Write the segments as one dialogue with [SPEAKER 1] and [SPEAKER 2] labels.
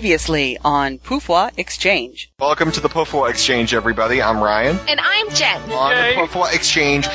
[SPEAKER 1] Previously on Pufwa Exchange.
[SPEAKER 2] Welcome to the Puffwa Exchange, everybody. I'm Ryan.
[SPEAKER 3] And I'm Jen.
[SPEAKER 2] On
[SPEAKER 4] Yay.
[SPEAKER 2] the Puffwa Exchange,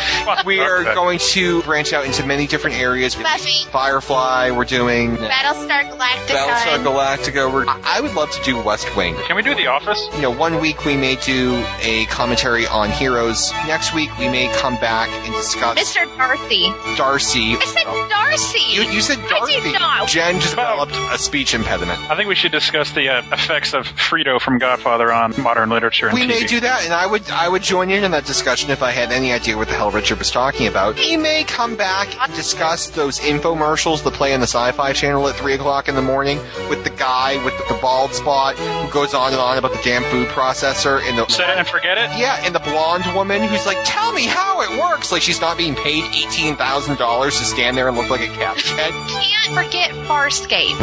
[SPEAKER 2] we are going to branch out into many different areas.
[SPEAKER 3] Buffy.
[SPEAKER 2] Firefly, we're doing
[SPEAKER 3] Battlestar Galactica.
[SPEAKER 2] Battlestar
[SPEAKER 3] and-
[SPEAKER 2] Galactica. We're, I I would love to do West Wing.
[SPEAKER 4] Can we do The Office?
[SPEAKER 2] You know, one week we may do a commentary on Heroes. Next week we may come back and discuss
[SPEAKER 3] Mr. Darcy.
[SPEAKER 2] Darcy. Oh.
[SPEAKER 3] I said Darcy.
[SPEAKER 2] You, you said
[SPEAKER 3] I
[SPEAKER 2] Darcy.
[SPEAKER 3] did not.
[SPEAKER 2] Jen just developed a speech impediment.
[SPEAKER 4] I think we should discuss the uh, effects of Frito from Godfather on modern literature and
[SPEAKER 2] We
[SPEAKER 4] TV.
[SPEAKER 2] may do that, and I would I would join in on that discussion if I had any idea what the hell Richard was talking about. He may come back and discuss those infomercials that play on the Sci-Fi Channel at three o'clock in the morning with the guy with the bald spot who goes on and on about the damn food processor and the
[SPEAKER 4] Set it and forget it.
[SPEAKER 2] yeah, and the blonde woman who's like, "Tell me how it works." Like she's not being paid eighteen thousand dollars to stand there and look like a cat's head.
[SPEAKER 3] Can't forget Farscape.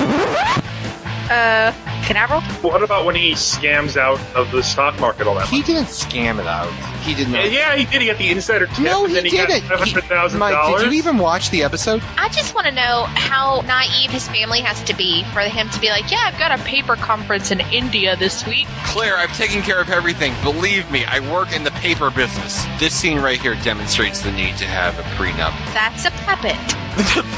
[SPEAKER 3] Uh, can I roll?
[SPEAKER 5] What about when he scams out of the stock market all that?
[SPEAKER 2] He didn't scam it out. He did
[SPEAKER 5] Yeah,
[SPEAKER 2] not.
[SPEAKER 5] yeah, he did. He got the insider tip,
[SPEAKER 2] No,
[SPEAKER 5] and
[SPEAKER 2] he
[SPEAKER 5] then he,
[SPEAKER 2] didn't.
[SPEAKER 5] got
[SPEAKER 2] He-
[SPEAKER 5] seven hundred thousand
[SPEAKER 2] Mike,
[SPEAKER 5] dollars.
[SPEAKER 2] did you even watch the episode?
[SPEAKER 3] I just want to know how naive his family has to be for him to be like, yeah, I've got a paper conference in India this week.
[SPEAKER 2] Claire, I've taken care of everything. Believe me, I work in the paper business. This scene right here demonstrates the need to have a prenup.
[SPEAKER 3] That's a puppet.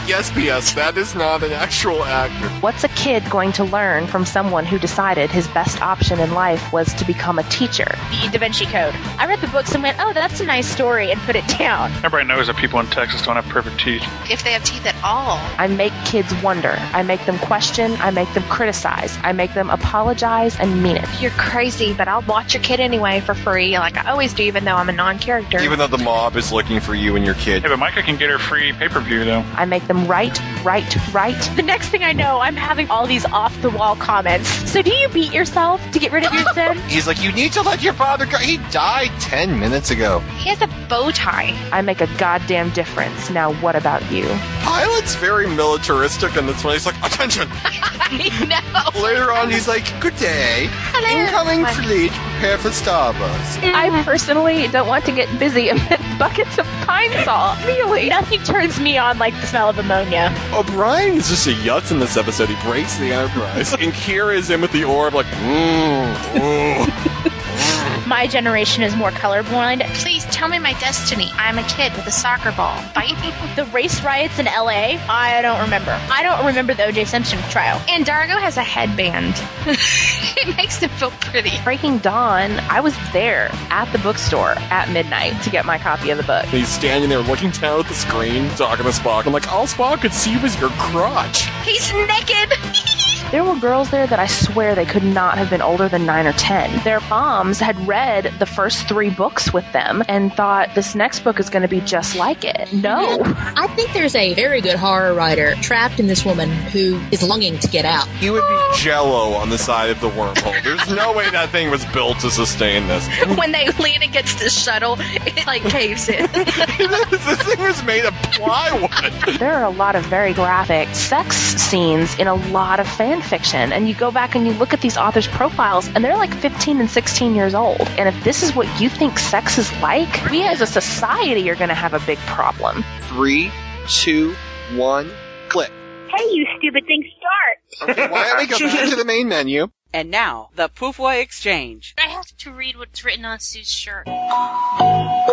[SPEAKER 2] yes, P.S. That is not an actual actor.
[SPEAKER 6] What's a kid going to learn from someone who decided his best option in life was to become a teacher?
[SPEAKER 7] the Da Vinci Code. I read the books and went, oh, that's a nice story, and put it down.
[SPEAKER 4] Everybody knows that people in Texas don't have perfect teeth.
[SPEAKER 3] If they have teeth at all.
[SPEAKER 6] I make kids wonder. I make them question. I make them criticize. I make them apologize and mean it.
[SPEAKER 7] You're crazy, but I'll watch your kid anyway for free, like I always do, even though I'm a non character.
[SPEAKER 2] Even though the mob is looking for you and your kid.
[SPEAKER 4] Hey, but Micah can get her free pay per view though.
[SPEAKER 6] I make them right, right, right.
[SPEAKER 7] The next thing I know, I'm having all these off the wall comments. So, do you beat yourself to get rid of your sin?
[SPEAKER 2] He's like, you need to let your father go. He died ten minutes ago.
[SPEAKER 3] He has a bow tie.
[SPEAKER 6] I make a goddamn difference. Now, what about you?
[SPEAKER 2] Pilot's very militaristic, and that's why he's like, attention.
[SPEAKER 3] I know.
[SPEAKER 2] Later on, he's like, good day. Incoming fleet, prepare for Starbucks.
[SPEAKER 6] I personally don't want to get busy amid buckets of pine salt. Really?
[SPEAKER 7] Nothing turns me on like the smell of ammonia.
[SPEAKER 2] Oh,
[SPEAKER 8] O'Brien is just a yutz in this episode. He breaks the Enterprise. and Kira is in with the orb, like, mmm, ooh.
[SPEAKER 7] My generation is more colorblind.
[SPEAKER 3] Please tell me my destiny. I'm a kid with a soccer ball. Bite me.
[SPEAKER 7] The race riots in LA, I don't remember. I don't remember the OJ Simpson trial.
[SPEAKER 3] And Dargo has a headband. it makes him feel pretty.
[SPEAKER 6] Breaking Dawn, I was there at the bookstore at midnight to get my copy of the book.
[SPEAKER 8] And he's standing there looking down at the screen, talking to Spock. I'm like, all Spock could see was your crotch.
[SPEAKER 3] He's naked.
[SPEAKER 6] There were girls there that I swear they could not have been older than nine or ten. Their moms had read the first three books with them and thought this next book is going to be just like it. No.
[SPEAKER 9] I think there's a very good horror writer trapped in this woman who is longing to get out.
[SPEAKER 2] He would be jello on the side of the
[SPEAKER 8] Oh,
[SPEAKER 2] wormhole.
[SPEAKER 8] there's no way that thing was built to sustain this.
[SPEAKER 3] when they lean against the shuttle, it like caves in.
[SPEAKER 8] this thing was made of plywood.
[SPEAKER 6] There are a lot of very graphic sex scenes in a lot of fan fiction, and you go back and you look at these authors' profiles, and they're like 15 and 16 years old. And if this is what you think sex is like, we as a society are going to have a big problem.
[SPEAKER 2] Three, two, one, click.
[SPEAKER 10] Hey, you stupid thing, start!
[SPEAKER 2] Okay, why don't we go back to the main menu?
[SPEAKER 1] And now, the Pufwa Exchange.
[SPEAKER 10] I have to read what's written on Sue's shirt.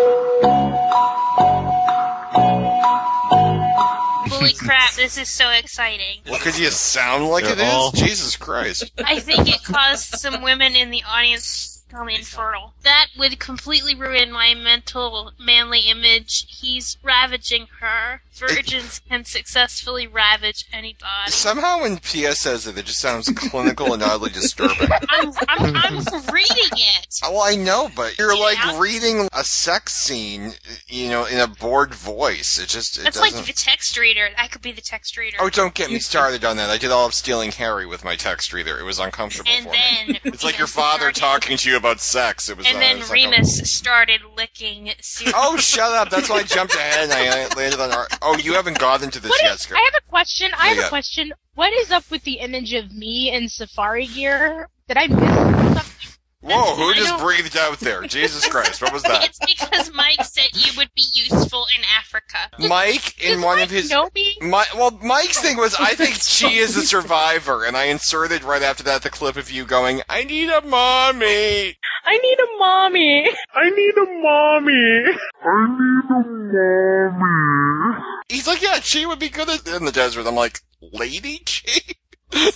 [SPEAKER 10] Holy crap, this is so exciting.
[SPEAKER 2] Well, because you sound like
[SPEAKER 8] They're all-
[SPEAKER 2] Jesus Christ.
[SPEAKER 10] I think it caused some women in the audience to become infertile. That would completely ruin my mental manly image. He's ravaging her. Virgins can successfully ravage any body.
[SPEAKER 2] Somehow when PS says it, it just sounds clinical and oddly disturbing.
[SPEAKER 10] I'm, I'm, I'm reading it.
[SPEAKER 2] Well, I know, but you're
[SPEAKER 10] Yeah.
[SPEAKER 2] like reading a sex scene, you know, in a bored voice. It just it
[SPEAKER 10] That's
[SPEAKER 2] doesn't.
[SPEAKER 10] like the text reader. I could be the text reader.
[SPEAKER 2] oh, don't get me started on that. I did all of Stealing Harry with my text reader. It was uncomfortable
[SPEAKER 10] and
[SPEAKER 2] for me.
[SPEAKER 10] then
[SPEAKER 8] It's like your father talking to you about sex. It was
[SPEAKER 10] And then
[SPEAKER 2] uh, it's like a-
[SPEAKER 10] Remus started licking Sue.
[SPEAKER 2] Oh, shut up! That's why I jumped ahead and I landed on. Our, oh, you haven't gotten to this
[SPEAKER 7] What
[SPEAKER 2] yet,
[SPEAKER 7] is-
[SPEAKER 2] Skip.
[SPEAKER 7] I have a question. I have
[SPEAKER 2] Yeah.
[SPEAKER 7] a question. What is up with the image of me in safari gear? Did I miss something?
[SPEAKER 2] Whoa, who
[SPEAKER 10] I
[SPEAKER 2] just
[SPEAKER 10] don't-
[SPEAKER 2] breathed out there? Jesus Christ, what was that?
[SPEAKER 10] It's because Mike said you would be useful in Africa.
[SPEAKER 2] Mike in one of his My, well, Mike's thing was I think she is a survivor, and I inserted right after that the clip of you going, "I need a mommy."
[SPEAKER 11] I need a mommy.
[SPEAKER 12] I need a mommy.
[SPEAKER 2] I need a mommy. He's like, "Yeah, she would be good at, in the desert." I'm like, "Lady Chi?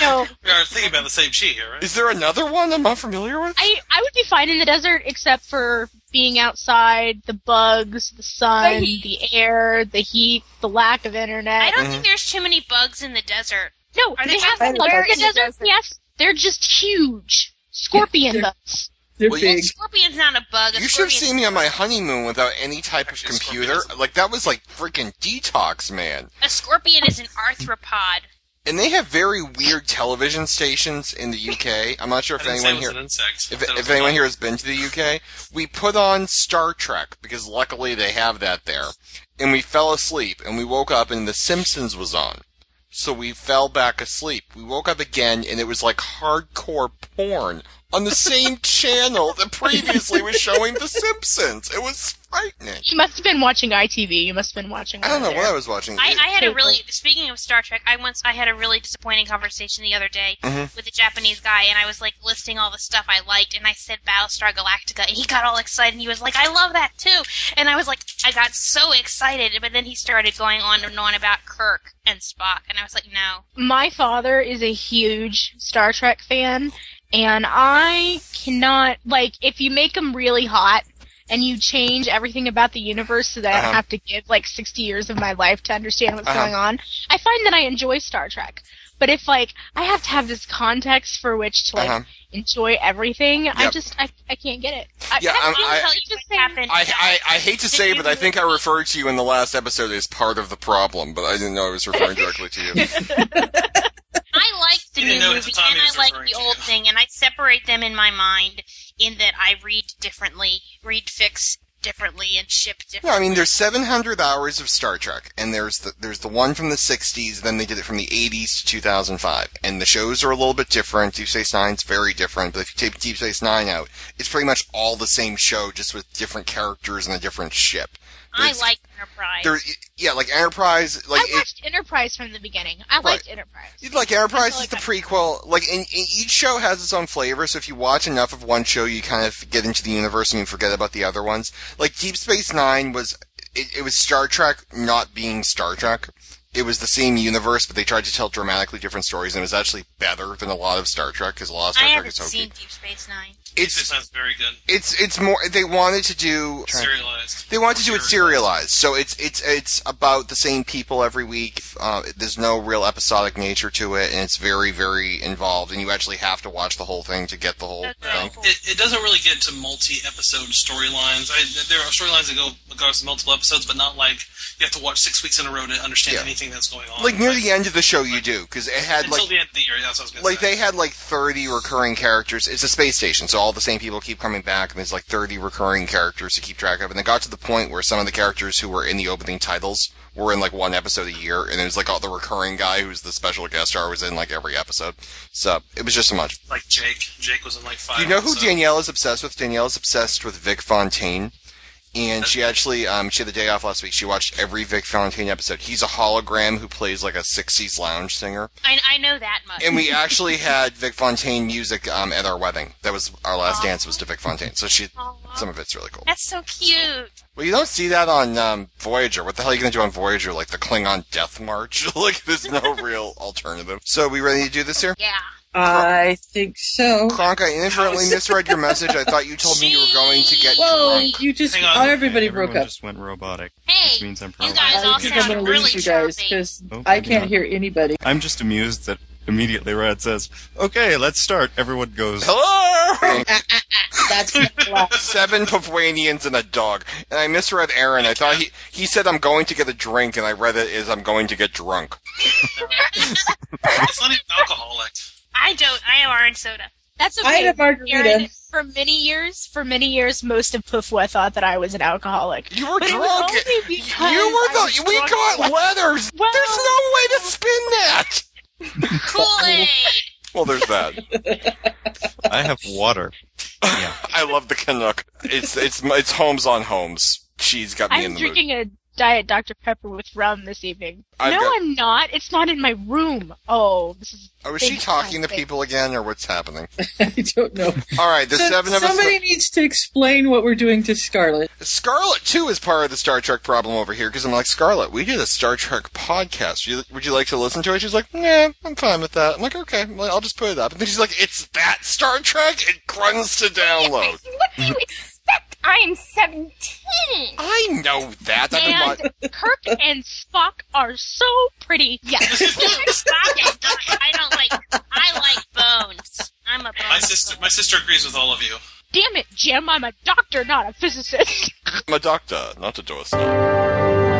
[SPEAKER 11] No.
[SPEAKER 4] We are thinking about the same chi here, right?
[SPEAKER 2] Is there another one I'm not familiar with?"
[SPEAKER 7] I, I would be fine in the desert except for being outside, the bugs, the sun, the, air, the heat, the lack of internet.
[SPEAKER 10] I don't
[SPEAKER 2] Mm-hmm.
[SPEAKER 10] think there's too many bugs in the desert.
[SPEAKER 7] No,
[SPEAKER 10] Are
[SPEAKER 7] they,
[SPEAKER 10] they
[SPEAKER 7] have
[SPEAKER 10] bugs in
[SPEAKER 7] bugs
[SPEAKER 10] the
[SPEAKER 7] in the
[SPEAKER 10] desert?
[SPEAKER 7] desert. Yes, they're just huge scorpion bugs.
[SPEAKER 2] They're Well, big.
[SPEAKER 10] Scorpion's not a bug. A
[SPEAKER 2] You should have
[SPEAKER 10] scorpion's
[SPEAKER 2] seen me on my honeymoon without any type of computer. Like that was like freaking detox, man.
[SPEAKER 10] A scorpion is an arthropod.
[SPEAKER 2] And they have very weird television stations in the UK. I'm not sure if
[SPEAKER 4] I didn't say
[SPEAKER 2] anyone here
[SPEAKER 4] it was an insect.
[SPEAKER 2] if,
[SPEAKER 4] I said it
[SPEAKER 2] if
[SPEAKER 4] was a
[SPEAKER 2] anyone
[SPEAKER 4] bug.
[SPEAKER 2] here has been to the UK. We put on Star Trek because luckily they have that there, and we fell asleep and we woke up and The Simpsons was on. So we fell back asleep. We woke up again and it was like hardcore porn on the same channel that previously was showing The Simpsons. It was frightening.
[SPEAKER 7] You must have been watching ITV. You must have been watching.
[SPEAKER 2] I don't know
[SPEAKER 7] over
[SPEAKER 2] what I
[SPEAKER 7] there.
[SPEAKER 2] was watching.
[SPEAKER 10] I, I had a really speaking of Star Trek, I once I had a really disappointing conversation the other day
[SPEAKER 2] Mhm.
[SPEAKER 10] with a Japanese guy and I was like listing all the stuff I liked and I said Battlestar Galactica and he got all excited and he was like, I love that too and I was like I got so excited but then he started going on and on about Kirk and Spock and I was like, No.
[SPEAKER 7] My father is a huge Star Trek fan, and I cannot like if you make him really hot and you change everything about the universe so that I
[SPEAKER 2] Uh-huh.
[SPEAKER 7] don't have to give like sixty years of my life to understand what's
[SPEAKER 2] Uh-huh.
[SPEAKER 7] going on. I find that I enjoy Star Trek, but if like I have to have this context for which to like
[SPEAKER 2] Uh-huh.
[SPEAKER 7] enjoy everything, I
[SPEAKER 2] Yep.
[SPEAKER 7] just I, I can't get it. I,
[SPEAKER 2] Yeah, I'm- I-
[SPEAKER 10] just happened.
[SPEAKER 2] I, I, I hate to say, it, but I think I referred to you in the last episode as part of the problem, but I didn't know I was referring directly to you.
[SPEAKER 10] I like the
[SPEAKER 4] You
[SPEAKER 10] new
[SPEAKER 4] didn't know it was
[SPEAKER 10] movie
[SPEAKER 4] the Tommy
[SPEAKER 10] and
[SPEAKER 4] he
[SPEAKER 10] I
[SPEAKER 4] was
[SPEAKER 10] like
[SPEAKER 4] referring
[SPEAKER 10] the old thing, and I separate them in my mind in that I read differently, read fix differently, and ship
[SPEAKER 2] No,
[SPEAKER 10] differently.
[SPEAKER 2] I mean there's 700 hours of Star Trek, and there's the there's the one from the 60s. Then they did it from the 80s to 2005, and the shows are a little bit different. Deep Space Nine's very different, but if you take Deep Space Nine out, it's pretty much all the same show, just with different characters and a different ship.
[SPEAKER 10] I
[SPEAKER 2] There's-
[SPEAKER 10] like Enterprise.
[SPEAKER 2] There, yeah, like Enterprise, like
[SPEAKER 7] I watched Enterprise from the beginning. I liked Enterprise.
[SPEAKER 2] it, like Enterprise is the prequel. Like, and, and each show has its own flavor. So if you watch enough of one show, you kind of get into the universe and you forget about the other ones. Like Deep Space Nine was, it, it was Star Trek not being Star Trek. It was the same universe, but they tried to tell dramatically different stories, and it was actually better than a lot of Star Trek because a lot of
[SPEAKER 10] I
[SPEAKER 2] Star Trek
[SPEAKER 10] haven't
[SPEAKER 2] is hokey.
[SPEAKER 10] seen Deep Space Nine.
[SPEAKER 2] It's-
[SPEAKER 4] it sounds very good.
[SPEAKER 2] It's it's more they wanted to do
[SPEAKER 4] Serialized.
[SPEAKER 2] They wanted to do it serialized, so it's it's it's about the same people every week. Uh, there's no real episodic nature to it, and it's very very involved, and you actually have to watch the whole thing to get the whole thing.
[SPEAKER 4] It, it doesn't really get to multi-episode storylines. I, there are storylines that go across multiple episodes, but not like you have to watch six weeks in a row to understand
[SPEAKER 2] Yeah.
[SPEAKER 4] anything that's going on.
[SPEAKER 2] Like near the end of the show, you do because it had
[SPEAKER 4] until
[SPEAKER 2] like
[SPEAKER 4] the end of the year. yeah, That's what I was gonna
[SPEAKER 2] like
[SPEAKER 4] say.
[SPEAKER 2] they had like 30 recurring characters it's a space station so all the same people keep coming back and there's like 30 recurring characters to keep track of and they got to the point where some of the characters who were in the opening titles were in like one episode a year and there's like all the recurring guy who's the special guest star was in like every episode so it was just so much
[SPEAKER 4] like Jake. Jake was in like five.
[SPEAKER 2] do you know who
[SPEAKER 4] episodes.
[SPEAKER 2] Danielle is obsessed with? Danielle is obsessed with Vic Fontaine. And she actually, um, she had the day off last week. She watched every Vic Fontaine episode. He's a hologram who plays like a 60s lounge singer.
[SPEAKER 10] I, I know that much.
[SPEAKER 2] And we actually had Vic Fontaine music um, at our wedding. That was our last dance was to Vic Fontaine. So she, some of it's really cool.
[SPEAKER 10] That's so cute.
[SPEAKER 2] Well, you don't see that on um, Voyager. What the hell are you going to do on Voyager? Like the Klingon Death March? like there's no real alternative. So we ready to do this here?
[SPEAKER 10] Yeah.
[SPEAKER 13] I think so.
[SPEAKER 2] Kronk, I inadvertently misread your message. I thought you told me you were going to get
[SPEAKER 13] Whoa,
[SPEAKER 2] drunk.
[SPEAKER 13] you just oh, everybody broke up.
[SPEAKER 14] just went robotic. which means I'm
[SPEAKER 10] probably
[SPEAKER 13] I think I'm gonna lose you guys because
[SPEAKER 14] Oh,
[SPEAKER 13] I
[SPEAKER 14] maybe
[SPEAKER 13] can't
[SPEAKER 14] not.
[SPEAKER 13] hear anybody.
[SPEAKER 14] I'm just amused that immediately Rad says, "Okay, let's start." Everyone goes,
[SPEAKER 2] Hello.
[SPEAKER 13] That's
[SPEAKER 2] seven Pavlanians and a dog. And I misread Aaron. I thought he he said I'm going to get a drink, and I read it as I'm going to get drunk.
[SPEAKER 4] it's not even alcoholic.
[SPEAKER 10] I don't. I have orange soda.
[SPEAKER 7] That's okay.
[SPEAKER 10] I had a margarita.
[SPEAKER 7] Aaron, for many years, for many years, most of Pufwa thought that I was an alcoholic.
[SPEAKER 2] You were
[SPEAKER 7] But it was
[SPEAKER 2] drunk.
[SPEAKER 7] only because
[SPEAKER 2] You were
[SPEAKER 7] I was
[SPEAKER 2] the. Oh, We
[SPEAKER 7] drunk.
[SPEAKER 2] got letters. There's no way to spin that.
[SPEAKER 10] Kool Aid.
[SPEAKER 2] Well, there's that.
[SPEAKER 14] I have water.
[SPEAKER 2] I love the Canuck. It's it's it's Holmes on Holmes. She's got me in
[SPEAKER 7] I'm
[SPEAKER 2] the
[SPEAKER 7] drinking a diet Dr Pepper with rum this evening.
[SPEAKER 2] I've
[SPEAKER 7] no,
[SPEAKER 2] got-
[SPEAKER 7] I'm not. It's not in my room. Oh, this is.
[SPEAKER 2] mood. Oh, is she
[SPEAKER 7] big
[SPEAKER 2] talking to
[SPEAKER 7] time.
[SPEAKER 2] people again, or what's happening?
[SPEAKER 13] I don't know.
[SPEAKER 2] All right, the
[SPEAKER 13] So-
[SPEAKER 2] seven of us.
[SPEAKER 13] somebody needs to explain what we're doing to Scarlet.
[SPEAKER 2] Scarlet too is part of the Star Trek problem over here because I'm like Scarlet, we did a Star Trek podcast. You- Would you like to listen to it? She's like, Nah, I'm fine with that. I'm like, Okay, well, I'll just put it up. And then she's like, It's that Star Trek. It runs to download.
[SPEAKER 5] What do you expect? I'm 17.
[SPEAKER 2] I know that. That's
[SPEAKER 7] And
[SPEAKER 2] why-
[SPEAKER 7] Kirk and Spock are so pretty. Yes.
[SPEAKER 10] I don't like. I like bones. I'm a
[SPEAKER 4] My sister, my sister agrees with all of you.
[SPEAKER 7] Damn it, Jim! I'm a doctor, not a physicist.
[SPEAKER 2] I'm a doctor, not a doorstep.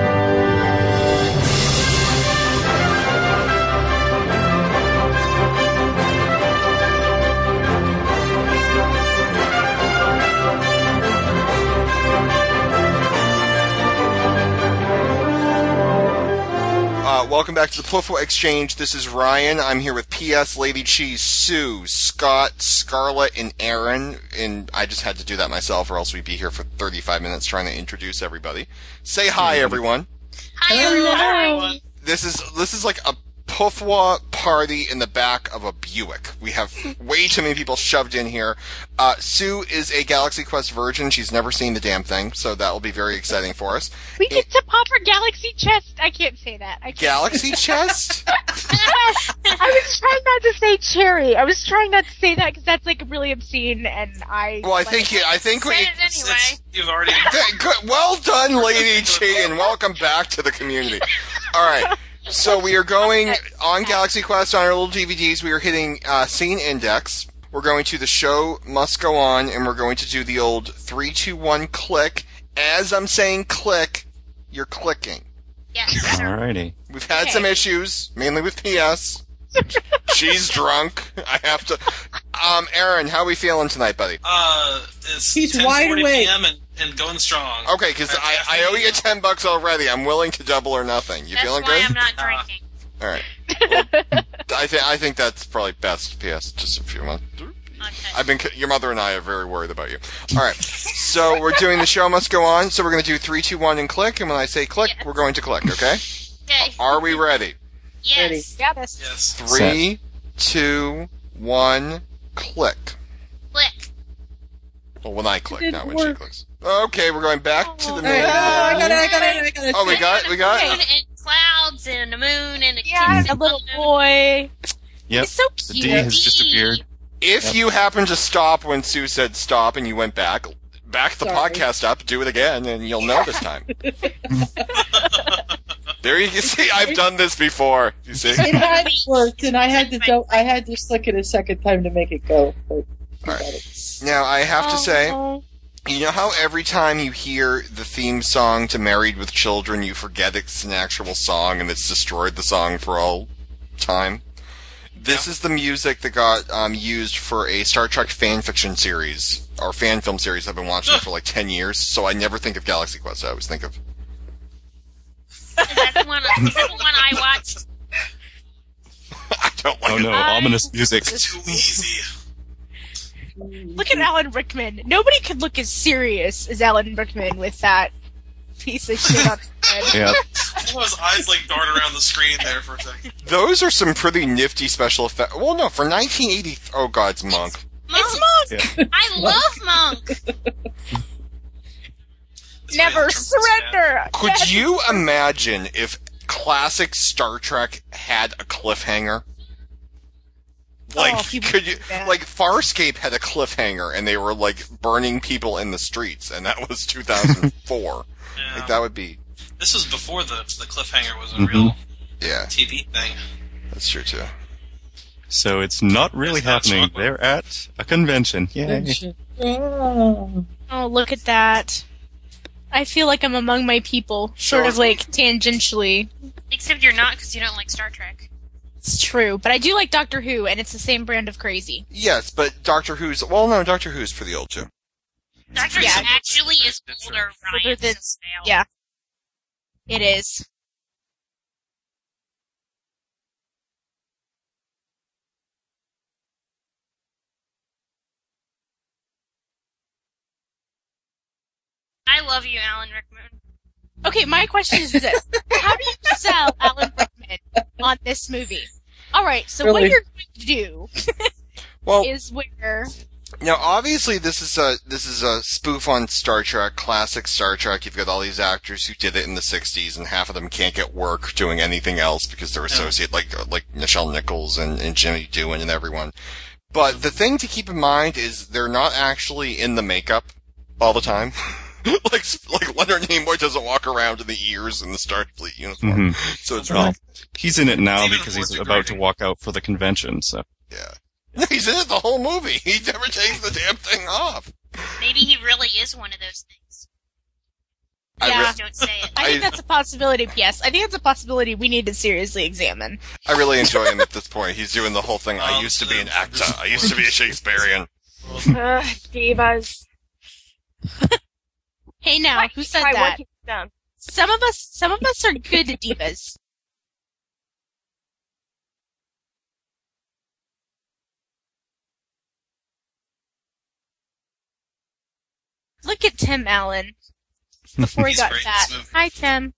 [SPEAKER 2] Uh, welcome back to the Pluffo Exchange. This is Ryan. I'm here with P.S. Lady Cheese, Sue, Scott, Scarlett, and Aaron. And I just had to do that myself, or else we'd be here for 35 minutes trying to introduce everybody. Say hi, everyone.
[SPEAKER 10] Hi, everyone.
[SPEAKER 2] This is this is like a Puffwa party in the back of a Buick. We have way too many people shoved in here. Uh, Sue is a Galaxy Quest virgin. She's never seen the damn thing, so that will be very exciting for us.
[SPEAKER 7] We get to pop our galaxy chest. I can't say that. I can't.
[SPEAKER 2] Galaxy chest?
[SPEAKER 7] I was trying not to say cherry. I was trying not to say that because that's like really obscene, and I.
[SPEAKER 2] Well, I think you. I think we.
[SPEAKER 4] You've already.
[SPEAKER 2] Good- good- well done, Lady Chi, and welcome back to the community. All right. So we are going on Galaxy Quest on our little DVDs. We are hitting uh, Scene Index. We're going to the show must go on, and we're going to do the old three, two, one, click. As I'm saying click, you're clicking.
[SPEAKER 14] Alrighty.
[SPEAKER 2] We've had some issues, mainly with PS. She's drunk. I have to. Um, Aaron, how we feeling tonight, buddy?
[SPEAKER 4] Uh, it's
[SPEAKER 2] He's
[SPEAKER 4] 10:40
[SPEAKER 2] wide awake.
[SPEAKER 4] PM and, and going strong.
[SPEAKER 2] Okay, because I, I owe you ten bucks already. I'm willing to double or nothing. You
[SPEAKER 10] That's
[SPEAKER 2] feeling
[SPEAKER 10] why
[SPEAKER 2] good?
[SPEAKER 10] I'm not drinking.
[SPEAKER 2] All right. Well, I think I think that's probably best. P.S. Just a few months. I've been. c- Your mother and I are very worried about you. All right. So we're doing the show must go on. So we're going to do three, two, one, and click. And when I say click, we're going to click. Okay.
[SPEAKER 10] Okay.
[SPEAKER 2] Are we ready?
[SPEAKER 10] Yes.
[SPEAKER 4] Yes.
[SPEAKER 2] Three, two, one, click.
[SPEAKER 10] Click.
[SPEAKER 2] Well, when I click,
[SPEAKER 13] It
[SPEAKER 2] not when she
[SPEAKER 13] work.
[SPEAKER 2] clicks. Okay, we're going back to the
[SPEAKER 13] Oh,
[SPEAKER 2] main.
[SPEAKER 13] I got it, I got it, I got it.
[SPEAKER 2] Oh, we got it. We got it.
[SPEAKER 10] Moon and clouds and a moon and a
[SPEAKER 7] Yeah,
[SPEAKER 10] kiss
[SPEAKER 7] a
[SPEAKER 10] and
[SPEAKER 7] little boy.
[SPEAKER 14] Yep.
[SPEAKER 10] It's so
[SPEAKER 2] cute.
[SPEAKER 14] The D has just appeared.
[SPEAKER 2] If
[SPEAKER 14] Yep.
[SPEAKER 2] you happen to stop when Sue said stop and you went back, back the
[SPEAKER 13] Sorry.
[SPEAKER 2] podcast up, do it again, and you'll know this time. there you, you see, I've done this before. You see?
[SPEAKER 13] It had worked, and I had to do- I had to slick it a second time to make it go. But
[SPEAKER 2] All right. Now I have to say,
[SPEAKER 13] Oh.
[SPEAKER 2] you know how every time you hear the theme song to Married with Children, you forget it's an actual song and it's destroyed the song for all time. This is the music that got um, used for a Star Trek fan fiction series or fan film series I've been watching for like ten years. So I never think of Galaxy Quest. I always think of
[SPEAKER 10] That's one. Is that the one I watched?
[SPEAKER 2] don't like
[SPEAKER 14] Oh no,
[SPEAKER 7] I-
[SPEAKER 5] Um,
[SPEAKER 14] ominous music.
[SPEAKER 7] It's
[SPEAKER 4] too easy.
[SPEAKER 7] Look at Alan Rickman. Nobody could look as serious as Alan Rickman with that piece of shit on his head.
[SPEAKER 14] Yeah.
[SPEAKER 4] All his eyes like dart around the screen there for a second.
[SPEAKER 2] those are some pretty nifty special effects. Well, no, for 1980. oh God's Monk.
[SPEAKER 10] Monk.
[SPEAKER 2] Yeah.
[SPEAKER 10] I love Monk.
[SPEAKER 7] Never surrender.
[SPEAKER 2] Could you imagine if classic Star Trek had a cliffhanger? Like, could you? Like, Farscape had a cliffhanger, and they were like burning people in the streets, and that was 2004. Like, that would be,
[SPEAKER 4] This was before the the cliffhanger was a real
[SPEAKER 14] Mm-hmm.
[SPEAKER 2] yeah,
[SPEAKER 4] TV thing.
[SPEAKER 2] that's true too.
[SPEAKER 14] So it's not really happening. They're at a convention. Yay.
[SPEAKER 7] Oh, look at that. I feel like I'm among my people, sort of like tangentially.
[SPEAKER 10] Except you're not because you don't like Star Trek.
[SPEAKER 7] It's true, but I do like Doctor Who, and it's the same brand of crazy.
[SPEAKER 2] Yes, but Doctor Who's. Well, no, Doctor Who's for the old too.
[SPEAKER 10] Doctor Who actually is older,
[SPEAKER 7] Older
[SPEAKER 10] Ryan.
[SPEAKER 7] than- yeah, it is.
[SPEAKER 10] I love you, Alan Rickman.
[SPEAKER 7] Okay, my question is this: How do you sell Alan Rickman on this movie? All right, so what
[SPEAKER 2] Really?
[SPEAKER 7] you're going to do
[SPEAKER 2] Well-
[SPEAKER 7] is where
[SPEAKER 2] Now, obviously, this is a this is a spoof on Star Trek, classic Star Trek. You've got all these actors who did it in the '60s, and half of them can't get work doing anything else because
[SPEAKER 7] Mm.
[SPEAKER 2] they're associate like like Nichelle Nichols and, and Jimmy Doohan and everyone. But the thing to keep in mind is they're not actually in the makeup all the time. like like Leonard Nimoy doesn't walk around in the ears in the Starfleet uniform.
[SPEAKER 14] Mhm.
[SPEAKER 2] So it's
[SPEAKER 14] Well,
[SPEAKER 2] really-
[SPEAKER 14] he's in it now because he's about to walk out for the convention. So
[SPEAKER 2] He's in it the whole movie. He never takes the damn thing off.
[SPEAKER 10] Maybe he really is one of those things.
[SPEAKER 2] I
[SPEAKER 7] Yeah.
[SPEAKER 2] re-
[SPEAKER 10] Don't say it.
[SPEAKER 7] I think
[SPEAKER 2] I-
[SPEAKER 7] that's a possibility. Yes, I think that's a possibility we need to seriously examine.
[SPEAKER 2] I really enjoy him at this point. He's doing the whole thing.
[SPEAKER 10] Um,
[SPEAKER 2] I used to be an actor. I used to be a Shakespearean.
[SPEAKER 5] Ugh, Ah, divas.
[SPEAKER 7] Hey, now who said
[SPEAKER 5] Try
[SPEAKER 7] that?
[SPEAKER 5] working them.
[SPEAKER 7] Some of us, some of us are good at divas. Look at Tim Allen before he
[SPEAKER 5] He's
[SPEAKER 7] got
[SPEAKER 5] great in
[SPEAKER 7] fat.
[SPEAKER 5] this movie.
[SPEAKER 7] Hi, Tim.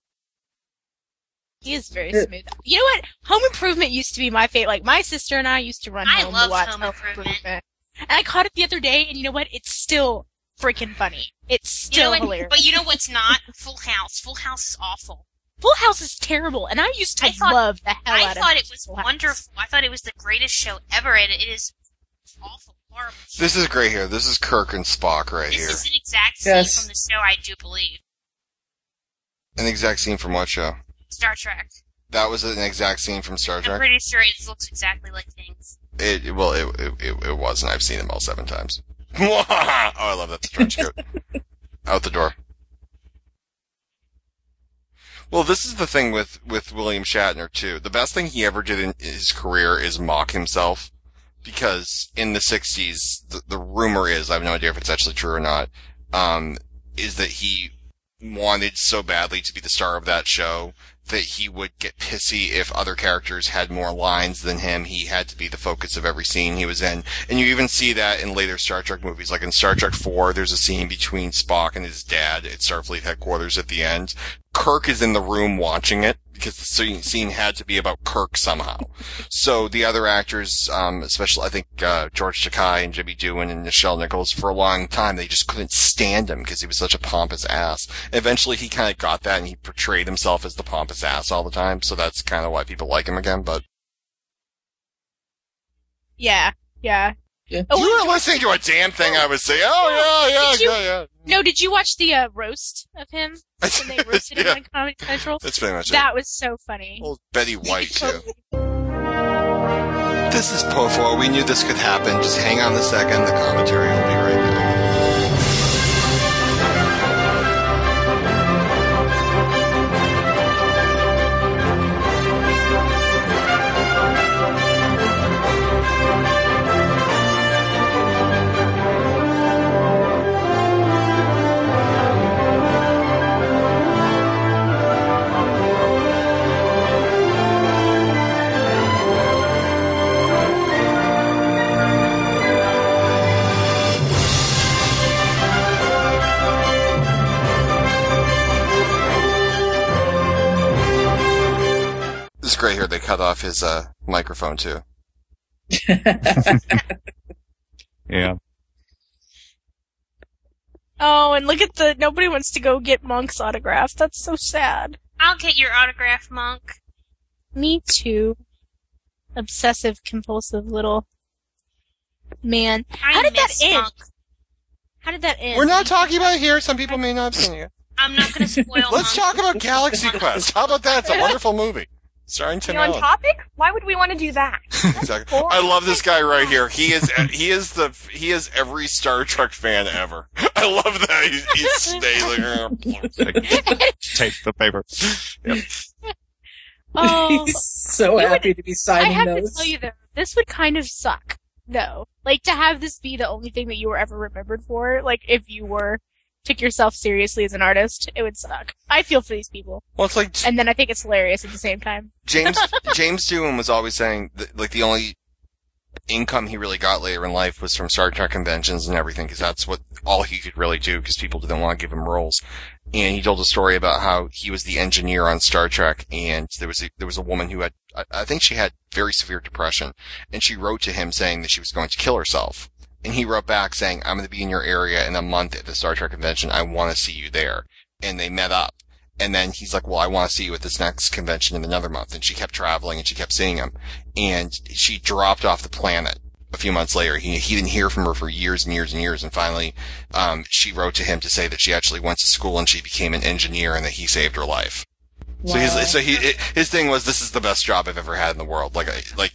[SPEAKER 7] He is very
[SPEAKER 10] Uh,
[SPEAKER 7] smooth. You know what? Home Improvement used to be my favorite. Like my sister and I used to run
[SPEAKER 10] I
[SPEAKER 7] home
[SPEAKER 10] love
[SPEAKER 7] to watch
[SPEAKER 10] Home
[SPEAKER 7] Home,
[SPEAKER 10] Improvement.
[SPEAKER 7] Improvement. And I caught it the other day, and you know what? It's still freaking funny. It's
[SPEAKER 10] You know
[SPEAKER 7] still
[SPEAKER 10] what-
[SPEAKER 7] hilarious.
[SPEAKER 10] But you know what's not? Full House. Full House is awful.
[SPEAKER 7] Full House is terrible, and I used to love the hell
[SPEAKER 10] I
[SPEAKER 7] out of
[SPEAKER 10] thought it was
[SPEAKER 7] Full House.
[SPEAKER 10] wonderful. I thought it was the greatest show ever, and it is awful, horrible.
[SPEAKER 2] This is great here. This is Kirk and Spock right
[SPEAKER 10] This
[SPEAKER 2] here.
[SPEAKER 10] is an exact scene
[SPEAKER 2] Yes.
[SPEAKER 10] from the show, I do believe.
[SPEAKER 2] An exact scene from what show?
[SPEAKER 10] Star Trek.
[SPEAKER 2] That was an exact scene from Star
[SPEAKER 10] I'm
[SPEAKER 2] Trek.
[SPEAKER 10] pretty sure it looks exactly like things.
[SPEAKER 2] It it- well, it it, it, it was, and I've seen them all seven times. oh, I love that trench coat. Out the door. Well, this is the thing with with William Shatner too. The best thing he ever did in his career is mock himself, because in the '60s, the, the rumor is I have no idea if it's actually true or not, um, is that he wanted so badly to be the star of that show that he would get pissy if other characters had more lines than him. He had to be the focus of every scene he was in. And you even see that in later Star Trek movies. Like in Star Trek 4, there's a scene between Spock and his dad at Starfleet headquarters at the end. Kirk is in the room watching it because the scene, scene had to be about Kirk somehow. So the other actors, um, especially I think uh, George Takei and Jimmy Doohan and Nichelle Nichols, for a long time they just couldn't stand him because he was such a pompous ass. Eventually he kind of got that and he portrayed himself as the pompous ass all the time. So that's kind of why people like him again. But
[SPEAKER 7] Yeah, yeah.
[SPEAKER 13] yeah.
[SPEAKER 7] Oh,
[SPEAKER 2] you were listening to a damn thing I was saying. Oh yeah, yeah,
[SPEAKER 7] Did you-
[SPEAKER 2] yeah, yeah.
[SPEAKER 7] No, did you watch the uh, roast of him when they roasted him
[SPEAKER 2] Yeah.
[SPEAKER 7] on Comedy Central?
[SPEAKER 2] That's pretty much it.
[SPEAKER 7] That was so funny.
[SPEAKER 2] Old Betty White too. This is Pofo. We knew this could happen. Just hang on a second. The commentary will be right back. This is great here. They cut off his uh, microphone too.
[SPEAKER 14] yeah.
[SPEAKER 11] Oh, and look at the nobody wants to go get Monk's autograph. That's so sad.
[SPEAKER 10] I'll get your autograph, Monk.
[SPEAKER 11] Me too. Obsessive compulsive little man.
[SPEAKER 10] I
[SPEAKER 11] How did that
[SPEAKER 10] miss
[SPEAKER 11] end?
[SPEAKER 10] Monk.
[SPEAKER 11] How did that end?
[SPEAKER 2] We're not talking about it here. Some people may not have seen it.
[SPEAKER 10] I'm not going to spoil Monk.
[SPEAKER 2] Let's talk about Galaxy Quest. How about that? It's a wonderful movie starring
[SPEAKER 5] You
[SPEAKER 2] Tim
[SPEAKER 5] know, on
[SPEAKER 2] Allen.
[SPEAKER 5] topic? Why would we want to do that?
[SPEAKER 2] Exactly. I love this guy right here. He is he is the he is every Star Trek fan ever. I love that he's, he's "Oh, staying there.
[SPEAKER 14] Take the paper.
[SPEAKER 11] Oh.
[SPEAKER 13] He's so
[SPEAKER 11] You would-
[SPEAKER 13] happy to be
[SPEAKER 11] I
[SPEAKER 13] signing
[SPEAKER 11] have
[SPEAKER 13] those.
[SPEAKER 11] to tell you though, this would kind of suck. No, like to have this be the only thing that you were ever remembered for. Like if you were took yourself seriously as an artist, it would suck. I feel for these people,
[SPEAKER 2] Well, it's like
[SPEAKER 11] and then I think it's hilarious at the same time.
[SPEAKER 2] James James Doohan was always saying that, like the only income he really got later in life was from Star Trek conventions and everything because that's what all he could really do because people didn't want to give him roles. And he told a story about how he was the engineer on Star Trek, and there was a, there was a woman who had I, I think she had very severe depression, and she wrote to him saying that she was going to kill herself. And he wrote back saying, "I'm going to be in your area in a month at the Star Trek convention. I want to see you there." And they met up. And then he's like, well, I want to see you at this next convention in another month. And she kept traveling and she kept seeing him. And she dropped off the planet a few months later. He, he didn't hear from her for years and years and years. And finally, um, she wrote to him to say that she actually went to school and she became an engineer and that he saved her life. So
[SPEAKER 15] Wow.
[SPEAKER 2] his, so he, it, his thing was, this is the best job I've ever had in the world. Like, I- like,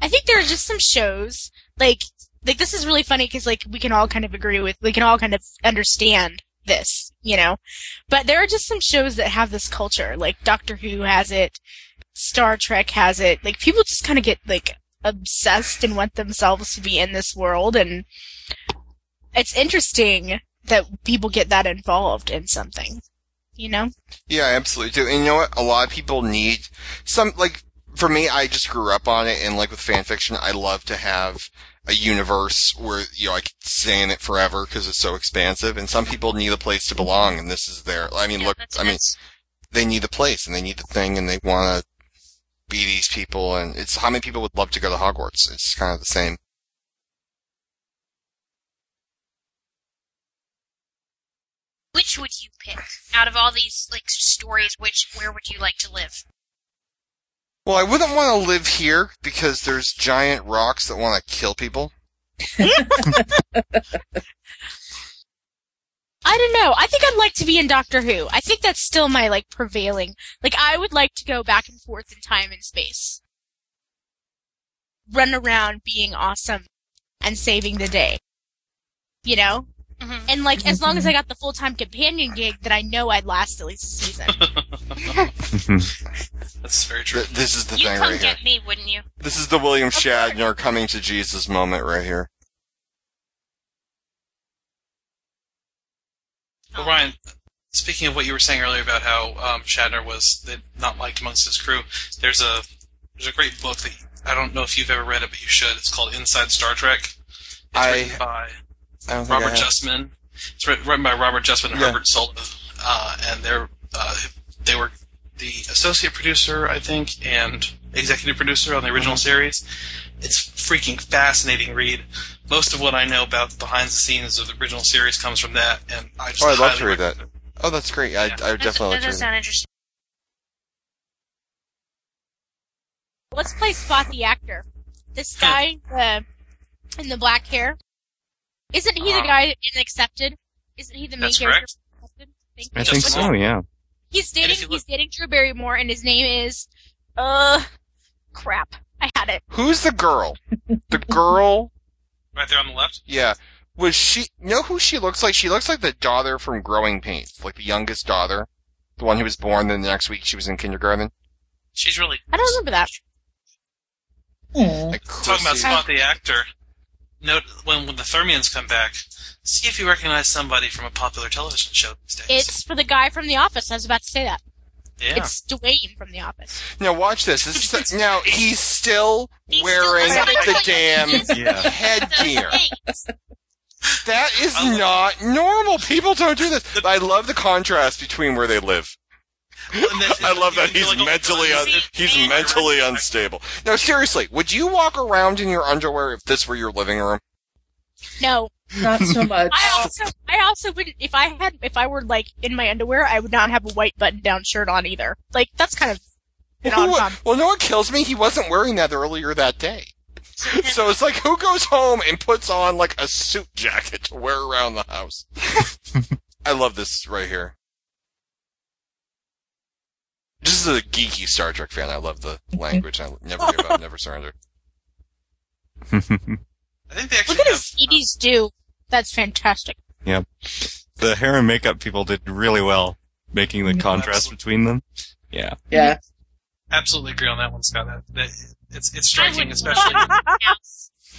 [SPEAKER 7] I think there are just some shows like like this is really funny because like we can all kind of agree with we can all kind of understand this, you know. But there are just some shows that have this culture, like Doctor Who has it, Star Trek has it. Like people just kind of get like obsessed and want themselves to be in this world, and it's interesting that people get that involved in something, you know.
[SPEAKER 2] Yeah, I absolutely do. And you know what? A lot of people need some, like, for me, I just grew up on it, and like with fan fiction, I love to have a universe where, you know, I could stay in it forever because it's so expansive, and some people need a place to belong, and this is their, I mean, look, I mean, they need the place, and they need the thing, and they want to be these people, and it's how many people would love to go to Hogwarts? It's kind of the same.
[SPEAKER 10] Which would you pick out of all these like stories? Which where would you like to live?
[SPEAKER 2] Well, I wouldn't want to live here because there's giant rocks that want to kill people.
[SPEAKER 7] I don't know. I think I'd like to be in Doctor Who. I think that's still my like prevailing. Like I would like to go back and forth in time and space. Run around being awesome and saving the day. You know? And like as long as I got the full-time companion gig, then I know I'd last at least a season.
[SPEAKER 2] That's very true. This is the
[SPEAKER 10] You'd
[SPEAKER 2] thing
[SPEAKER 10] come
[SPEAKER 2] right here.
[SPEAKER 10] get me, wouldn't you?
[SPEAKER 2] This is the William Shatner coming to Jesus moment right here.
[SPEAKER 4] Well, Ryan, speaking of what you were saying earlier about how um, Shatner was that not liked amongst his crew, there's a there's a great book that I don't know if you've ever read it, but you should. It's called Inside Star Trek. It's written by
[SPEAKER 2] I don't think I
[SPEAKER 4] Robert
[SPEAKER 2] have.
[SPEAKER 4] Justman. It's writ- written by Robert Justman and Herbert Sullivan, uh, and they're uh, they were the associate producer, I think, and executive producer on the original
[SPEAKER 2] Mm-hmm.
[SPEAKER 4] series. It's freaking fascinating read. Most of what I know about the behind the scenes of the original series comes from that, and I just
[SPEAKER 2] Oh, I'd love
[SPEAKER 4] highly
[SPEAKER 2] to read that. Oh, that's great. I, I would definitely
[SPEAKER 10] That
[SPEAKER 2] like to read
[SPEAKER 10] does
[SPEAKER 2] that.
[SPEAKER 10] sound interesting.
[SPEAKER 7] Let's play Spot the actor. This guy uh, in the black hair. Isn't he the
[SPEAKER 10] Ah.
[SPEAKER 7] guy in Accepted? Isn't he the main
[SPEAKER 10] That's
[SPEAKER 7] character?
[SPEAKER 10] correct.
[SPEAKER 7] in Accepted? Thank
[SPEAKER 14] I
[SPEAKER 7] you.
[SPEAKER 14] think so, yeah.
[SPEAKER 7] He's dating. he's dating Drew Barrymore, and his name is uh, crap. I had it.
[SPEAKER 2] Who's the girl? The girl?
[SPEAKER 4] Right there on the left.
[SPEAKER 2] Yeah. Was she? Know who she looks like? She looks like the daughter from Growing Pains, like the youngest daughter, the one who was born. Then the next week she was in kindergarten.
[SPEAKER 4] She's really
[SPEAKER 7] I don't remember that.
[SPEAKER 4] Talking about Spot the actor. Note when when the Thermians come back, see if you recognize somebody from a popular television show these days.
[SPEAKER 7] It's for the guy from The Office. I was about to say that.
[SPEAKER 4] Yeah.
[SPEAKER 7] It's Dwayne from The Office.
[SPEAKER 2] Now watch this. this is the- now he's still wearing the damn
[SPEAKER 14] Yeah.
[SPEAKER 2] headgear. That is not normal. People don't do this. But I love the contrast between where they live. I love that he's mentally un- he's mentally unstable. No, seriously, would you walk around in your underwear if this were your living room?
[SPEAKER 7] No.
[SPEAKER 16] Not so much.
[SPEAKER 7] I also, I also wouldn't. If I had, if I were like in my underwear, I would not have a white button-down shirt on either. Like that's kind of an
[SPEAKER 2] Who
[SPEAKER 7] odd
[SPEAKER 2] would-
[SPEAKER 7] combo.
[SPEAKER 2] well, no one kills me. He wasn't wearing that earlier that day. So it's like who goes home and puts on like a suit jacket to wear around the house? I love this right here. This is a geeky Star Trek fan. I love the language. I never give up, never surrender.
[SPEAKER 7] Look at his CDs do. That's fantastic.
[SPEAKER 14] Yeah. The hair and makeup people did really well making the contrast between them. Yeah.
[SPEAKER 16] Yeah.
[SPEAKER 4] Absolutely agree on that one, Scott. That, that it's it's striking, especially.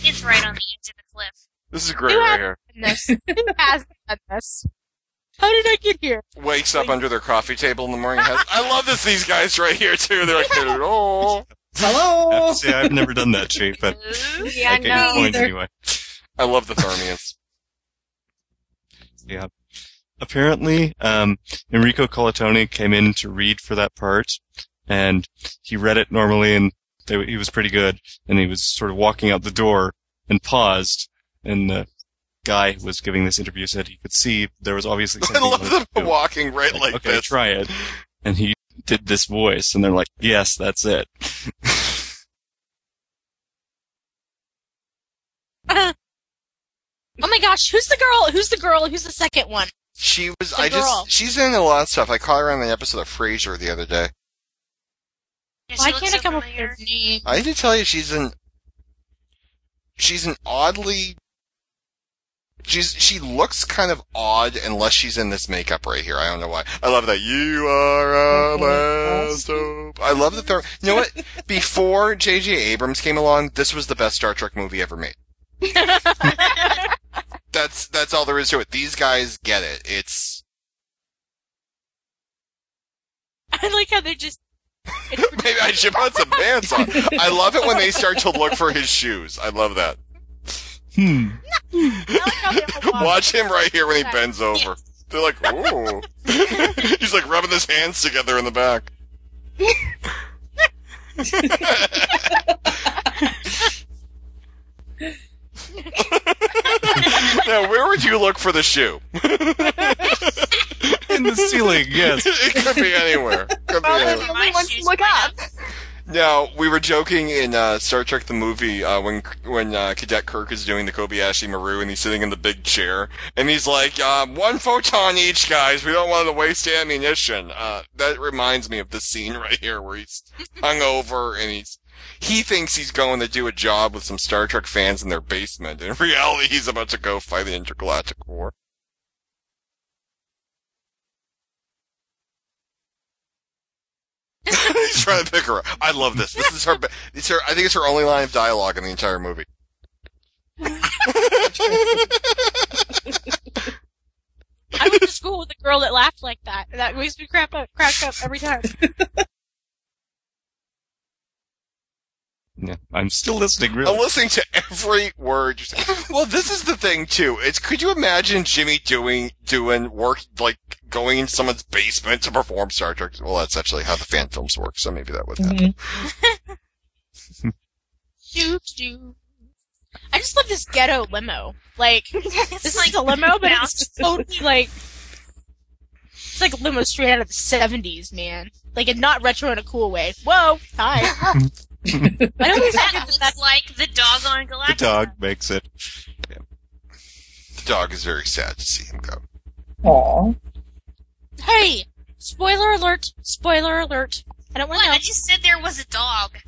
[SPEAKER 10] It's right on the edge of the cliff.
[SPEAKER 2] This is great
[SPEAKER 10] Who
[SPEAKER 2] right
[SPEAKER 10] has-
[SPEAKER 2] here.
[SPEAKER 7] Who has done this? How did I get here?
[SPEAKER 2] Wakes up under their coffee table in the morning. Has, I love this. These guys right here too. They're like, oh,
[SPEAKER 14] I have to say, I've never done that shape, but
[SPEAKER 5] Yeah,
[SPEAKER 14] I get
[SPEAKER 5] no.
[SPEAKER 14] your point
[SPEAKER 5] Either.
[SPEAKER 14] anyway.
[SPEAKER 2] I love the Thermians.
[SPEAKER 14] yeah. Apparently, um, Enrico Colatoni came in to read for that part, and he read it normally, and they, he was pretty good. And he was sort of walking out the door and paused, and the guy who was giving this interview said he could see there was obviously
[SPEAKER 2] I
[SPEAKER 14] something.
[SPEAKER 2] love
[SPEAKER 14] on
[SPEAKER 2] them
[SPEAKER 14] the door.
[SPEAKER 2] walking right like,
[SPEAKER 14] okay,
[SPEAKER 2] this.
[SPEAKER 14] try it. And he did this voice, and they're like, yes, that's it.
[SPEAKER 7] oh my gosh, who's the girl? Who's the girl? Who's the second one?
[SPEAKER 2] She was.
[SPEAKER 7] The
[SPEAKER 2] I
[SPEAKER 7] girl.
[SPEAKER 2] just. She's in a lot of stuff. I caught her on the episode of Frasier the other day.
[SPEAKER 7] Why can't I come up with her name?
[SPEAKER 2] I need to tell you, she's an. She's an oddly. She's she looks kind of odd unless she's in this makeup right here. I don't know why. I love that you are our last hope. I love the therm. You know what? Before J.J. Abrams came along, this was the best Star Trek movie ever made. that's that's all there is to it. These guys get it. It's
[SPEAKER 7] I like how they're just.
[SPEAKER 2] Maybe I should put some pants on. I love it when they start to look for his shoes. I love that.
[SPEAKER 14] Hmm.
[SPEAKER 2] Watch him right here when he bends over. They're like, ooh. He's like rubbing his hands together in the back. now, where would you look for the shoe?
[SPEAKER 14] In the ceiling, yes.
[SPEAKER 2] it could be anywhere. Could be
[SPEAKER 5] Probably
[SPEAKER 2] anywhere.
[SPEAKER 5] the only ones to look up.
[SPEAKER 2] Now we were joking in uh, Star Trek the movie uh, when when uh, Cadet Kirk is doing the Kobayashi Maru and he's sitting in the big chair and he's like, um, "One photon each, guys. We don't want to waste ammunition." Uh, that reminds me of the scene right here where he's hungover and he's he thinks he's going to do a job with some Star Trek fans in their basement. In reality, he's about to go fight the intergalactic war. He's trying to pick her up. I love this. This is her. be- It's her. I think it's her only line of dialogue in the entire movie.
[SPEAKER 7] I went to school with a girl that laughed like that. That makes me crap up, crack up every time.
[SPEAKER 14] Yeah, I'm still listening, really.
[SPEAKER 2] I'm listening to every word. you say. Well, this is the thing too. It's could you imagine Jimmy doing doing work like going in someone's basement to perform Star Trek? Well, that's actually how the fan films work, so maybe that would happen.
[SPEAKER 7] Doo, doo. I just love this ghetto limo. Like this is a limo, but it's just totally like it's like a limo straight out of the seventies, man. Like and not retro in a cool way. Whoa, hi. I don't think
[SPEAKER 10] that looks like the dog on
[SPEAKER 14] The
[SPEAKER 10] Galactus.
[SPEAKER 14] dog makes it.
[SPEAKER 2] The dog is very sad to see him go.
[SPEAKER 17] Aw.
[SPEAKER 7] Hey, spoiler alert! Spoiler alert! I don't want to know. I
[SPEAKER 10] just said there was a dog.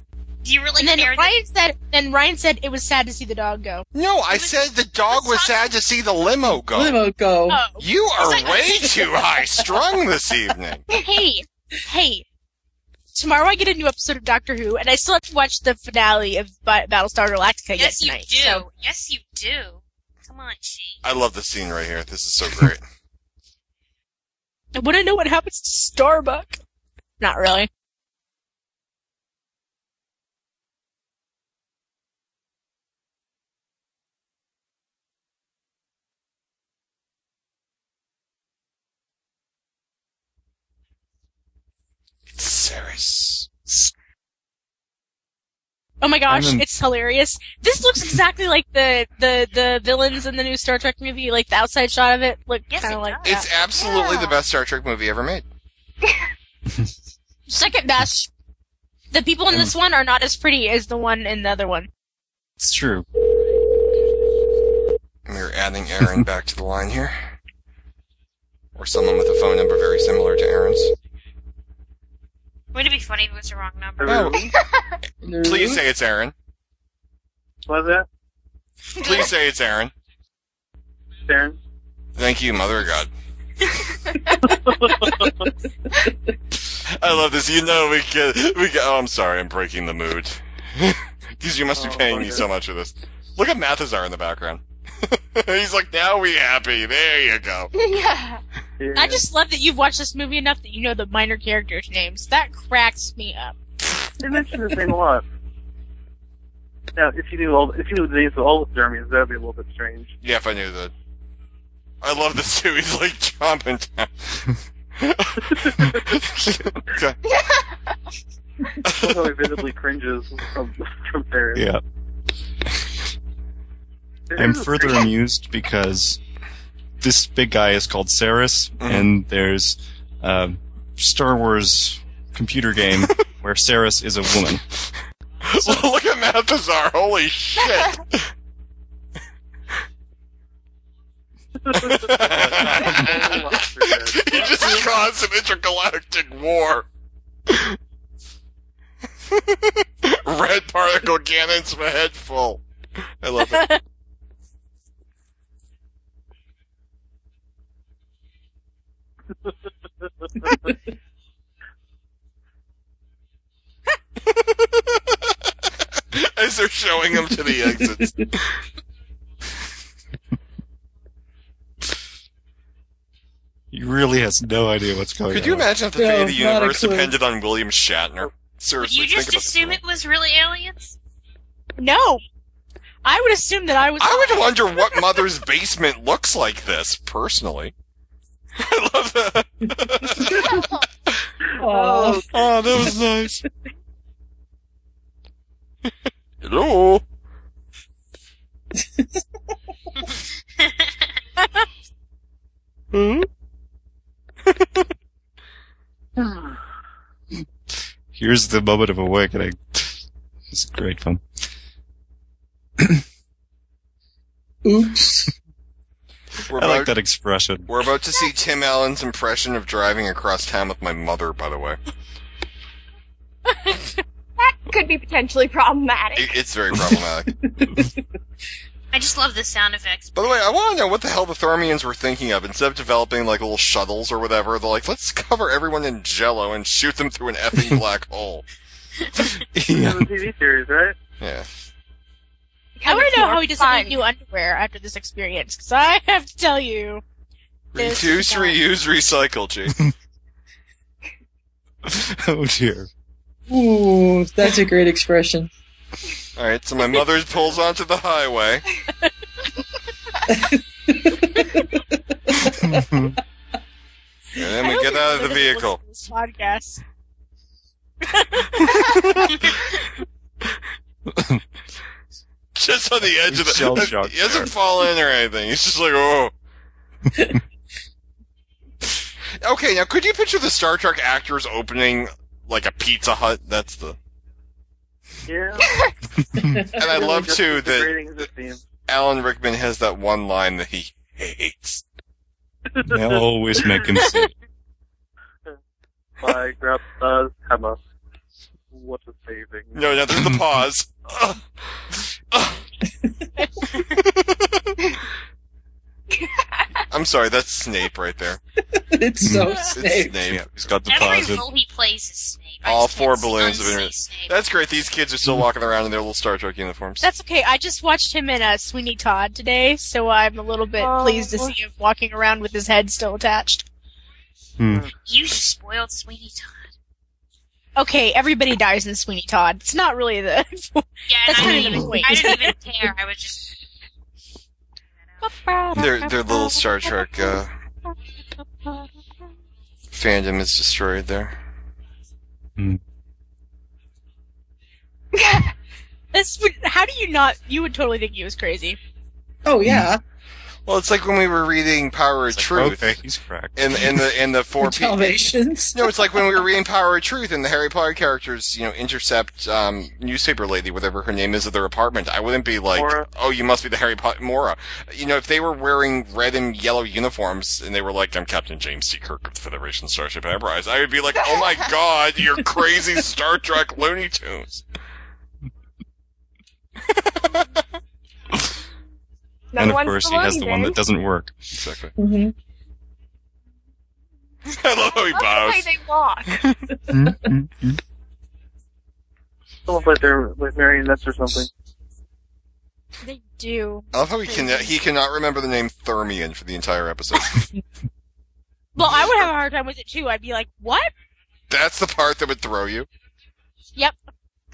[SPEAKER 10] Do you really
[SPEAKER 7] and then
[SPEAKER 10] care that-
[SPEAKER 7] Ryan said. Then Ryan said it was sad to see the dog go.
[SPEAKER 2] No, I said the dog was sad to see the limo go.
[SPEAKER 17] Limo go.
[SPEAKER 7] Oh.
[SPEAKER 2] You are
[SPEAKER 7] It's like-
[SPEAKER 2] way too high strung this evening.
[SPEAKER 7] hey, hey. Tomorrow I get a new episode of Doctor Who, and I still have to watch the finale of Ba- Battlestar Galactica yet
[SPEAKER 10] Yes, you
[SPEAKER 7] tonight.
[SPEAKER 10] do.
[SPEAKER 7] so-
[SPEAKER 10] Yes, you do. Come on, she.
[SPEAKER 2] I love this scene right here. This is so great.
[SPEAKER 7] I want to know what happens to Starbuck. Not really.
[SPEAKER 2] Ceres.
[SPEAKER 7] Oh my gosh,
[SPEAKER 14] I'm in-
[SPEAKER 7] it's hilarious. This looks exactly like the, the, the villains in the new Star Trek movie. Like the outside shot of it looked kind of like
[SPEAKER 2] It's
[SPEAKER 7] that.
[SPEAKER 2] absolutely the best Star Trek movie ever made.
[SPEAKER 7] Second best. The people in this one are not as pretty as the one in the other one.
[SPEAKER 14] It's true.
[SPEAKER 2] And we are adding Aaron back to the line here. Or someone with a phone number very similar to Aaron's.
[SPEAKER 10] Would it be funny if it was the wrong number?
[SPEAKER 2] No. Please say it's Aaron.
[SPEAKER 18] What's that?
[SPEAKER 2] Please say it's Aaron.
[SPEAKER 18] Aaron.
[SPEAKER 2] Thank you, Mother of God. I love this. You know we get we get. Oh, I'm sorry. I'm breaking the mood. Because you must be paying me so much for this. Look at Mathazar in the background. He's like, now we happy. There you go.
[SPEAKER 7] yeah. I just love that you've watched this movie enough that you know the minor characters' names. That cracks me up.
[SPEAKER 12] They mention his name a lot. Now, if you knew all, if you knew the names of all the Jeremys, that would be a little bit strange.
[SPEAKER 2] Yeah, if I knew that. I love this too. He's like jumping down. Okay.
[SPEAKER 12] Although he visibly cringes from, from there.
[SPEAKER 14] Yeah. I'm further amused because this big guy is called Ceres,
[SPEAKER 2] Mm-hmm.
[SPEAKER 14] and there's a Star Wars computer game where Ceres is a woman.
[SPEAKER 2] Look at Mathazar. Holy shit. he just caused some intergalactic war. Red particle cannons, my head full. I love it. As they're showing him to the exits.
[SPEAKER 14] He really has no idea what's going on.
[SPEAKER 2] Could you imagine if the fate of the universe depended on William Shatner?
[SPEAKER 10] Would
[SPEAKER 2] Seriously,
[SPEAKER 10] you
[SPEAKER 2] think
[SPEAKER 10] just
[SPEAKER 2] about
[SPEAKER 10] assume it was really aliens?
[SPEAKER 11] No. I would assume that I was.
[SPEAKER 2] I would wonder what mother's basement looks like this, personally.
[SPEAKER 13] Oh,
[SPEAKER 2] oh that was nice. Hello?
[SPEAKER 14] Hmm?
[SPEAKER 12] Hmm.
[SPEAKER 14] Here's the moment of awakening. It's great fun.
[SPEAKER 13] Oops.
[SPEAKER 2] We're
[SPEAKER 14] I like
[SPEAKER 2] about,
[SPEAKER 14] that expression.
[SPEAKER 2] we're about to see Tim Allen's impression of driving across town with my mother, by the way.
[SPEAKER 5] That could be potentially problematic.
[SPEAKER 2] It, it's very problematic.
[SPEAKER 10] I just love the sound effects.
[SPEAKER 2] By the way, I want to know what the hell the Thermians were thinking of. Instead of developing like little shuttles or whatever, they're like, let's cover everyone in jello and shoot them through an effing black hole.
[SPEAKER 12] This is a TV series, right?
[SPEAKER 2] Yeah.
[SPEAKER 11] I want to know how he doesn't
[SPEAKER 5] fun.
[SPEAKER 11] need new underwear after this experience, because I have to tell you. this
[SPEAKER 2] Reduce,
[SPEAKER 11] is not-
[SPEAKER 2] reuse, recycle, G.
[SPEAKER 14] oh dear.
[SPEAKER 13] Ooh, that's a great expression.
[SPEAKER 2] Alright, so my mother pulls onto the highway. and then we get out of the vehicle.
[SPEAKER 11] This podcast.
[SPEAKER 2] Just on the edge of
[SPEAKER 14] He's shell-shocked
[SPEAKER 2] the. He hasn't fallen or anything. He's just like, oh. okay, now could you picture the Star Trek actors opening like a Pizza Hut? That's the.
[SPEAKER 12] Yeah.
[SPEAKER 2] And I love too that
[SPEAKER 12] Creating the theme.
[SPEAKER 2] Alan Rickman has that one line that he hates.
[SPEAKER 14] They'll always make him sick.
[SPEAKER 12] My grandpa's hammer. What a saving.
[SPEAKER 2] No, no, there's the pause. I'm sorry, that's Snape right there.
[SPEAKER 13] it's so
[SPEAKER 2] It's
[SPEAKER 13] safe.
[SPEAKER 2] Snape. He's got the
[SPEAKER 10] Every
[SPEAKER 2] pause.
[SPEAKER 10] role he plays is Snape. I Mm.
[SPEAKER 2] All
[SPEAKER 10] just
[SPEAKER 2] four
[SPEAKER 10] can't
[SPEAKER 2] balloons have
[SPEAKER 10] unsee
[SPEAKER 2] been.
[SPEAKER 10] Snape.
[SPEAKER 2] That's great. These kids are still walking around in their little Star Trek uniforms.
[SPEAKER 11] That's okay. I just watched him in uh, Sweeney Todd today, so I'm a little bit pleased to see him walking around with his head still attached.
[SPEAKER 14] Mm.
[SPEAKER 10] You spoiled Sweeney Todd.
[SPEAKER 11] Okay, everybody dies in Sweeney Todd. It's not really the.
[SPEAKER 10] Yeah, and
[SPEAKER 11] That's
[SPEAKER 10] I,
[SPEAKER 11] kind
[SPEAKER 10] didn't
[SPEAKER 11] of
[SPEAKER 10] even,
[SPEAKER 11] the point.
[SPEAKER 10] I didn't even care. I was just.
[SPEAKER 2] Their their little Star Trek uh, fandom is destroyed there.
[SPEAKER 11] This would. How do you not? You would totally think he was crazy.
[SPEAKER 13] Oh yeah.
[SPEAKER 2] Well, it's like when we were reading Power of Truth.
[SPEAKER 14] Okay, he's cracked.
[SPEAKER 2] And and the and the four people.
[SPEAKER 13] Salvations.
[SPEAKER 2] No, it's like when we were reading Power of Truth and the Harry Potter characters, you know, intercept um, newspaper lady, whatever her name is, at their apartment. I wouldn't be like,
[SPEAKER 12] Maura.
[SPEAKER 2] "Oh, you must be the Harry Potter Mora." You know, if they were wearing red and yellow uniforms and they were like, "I'm Captain James T. Kirk of the Federation Starship Enterprise," I would be like, "Oh my God, you're crazy Star Trek Looney Tunes."
[SPEAKER 14] And
[SPEAKER 5] Number
[SPEAKER 14] of
[SPEAKER 5] one eh?
[SPEAKER 14] course, he has the one
[SPEAKER 5] balloon,
[SPEAKER 14] that doesn't work.
[SPEAKER 2] Exactly.
[SPEAKER 13] Mm-hmm.
[SPEAKER 2] I love how he
[SPEAKER 5] Dave. Love the way
[SPEAKER 2] bows.
[SPEAKER 5] they walk.
[SPEAKER 12] Someone like they're like marionettes or something.
[SPEAKER 11] They do.
[SPEAKER 2] I love how he can he cannot remember the name Thermion for the entire episode.
[SPEAKER 11] Well, I would have a hard time with it too. I'd be like, "What?
[SPEAKER 2] That's the part that would throw you.
[SPEAKER 7] Yep.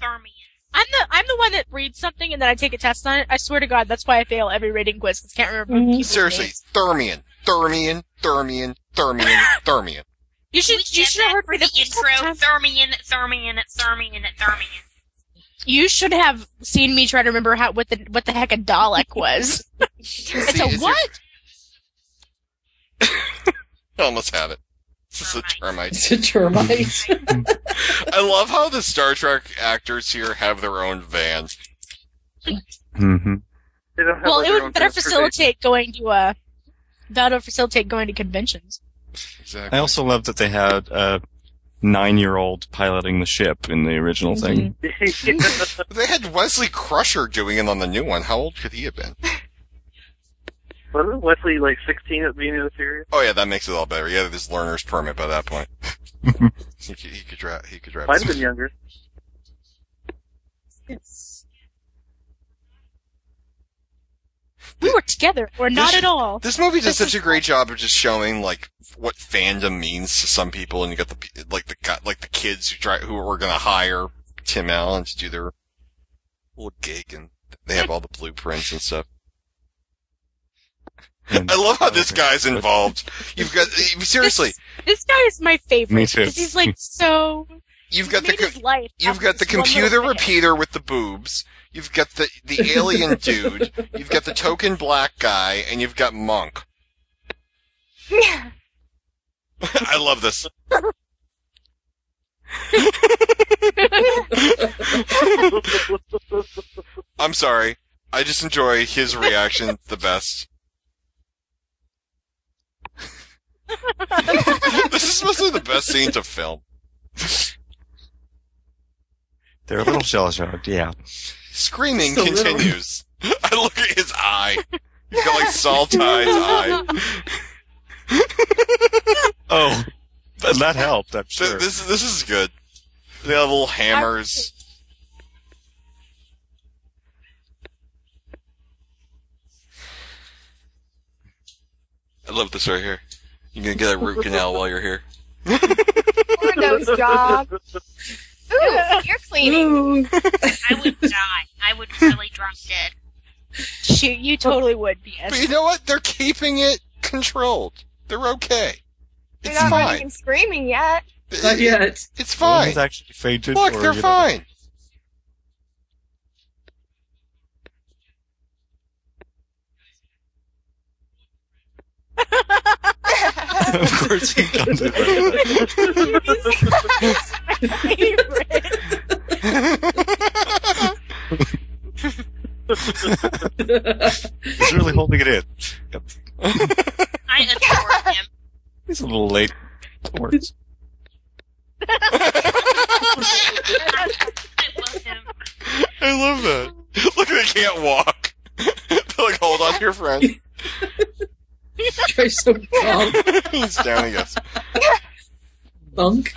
[SPEAKER 10] Garmin.
[SPEAKER 7] I'm the I'm the one that reads something and then I take a test on it. I swear to God, that's why I fail every rating quiz. 'cause I can't remember. people's
[SPEAKER 2] Mm-hmm. Seriously,
[SPEAKER 7] names.
[SPEAKER 2] Thermion, Thermion, Thermion, Thermion, Thermion.
[SPEAKER 7] you should you should have heard me the
[SPEAKER 10] Intro, Thermion, Thermion, Thermion, Thermion.
[SPEAKER 7] You should have seen me try to remember how what the what the heck a Dalek was. it's a what?
[SPEAKER 2] I almost had it. This is a termite.
[SPEAKER 13] It's a termite.
[SPEAKER 2] I love how the Star Trek actors here have their own van.
[SPEAKER 14] Mm-hmm.
[SPEAKER 12] They don't have,
[SPEAKER 7] Well,
[SPEAKER 12] like,
[SPEAKER 7] it
[SPEAKER 12] their own
[SPEAKER 7] would better
[SPEAKER 12] transportation.
[SPEAKER 7] facilitate going to uh that'll facilitate going to conventions.
[SPEAKER 14] I also love that they had a nine-year-old piloting the ship in the original
[SPEAKER 7] Mm-hmm.
[SPEAKER 14] thing.
[SPEAKER 2] they had Wesley Crusher doing it on the new one. How old could he have been?
[SPEAKER 12] Wasn't Wesley like 16 at the beginning of the series?
[SPEAKER 2] Oh yeah, that makes it all better. Yeah, this learner's permit by that point. he, could, he could drive. He could drive.
[SPEAKER 12] Might have been younger.
[SPEAKER 7] We were together, or not
[SPEAKER 2] This-
[SPEAKER 7] at all.
[SPEAKER 2] This movie does such a great job of just showing like what fandom means to some people, and you got the pe- like the gu- like the kids who try who are going to hire Tim Allen to do their little gig, and they have all the blueprints and stuff. I love how this guy's involved. You've got seriously,
[SPEAKER 7] This guy is my favorite.
[SPEAKER 2] Me too.
[SPEAKER 7] 'cause He's like so.
[SPEAKER 2] You've got
[SPEAKER 7] he
[SPEAKER 2] the
[SPEAKER 7] made his life
[SPEAKER 2] you've
[SPEAKER 7] after
[SPEAKER 2] got the
[SPEAKER 7] this one little
[SPEAKER 2] computer
[SPEAKER 7] thing.
[SPEAKER 2] repeater with the boobs. You've got the the alien dude. You've got the token black guy, and you've got Monk. I love this. I'm sorry. I just enjoy his reaction the best. this is mostly the best scene to film.
[SPEAKER 14] They're a little shell-shocked, yeah.
[SPEAKER 2] Screaming
[SPEAKER 14] Just a little.
[SPEAKER 2] continues. I look at his eye. He's got like salt eye's eye.
[SPEAKER 14] Oh, th- that helped. I'm
[SPEAKER 2] Th-
[SPEAKER 14] sure.
[SPEAKER 2] This this is good. They have little hammers. I love this right here. You're gonna get a root canal while you're here.
[SPEAKER 5] Poor nose job. Ooh, you're cleaning.
[SPEAKER 10] I would die. I would really drop dead.
[SPEAKER 7] Shoot, you totally would be.
[SPEAKER 2] But you know what? They're keeping it controlled. They're okay.
[SPEAKER 5] They're
[SPEAKER 2] It's
[SPEAKER 5] not
[SPEAKER 2] fine.
[SPEAKER 5] running and screaming yet.
[SPEAKER 2] Not
[SPEAKER 13] yet.
[SPEAKER 2] It's
[SPEAKER 14] Well,
[SPEAKER 2] fine.
[SPEAKER 14] he's actually fainted.
[SPEAKER 2] Look,
[SPEAKER 14] or,
[SPEAKER 2] they're
[SPEAKER 14] you know,
[SPEAKER 2] fine.
[SPEAKER 14] of course, he comes with that. He's really holding it in. Yep.
[SPEAKER 10] I adore him.
[SPEAKER 14] He's a little late. It works.
[SPEAKER 10] I love him.
[SPEAKER 2] I love that. Look, they can't walk. They're like, hold on to your friend.
[SPEAKER 13] You're so dumb.
[SPEAKER 2] He's down, I guess.
[SPEAKER 13] Bunk.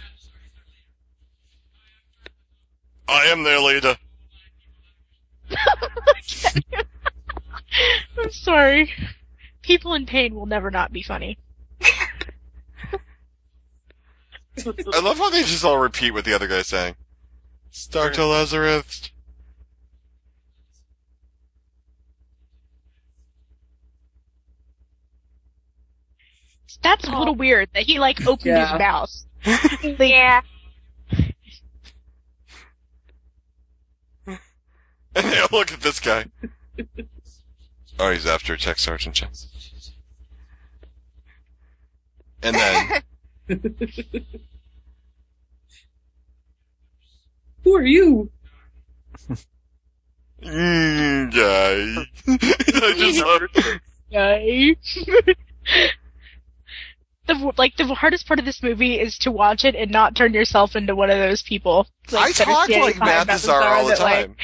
[SPEAKER 2] I am their leader.
[SPEAKER 7] I'm sorry. People in pain will never not be funny.
[SPEAKER 2] I love how they just all repeat what the other guy's saying. Stark to Lazarus.
[SPEAKER 7] That's a little weird that he like opened
[SPEAKER 5] Yeah.
[SPEAKER 7] his mouth.
[SPEAKER 5] yeah.
[SPEAKER 2] And they all look at this guy. Oh, he's after Tech Sergeant Jack. And then,
[SPEAKER 13] Who are you?
[SPEAKER 2] mm, guy. I just love
[SPEAKER 7] Yay. the w- like the hardest part of this movie is to watch it and not turn yourself into one of those people.
[SPEAKER 2] I
[SPEAKER 7] that are
[SPEAKER 2] talk
[SPEAKER 7] standing
[SPEAKER 2] like
[SPEAKER 7] behind
[SPEAKER 2] Mathazar all the
[SPEAKER 7] that, like,
[SPEAKER 2] time.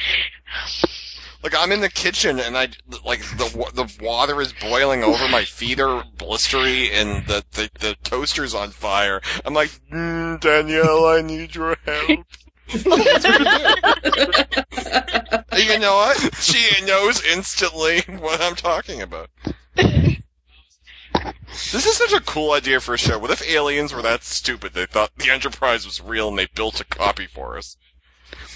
[SPEAKER 2] Like I'm in the kitchen and I like the wa- the water is boiling over my feet are blistery and the the, the toaster's on fire. I'm like mm, Danielle, I need your help. And you know what? She knows instantly what I'm talking about. This is such a cool idea for a show. What if aliens were that stupid? They thought the Enterprise was real and they built a copy for us.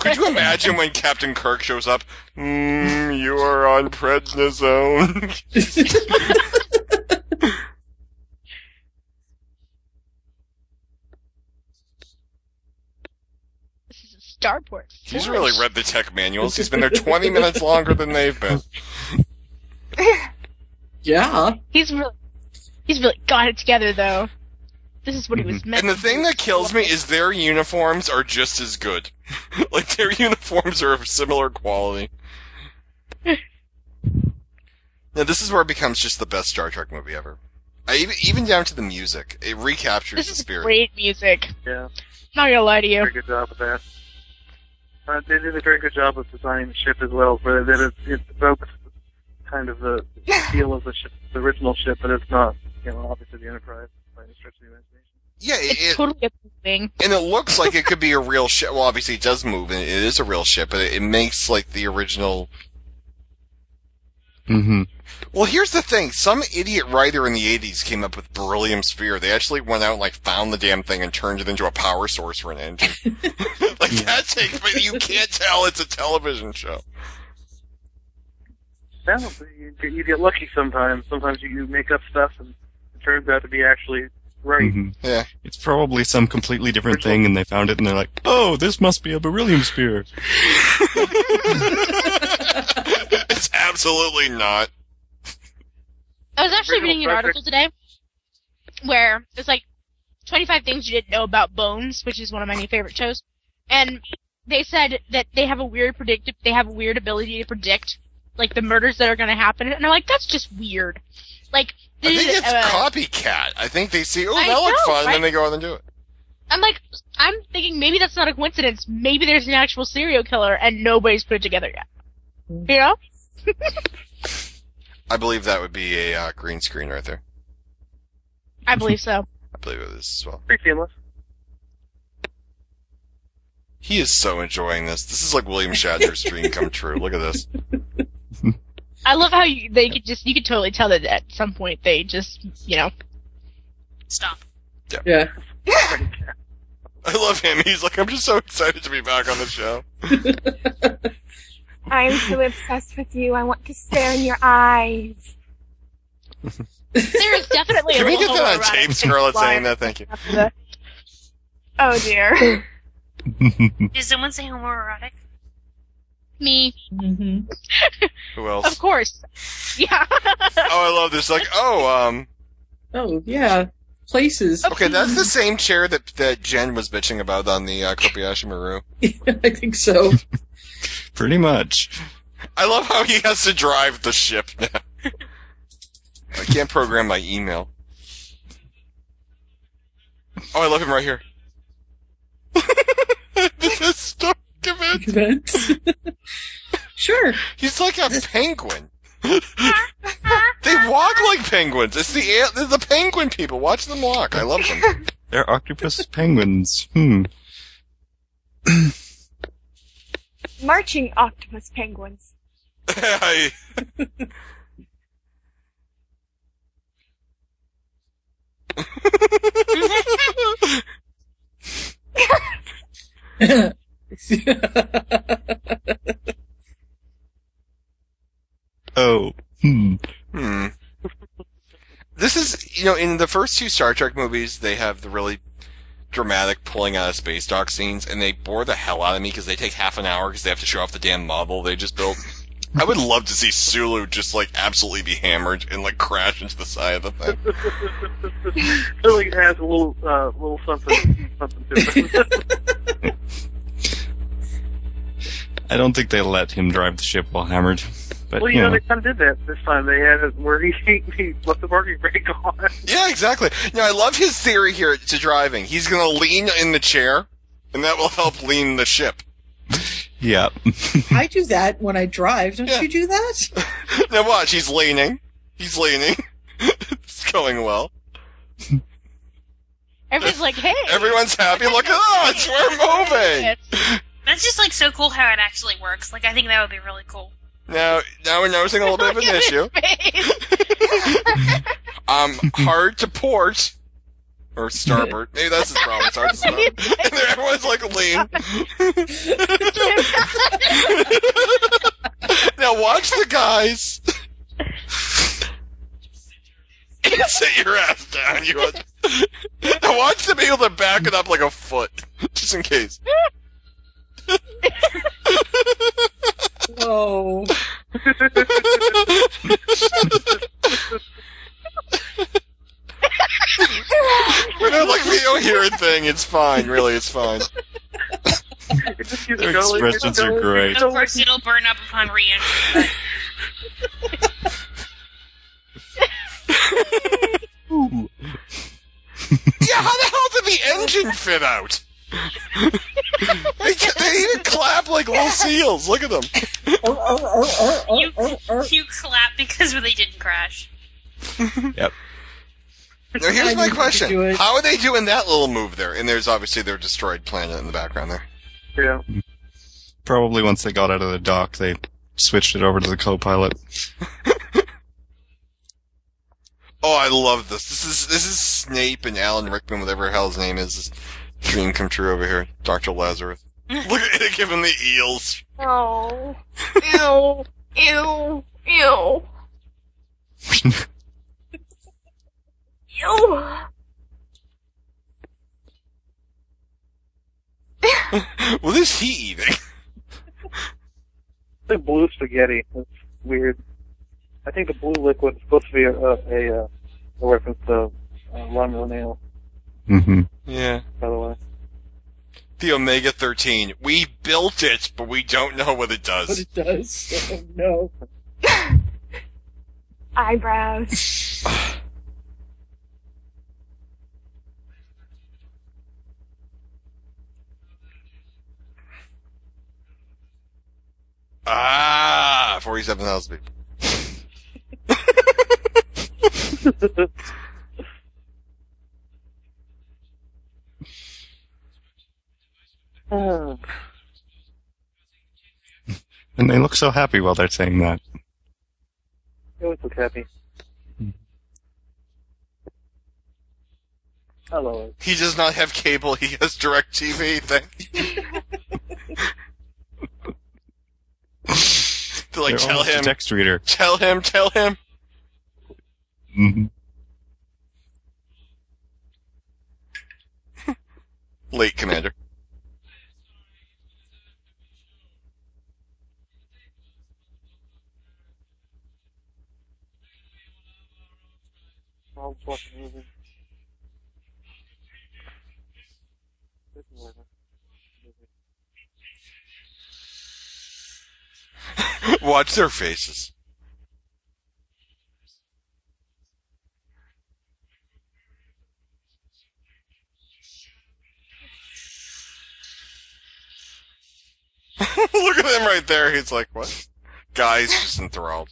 [SPEAKER 2] Could you imagine when Captain Kirk shows up? Mm, you are on prednisone.
[SPEAKER 7] Starport.
[SPEAKER 2] He's really read the tech manuals. He's been there 20 minutes longer than they've been.
[SPEAKER 13] Yeah.
[SPEAKER 7] He's really, he's really got it together though. This is what he was meant.
[SPEAKER 2] Mm-hmm. And the thing that kills me is their uniforms are just as good. like their uniforms are of similar quality. now this is where it becomes just the best Star Trek movie ever. I, even, even down to the music, it recaptures
[SPEAKER 7] This
[SPEAKER 2] the
[SPEAKER 7] is
[SPEAKER 2] spirit.
[SPEAKER 7] great music.
[SPEAKER 12] Yeah.
[SPEAKER 7] Not gonna lie to you.
[SPEAKER 12] Very good job with that. Uh, they did a very good job of designing the ship as well, where that it, it evokes kind of the feel of the ship, the original ship, but it's not, you know, obviously the Enterprise by any stretch of the imagination.
[SPEAKER 2] Yeah, it,
[SPEAKER 7] it's totally appealing.
[SPEAKER 2] And it looks like it could be a real ship. Well, obviously it does move, and it is a real ship, but it, it makes like the original.
[SPEAKER 14] Mm-hmm.
[SPEAKER 2] Well, here's the thing: some idiot writer in the '80s came up with beryllium spear. They actually went out and like found the damn thing and turned it into a power source for an engine. like that takes, but you can't tell it's a television show.
[SPEAKER 12] Yeah, but you, get- you get lucky sometimes. Sometimes you, you make up stuff and it turns out to be actually right.
[SPEAKER 2] Mm-hmm. Yeah.
[SPEAKER 14] It's probably some completely different thing, and they found it, and they're like, "Oh, this must be a beryllium spear."
[SPEAKER 2] it's absolutely not.
[SPEAKER 7] I was actually
[SPEAKER 12] Original
[SPEAKER 7] reading an
[SPEAKER 12] Star
[SPEAKER 7] article today where it's like 25 things you didn't know about Bones, which is one of my new favorite shows, and they said that they have a weird predict they have a weird ability to predict like the murders that are going to happen, and I'm like that's just weird. Like
[SPEAKER 2] I
[SPEAKER 7] they
[SPEAKER 2] think
[SPEAKER 7] did,
[SPEAKER 2] it's
[SPEAKER 7] uh,
[SPEAKER 2] copycat. I think they see, oh,
[SPEAKER 7] I
[SPEAKER 2] that looks
[SPEAKER 7] know,
[SPEAKER 2] fun, and
[SPEAKER 7] right?
[SPEAKER 2] then they go out and do it.
[SPEAKER 7] I'm like I'm thinking maybe that's not a coincidence. Maybe there's an actual serial killer and nobody's put it together yet.
[SPEAKER 2] Mm.
[SPEAKER 7] You know?
[SPEAKER 2] I believe that would be a uh, green screen right there.
[SPEAKER 7] I believe so.
[SPEAKER 2] I believe it is as well.
[SPEAKER 12] Pretty seamless.
[SPEAKER 2] He is so enjoying this. This is like William Shatner's dream come true. Look at this.
[SPEAKER 7] I love how you, they could just you could totally tell that at some point they just you know
[SPEAKER 10] Stop.
[SPEAKER 13] Yeah.
[SPEAKER 2] I love him. He's like, I'm just so excited to be back on the show.
[SPEAKER 5] I'm so obsessed with you. I want to stare in your eyes.
[SPEAKER 7] there is definitely
[SPEAKER 2] Can we get that on tape, Scarlett, saying that? Thank you.
[SPEAKER 5] Oh dear.
[SPEAKER 10] Did someone say homoerotic?
[SPEAKER 7] me. Mm-hmm.
[SPEAKER 2] Who else?
[SPEAKER 7] Of course. Yeah.
[SPEAKER 2] Oh, I love this. Like, oh, um.
[SPEAKER 13] Oh yeah. Places.
[SPEAKER 2] Okay, that's the same chair that that Jen was bitching about on the uh, Kobayashi Maru.
[SPEAKER 13] I think so.
[SPEAKER 14] Pretty much.
[SPEAKER 2] I love how he has to drive the ship now. I can't program my email. Oh, I love him right here. this is Stark event.
[SPEAKER 13] sure.
[SPEAKER 2] He's like a penguin. they walk like penguins. It's the a- they're the penguin people. Watch them walk. I love them.
[SPEAKER 14] They're octopus penguins. Hmm.
[SPEAKER 5] Marching octopus penguins.
[SPEAKER 2] I-
[SPEAKER 14] Oh. Hmm.
[SPEAKER 2] Hmm. This is, you know, in the first two Star Trek movies, they have the really dramatic pulling out of space dock scenes, and they bore the hell out of me because they take half an hour because they have to show off the damn model they just built. I would love to see Sulu just like absolutely be hammered and like crash into the side of the thing.
[SPEAKER 12] So it has a little, uh, little something, something to it.
[SPEAKER 14] I don't think they let him drive the ship while hammered, but
[SPEAKER 12] well,
[SPEAKER 14] you know,
[SPEAKER 12] they kind of did that this time. They had it where he, he left the parking brake on.
[SPEAKER 2] Yeah, exactly. Now I love his theory here to driving. He's gonna lean in the chair, and that will help lean the ship.
[SPEAKER 14] yeah.
[SPEAKER 13] I do that when I drive. Don't you do that?
[SPEAKER 2] now watch, he's leaning. He's leaning. it's going well.
[SPEAKER 7] Everyone's like, hey.
[SPEAKER 2] Everyone's happy. Look at us. We're moving.
[SPEAKER 10] That's just like so cool how it actually works. Like I think that would be really cool.
[SPEAKER 2] Now, now we're noticing a little bit of an issue. I'm hard to Um, port. or starboard. Maybe that's his problem. It's hard to spell. And there- everyone's like lean. now watch the guys. and sit your ass down. You watch. Now watch them be able to back it up like a foot, just in case.
[SPEAKER 13] Oh.
[SPEAKER 2] We're not like the coherent thing. It's fine. Really, it's fine.
[SPEAKER 8] Their expressions are great.
[SPEAKER 10] Of course, it'll burn up upon re-entry.
[SPEAKER 2] Ooh. yeah, how the hell did the engine fit out? they, they even clap like little seals. Look at them.
[SPEAKER 10] oh, you, you clap because they didn't crash.
[SPEAKER 2] Now here's
[SPEAKER 10] I knew
[SPEAKER 2] my
[SPEAKER 10] you could do
[SPEAKER 2] question:
[SPEAKER 10] it.
[SPEAKER 2] How are they doing that little move there? And there's obviously their destroyed planet in the background there.
[SPEAKER 12] Yeah.
[SPEAKER 14] Probably once they got out of the dock, they switched it over to the co-pilot.
[SPEAKER 2] Oh, I love this. This is this is Snape and Alan Rickman, whatever the hell his name is. This dream come true over here, Doctor Lazarus. Look at it, give him the eels.
[SPEAKER 5] Oh. Ew. Ew. Ew. Ew.
[SPEAKER 2] What is he eating?
[SPEAKER 12] It's like blue spaghetti. It's weird. I think the blue liquid's supposed to be a, a, uh a reference to uh, Lon O'Neill,
[SPEAKER 14] Mm-hmm.
[SPEAKER 2] Yeah.
[SPEAKER 12] by the way.
[SPEAKER 2] The Omega 13. We built it, but we don't know what it does.
[SPEAKER 13] But it does. Oh, no.
[SPEAKER 5] Eyebrows.
[SPEAKER 2] Ah, 47,000 people. Mm-hmm.
[SPEAKER 14] And they look so happy while they're saying that.
[SPEAKER 12] It always looks happy. Hello.
[SPEAKER 2] He does not have cable, he has direct TV. Thank To like
[SPEAKER 14] They're
[SPEAKER 2] tell
[SPEAKER 14] almost a
[SPEAKER 2] him,
[SPEAKER 14] text reader.
[SPEAKER 2] tell him, tell him.
[SPEAKER 14] hmm
[SPEAKER 2] Late commander.
[SPEAKER 12] I'll just watch a movie. This movie.
[SPEAKER 2] Watch their faces. Look at him right there. He's like, what? Guy's just enthralled.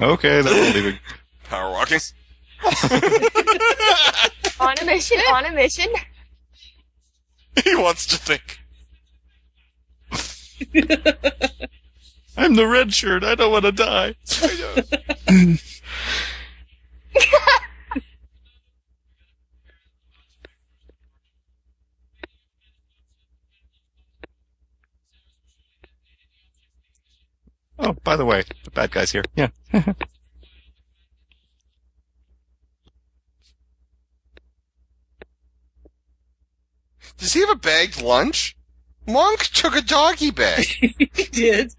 [SPEAKER 14] Okay, that's leaving.
[SPEAKER 2] Power walking.
[SPEAKER 5] on a mission, on a mission.
[SPEAKER 2] He wants to think.
[SPEAKER 14] I'm the red shirt. I don't want to die. oh, by the way, the bad guy's here. Yeah.
[SPEAKER 2] Does he have a bagged lunch? Monk took a doggy bag.
[SPEAKER 13] he did.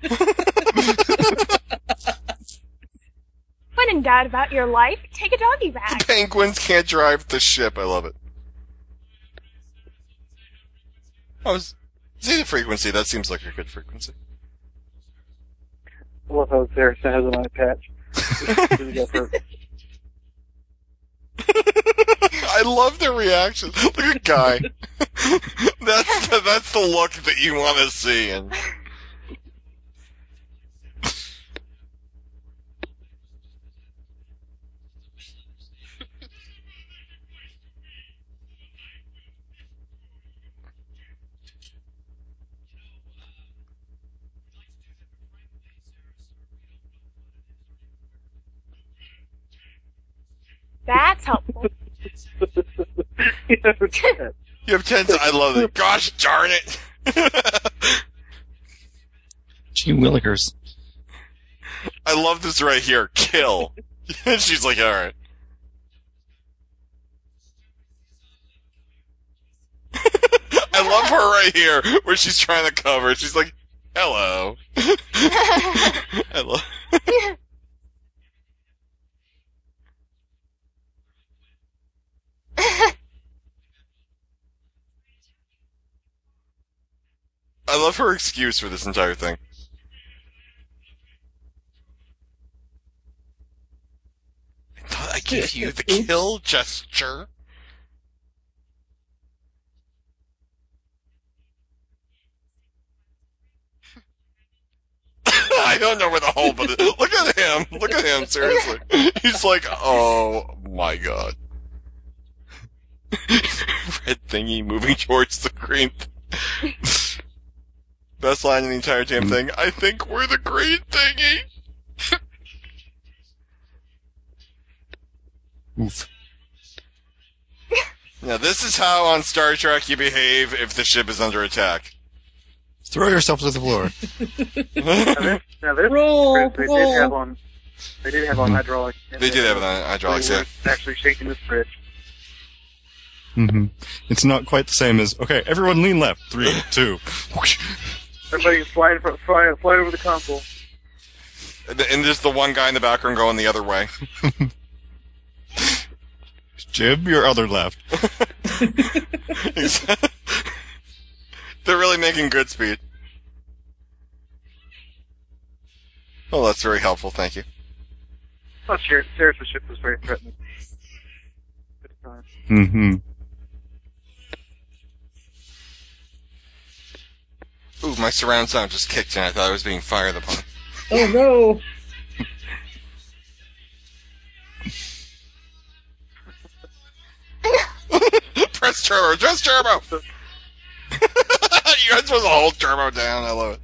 [SPEAKER 5] When in doubt about your life, take a doggy bag.
[SPEAKER 2] Penguins can't drive the ship. I love it. Oh, is see the frequency. That seems like a good frequency.
[SPEAKER 12] I love how Sarah has an eye patch. Really got her-
[SPEAKER 2] I love their reaction. Look at Guy. that's the, that's the look that you want to see. And
[SPEAKER 5] That's helpful.
[SPEAKER 2] You have ten. I love it. Gosh darn it.
[SPEAKER 14] Gee willikers.
[SPEAKER 2] I love this right here. Kill. She's like, all right. I love her right here, where she's trying to cover. She's like, hello. I love. I love her excuse for this entire thing. I thought I gave you the kill gesture. I don't know where the hole, but look at him. Look at him. Seriously, he's like, oh my god. Red thingy moving towards the green. th- Best line in the entire damn thing. I think we're the green thingy.
[SPEAKER 14] Oof.
[SPEAKER 2] Now this is how on Star Trek you behave if the ship is under attack.
[SPEAKER 14] Throw yourself to the floor.
[SPEAKER 12] Now this roll, they did have on they did have on hydraulic.
[SPEAKER 2] Hmm. They did have it on hydraulics, yeah.
[SPEAKER 12] Actually shaking this bridge.
[SPEAKER 14] hmm It's not quite the same as okay. Everyone lean left. Three, two.
[SPEAKER 12] Everybody's flying from flying flying over the console.
[SPEAKER 2] And and there's the one guy in the background going the other way.
[SPEAKER 14] Jib, your other left.
[SPEAKER 2] They're really making good speed. Oh, that's very helpful. Thank you.
[SPEAKER 12] Plus, Sher- Sheriff's Oh, ship was very threatening. Good time.
[SPEAKER 14] Mm-hmm.
[SPEAKER 2] Ooh, my surround sound just kicked in. I thought I was being fired upon.
[SPEAKER 13] Oh no!
[SPEAKER 2] Press turbo. Press turbo. you guys supposed to hold turbo down. I love it.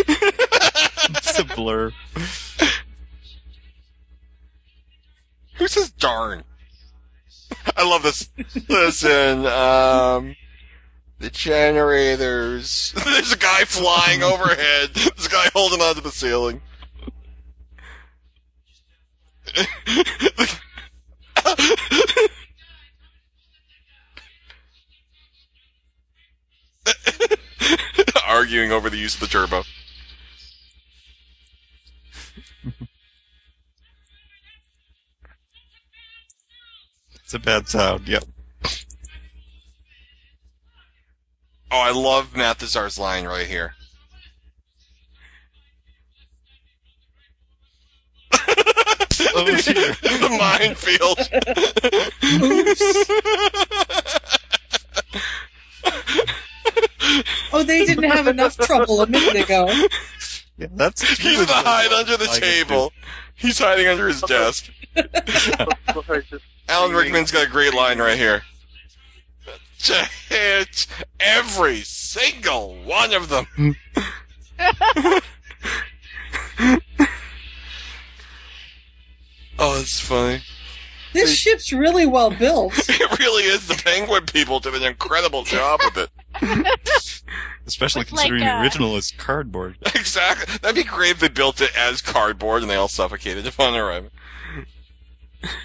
[SPEAKER 14] It's a blur.
[SPEAKER 2] Who says darn? I love this. Listen, um, the generators. There's a guy flying overhead. There's a guy holding onto the ceiling. Arguing over the use of the turbo.
[SPEAKER 14] It's a bad sound. Yep.
[SPEAKER 2] Oh, I love Mathazar's line right here. the minefield.
[SPEAKER 13] Oh, they didn't have enough trouble a minute ago.
[SPEAKER 14] Yeah, that's
[SPEAKER 2] He's the hide under the table. He's hiding under his desk. Alan Rickman's got a great line right here. To hit every single one of them. Oh, that's funny.
[SPEAKER 13] This ship's really well built.
[SPEAKER 2] It really is. The Penguin people did an incredible job with it.
[SPEAKER 14] Especially
[SPEAKER 2] With, like,
[SPEAKER 14] considering the
[SPEAKER 2] uh,
[SPEAKER 14] original is cardboard.
[SPEAKER 2] Exactly. That'd be great if they built it as cardboard and they all suffocated upon arrival.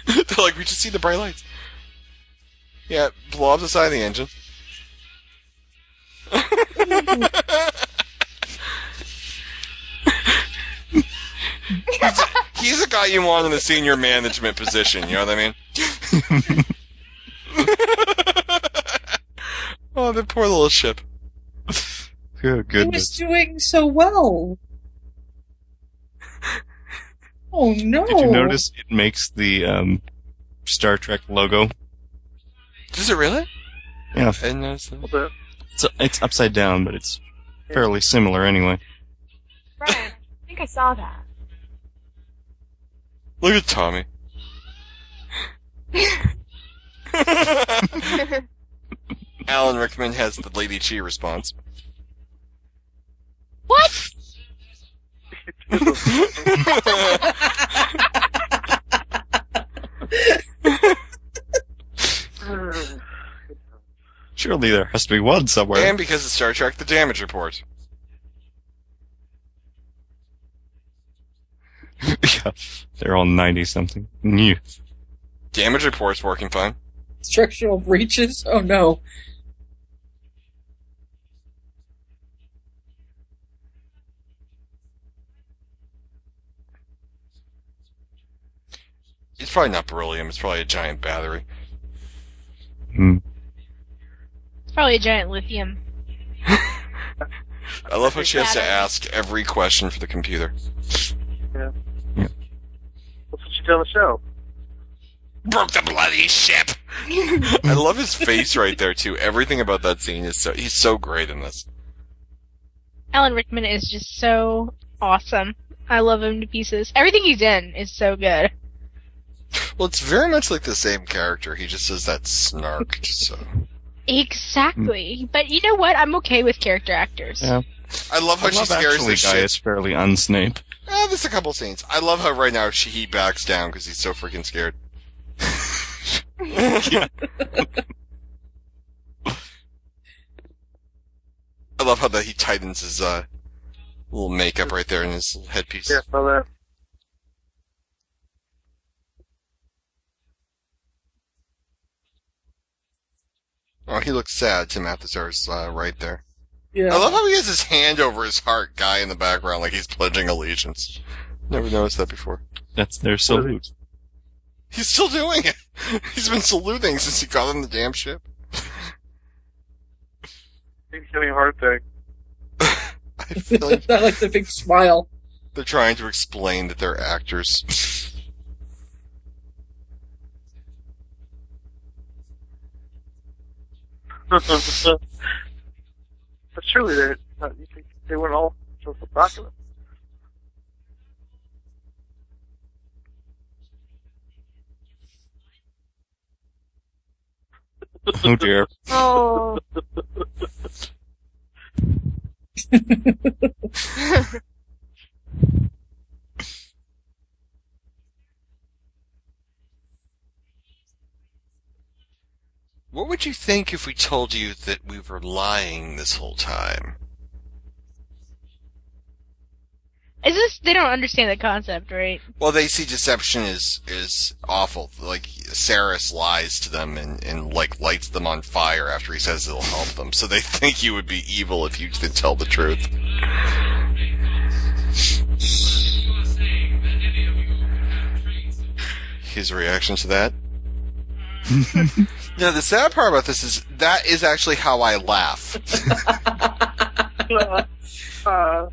[SPEAKER 2] They're like, we just see the bright lights. Yeah, blow up the side of the engine. he's, a, he's a guy you want in a senior management position, you know what I mean? oh, the poor little ship.
[SPEAKER 14] Good
[SPEAKER 13] It was doing so well. Oh no!
[SPEAKER 14] Did you notice it makes the um, Star Trek logo?
[SPEAKER 2] Does it really?
[SPEAKER 14] Yeah,
[SPEAKER 2] I didn't notice that.
[SPEAKER 14] it's, it's upside down, but it's fairly similar anyway.
[SPEAKER 5] Brian, I think I saw that.
[SPEAKER 2] Look at Tommy. Alan Rickman has the Lady Chi response.
[SPEAKER 7] What?
[SPEAKER 14] Surely there has to be one somewhere.
[SPEAKER 2] And because it's Star Trek, the damage report.
[SPEAKER 14] yeah, they're all ninety something. New.
[SPEAKER 2] Damage report's working fine.
[SPEAKER 13] Structural breaches? Oh no.
[SPEAKER 2] It's probably not beryllium. It's probably a giant battery.
[SPEAKER 7] It's probably a giant lithium.
[SPEAKER 2] I love how she has to ask every question for the computer.
[SPEAKER 12] Yeah. That's what she did on the show.
[SPEAKER 2] Broke the bloody ship. I love his face right there too. Everything about that scene is so he's so great in this.
[SPEAKER 7] Alan Rickman is just so awesome. I love him to pieces. Everything he's in is so good.
[SPEAKER 2] Well, it's very much like the same character. He just has that snark. just So
[SPEAKER 7] Exactly. Mm. But you know what? I'm okay with character actors.
[SPEAKER 14] Yeah.
[SPEAKER 2] I love how she scares
[SPEAKER 14] actually
[SPEAKER 2] the
[SPEAKER 14] guy
[SPEAKER 2] shit.
[SPEAKER 14] is fairly unsnape.
[SPEAKER 2] Eh, there's a couple scenes. I love how right now she he backs down because he's so freaking scared. I love how that he tightens his uh, little makeup right there in his little headpiece.
[SPEAKER 12] Yeah, saw that.
[SPEAKER 2] Oh, he looks sad. Tim Mathesar's uh, right there.
[SPEAKER 13] Yeah.
[SPEAKER 2] I love how he has his hand over his heart, guy in the background, like he's pledging allegiance. Never noticed that before.
[SPEAKER 14] That's their salute.
[SPEAKER 2] He's still doing it. He's been saluting since he got on the damn ship.
[SPEAKER 12] He's having a heart attack.
[SPEAKER 13] I like the big smile.
[SPEAKER 2] They're trying to explain that they're actors.
[SPEAKER 12] but surely they uh, you think they weren't all just documents.
[SPEAKER 14] Oh dear.
[SPEAKER 5] Oh.
[SPEAKER 2] What would you think if we told you that we were lying this whole time?
[SPEAKER 7] Is this? They don't understand the concept, right?
[SPEAKER 2] Well, they see deception is is awful. Like Saris lies to them and, and like lights them on fire after he says it'll help them. So they think you would be evil if you did tell the truth. His reaction to that. No, the sad part about this is that is actually how I laugh.
[SPEAKER 12] uh,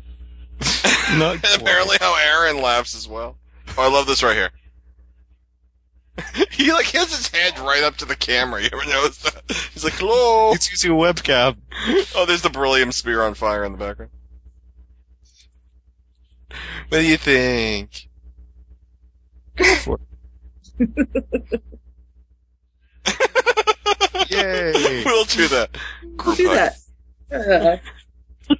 [SPEAKER 14] Not
[SPEAKER 2] apparently how Aaron laughs as well. Oh, I love this right here. he like has his head right up to the camera. You ever notice that? He's like, "Hello."
[SPEAKER 14] It's using a webcam.
[SPEAKER 2] oh, there's the beryllium spear on fire in the background. What do you think?
[SPEAKER 14] Yay!
[SPEAKER 2] we'll do that. Group
[SPEAKER 13] do
[SPEAKER 2] hug.
[SPEAKER 13] that. Uh,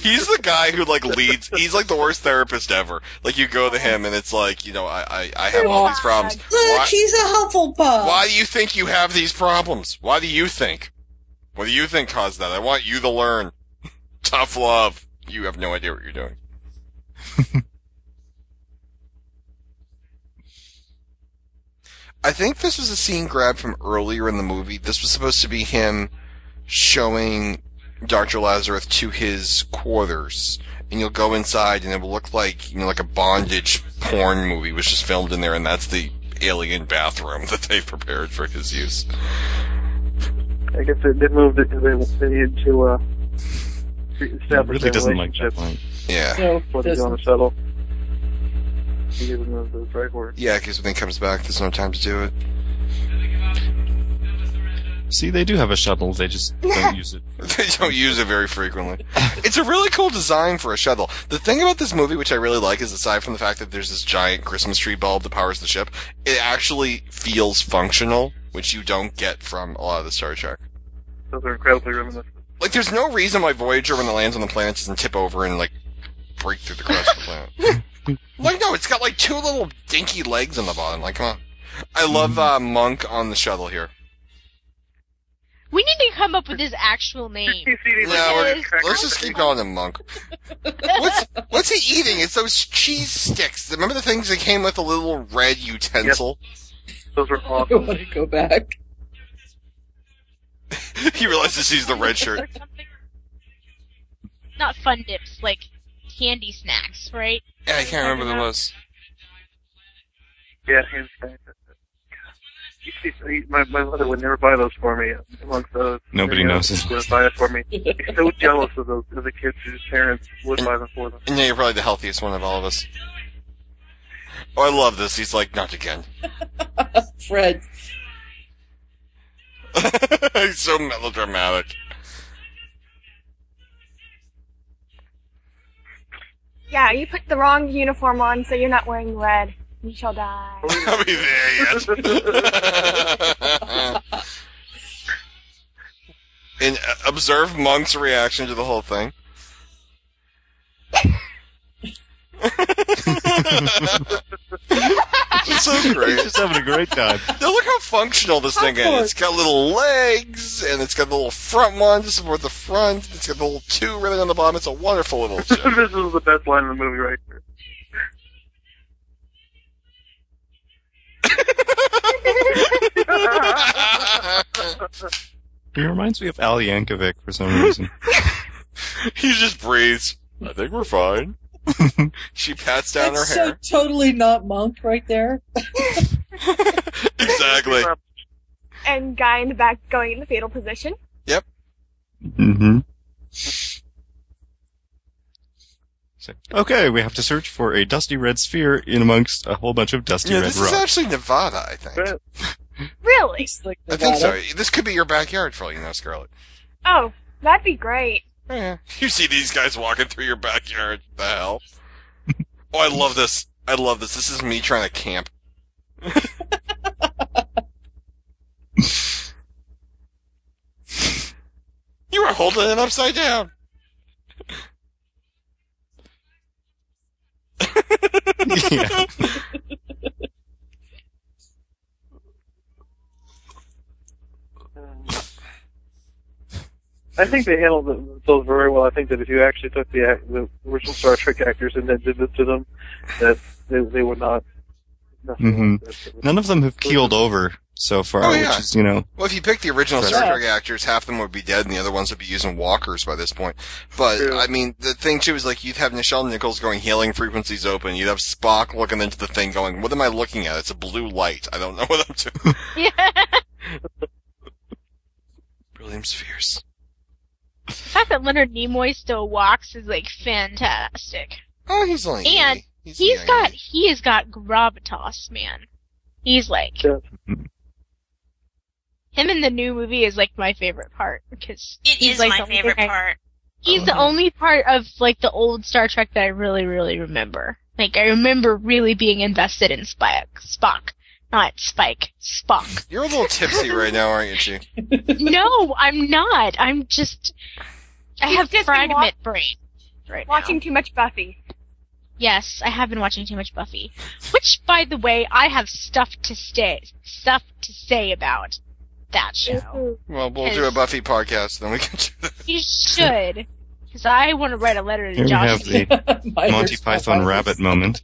[SPEAKER 2] he's the guy who like leads. He's like the worst therapist ever. Like you go to him and it's like, you know, I I, I have all these problems.
[SPEAKER 13] look,
[SPEAKER 2] Why-
[SPEAKER 13] he's a Hufflepuff.
[SPEAKER 2] Why do you think you have these problems? Why do you think? What do you think caused that? I want you to learn. Tough love. You have no idea what you're doing. I think this was a scene grabbed from earlier in the movie. This was supposed to be him showing Dr. Lazarus to his quarters. And you'll go inside and it will look like, you know, like a bondage porn movie was just filmed in there and that's the alien bathroom that they prepared for his use.
[SPEAKER 12] I guess they, they moved it because they, they needed to uh, establish
[SPEAKER 14] really
[SPEAKER 12] their
[SPEAKER 14] doesn't like
[SPEAKER 12] relationship.
[SPEAKER 2] Yeah.
[SPEAKER 12] No, before they go on the
[SPEAKER 13] doesn't.
[SPEAKER 12] shuttle. He didn't know the right word.
[SPEAKER 2] Yeah, because when he comes back, there's no time to do it.
[SPEAKER 14] See, they do have a shuttle. They just don't use it.
[SPEAKER 2] they don't use it very frequently. It's a really cool design for a shuttle. The thing about this movie, which I really like, is aside from the fact that there's this giant Christmas tree bulb that powers the ship, it actually feels functional, which you don't get from a lot of the Star Trek.
[SPEAKER 12] Those are incredibly reminiscent.
[SPEAKER 2] Like, there's no reason why Voyager, when it lands on the planet, doesn't tip over and like break through the crust of the planet. Like no, it's got like two little dinky legs on the bottom. Like come on, I love uh, Monk on the shuttle here.
[SPEAKER 7] We need to come up with his actual name.
[SPEAKER 2] No, we're- let's just keep calling him Monk. What's what's he eating? It's those cheese sticks. Remember the things that came with a little red utensil?
[SPEAKER 12] Those were awesome.
[SPEAKER 13] I want to go back.
[SPEAKER 2] he realizes he's the red shirt.
[SPEAKER 7] Not fun dips, like candy snacks, right?
[SPEAKER 2] Yeah, I can't remember what it was.
[SPEAKER 12] Yeah, hands down. You see, he- my, my mother would never buy those for me. Amongst those,
[SPEAKER 14] Nobody
[SPEAKER 12] you know,
[SPEAKER 14] knows it.
[SPEAKER 12] She would buy it for me. She's so jealous of those of the kids whose parents would buy them for them.
[SPEAKER 2] And yeah, you're probably the healthiest one of all of us. Oh, I love this. He's like, not again.
[SPEAKER 13] Fred.
[SPEAKER 2] He's so melodramatic.
[SPEAKER 5] Yeah, you put the wrong uniform on, so you're not wearing red. You shall die.
[SPEAKER 2] I'll be there yet. and uh, observe Monk's reaction to the whole thing. It's so great.
[SPEAKER 14] Just having a great time.
[SPEAKER 2] Now look how functional this thing is. It's got little legs, and it's got the little front one to support the front. It's got the little two ribbon on the bottom. It's a wonderful little ship.
[SPEAKER 12] this is the best line in the movie, right? here.
[SPEAKER 14] He reminds me of Al Yankovic for some reason.
[SPEAKER 2] he just breathes. I think we're fine. she pats down
[SPEAKER 13] That's
[SPEAKER 2] her
[SPEAKER 13] so
[SPEAKER 2] hair.
[SPEAKER 13] totally not monk right there.
[SPEAKER 2] exactly.
[SPEAKER 5] And guy in the back going in the fetal position.
[SPEAKER 14] Mm-hmm. Okay, we have to search for a dusty red sphere in amongst a whole bunch of dusty
[SPEAKER 2] Yeah,
[SPEAKER 14] red
[SPEAKER 2] this
[SPEAKER 14] rocks.
[SPEAKER 2] is actually Nevada, I think.
[SPEAKER 5] Really?
[SPEAKER 2] I think so. This could be your backyard for all you know, Scarlet.
[SPEAKER 5] Oh, that'd be great.
[SPEAKER 2] You see these guys walking through your backyard. The hell? oh, I love this. I love this. This is me trying to camp. you were holding it upside down.
[SPEAKER 14] yeah.
[SPEAKER 12] I think they handled themselves very well. I think that if you actually took the act, the original Star Trek actors and then did this to them, that they, they would not.
[SPEAKER 14] hmm None of them have keeled over so far,
[SPEAKER 2] Oh, yeah.
[SPEAKER 14] which is, you know,
[SPEAKER 2] Well, if you pick the original
[SPEAKER 14] Right.
[SPEAKER 2] Star Trek actors, half of them would be dead, and the other ones would be using walkers by this point. But I mean, the thing too is like you'd have Nichelle Nichols going healing frequencies open. You'd have Spock looking into the thing, going, "What am I looking at? It's a blue light. I don't know what I'm doing." William's fierce.
[SPEAKER 7] The fact that Leonard Nimoy still walks is like fantastic.
[SPEAKER 2] Oh, he's only
[SPEAKER 7] and
[SPEAKER 2] he's,
[SPEAKER 7] got he has got gravitas, man. He's like him in the new movie is like my favorite part because
[SPEAKER 10] It
[SPEAKER 7] he's
[SPEAKER 10] is
[SPEAKER 7] like
[SPEAKER 10] my
[SPEAKER 7] the only
[SPEAKER 10] favorite
[SPEAKER 7] thing I-
[SPEAKER 10] part.
[SPEAKER 7] He's
[SPEAKER 2] Oh,
[SPEAKER 7] the only part of like the old Star Trek that I really, really remember. Like I remember really being invested in Spock. Spock, not Spike. Spock.
[SPEAKER 2] You're a little tipsy right now, aren't you, Chi?
[SPEAKER 7] no, I'm not. I'm just. I
[SPEAKER 5] He's
[SPEAKER 7] have
[SPEAKER 5] just been
[SPEAKER 7] fragment
[SPEAKER 5] watch-
[SPEAKER 7] brain right
[SPEAKER 5] Watching
[SPEAKER 7] now.
[SPEAKER 5] too much Buffy.
[SPEAKER 7] Yes, I have been watching too much Buffy. Which, by the way, I have stuff to say stuff to say about that show.
[SPEAKER 5] Mm-hmm.
[SPEAKER 2] Well, we'll do a Buffy podcast, then we can do that.
[SPEAKER 7] You should, because I want to write a letter to
[SPEAKER 14] here we
[SPEAKER 7] Josh.
[SPEAKER 14] have the Monty Python rabbit moment.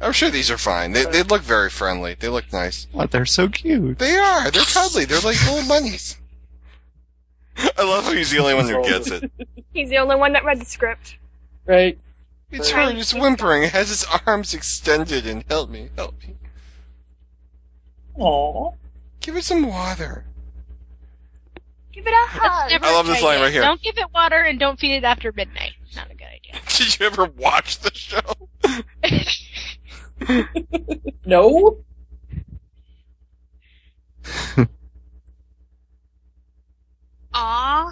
[SPEAKER 2] I'm sure these are fine. They they look very friendly. They look nice.
[SPEAKER 14] What, they're so cute.
[SPEAKER 2] They are. They're cuddly. They're like little Ah, bunnies. I love how he's the only one who gets it.
[SPEAKER 5] He's the only one that read the script.
[SPEAKER 13] Right.
[SPEAKER 2] It's really just whimpering. It has its arms extended and help me, help me.
[SPEAKER 13] Aww.
[SPEAKER 2] Give it some water.
[SPEAKER 5] Give it a hug.
[SPEAKER 7] Never
[SPEAKER 2] I love this
[SPEAKER 7] try
[SPEAKER 2] line
[SPEAKER 7] it.
[SPEAKER 2] right here.
[SPEAKER 7] Don't give it water and don't feed it after midnight. Not a good idea.
[SPEAKER 2] Did you ever watch the show?
[SPEAKER 13] No.
[SPEAKER 10] Aw.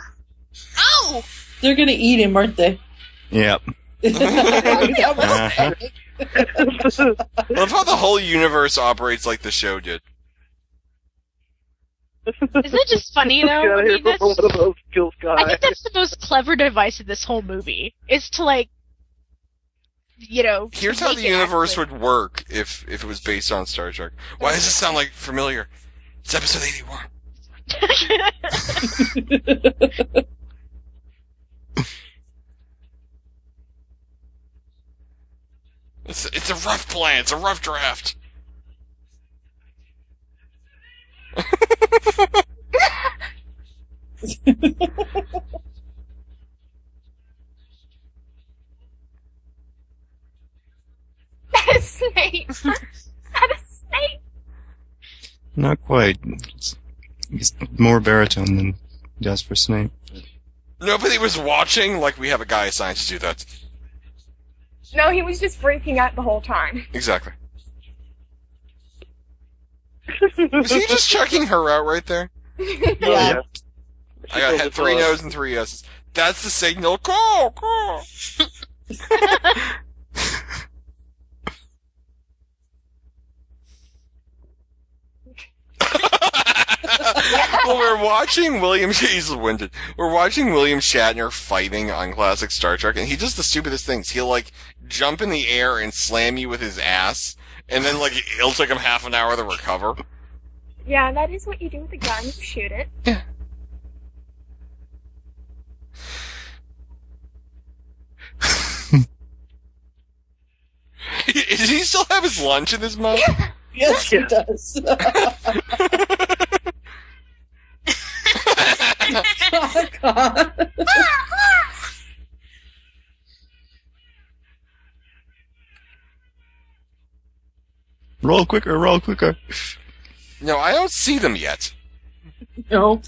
[SPEAKER 10] Oh!
[SPEAKER 13] They're gonna eat him, aren't they?
[SPEAKER 14] Yep. Uh-huh.
[SPEAKER 2] I love how the whole universe operates like the show did.
[SPEAKER 7] Isn't it just funny though? I, mean, that's,
[SPEAKER 12] One of those skills guys.
[SPEAKER 7] I think that's the most clever device of this whole movie is to like you know.
[SPEAKER 2] Here's how
[SPEAKER 7] make
[SPEAKER 2] the
[SPEAKER 7] it
[SPEAKER 2] universe
[SPEAKER 7] accurate.
[SPEAKER 2] would work if if it was based on Star Trek. Why does this sound like familiar? It's episode 81. Uh-huh.
[SPEAKER 19] It's, it's a rough plan. It's a rough draft.
[SPEAKER 5] That is Snape. that is Snape.
[SPEAKER 14] Not quite. It's, it's more baritone than Jasper Snape.
[SPEAKER 2] Nobody was watching. Like we have a guy assigned to do that.
[SPEAKER 5] No, he was just freaking out the whole time.
[SPEAKER 2] Exactly. Was he just checking her out right there?
[SPEAKER 5] yeah.
[SPEAKER 2] I got had three no's and three yeses. That's the signal. Call, call. well, we're watching William. He's winded. We're watching William Shatner fighting on classic Star Trek, and he does the stupidest things. He'll like jump in the air and slam you with his ass, and then like it'll take him half an hour to recover.
[SPEAKER 5] Yeah, that is what you do with a gun. You shoot it.
[SPEAKER 2] Does he still have his lunch in his mouth?
[SPEAKER 13] Yes, he does.
[SPEAKER 14] Roll quicker, roll quicker.
[SPEAKER 2] No, I don't see them yet.
[SPEAKER 13] no.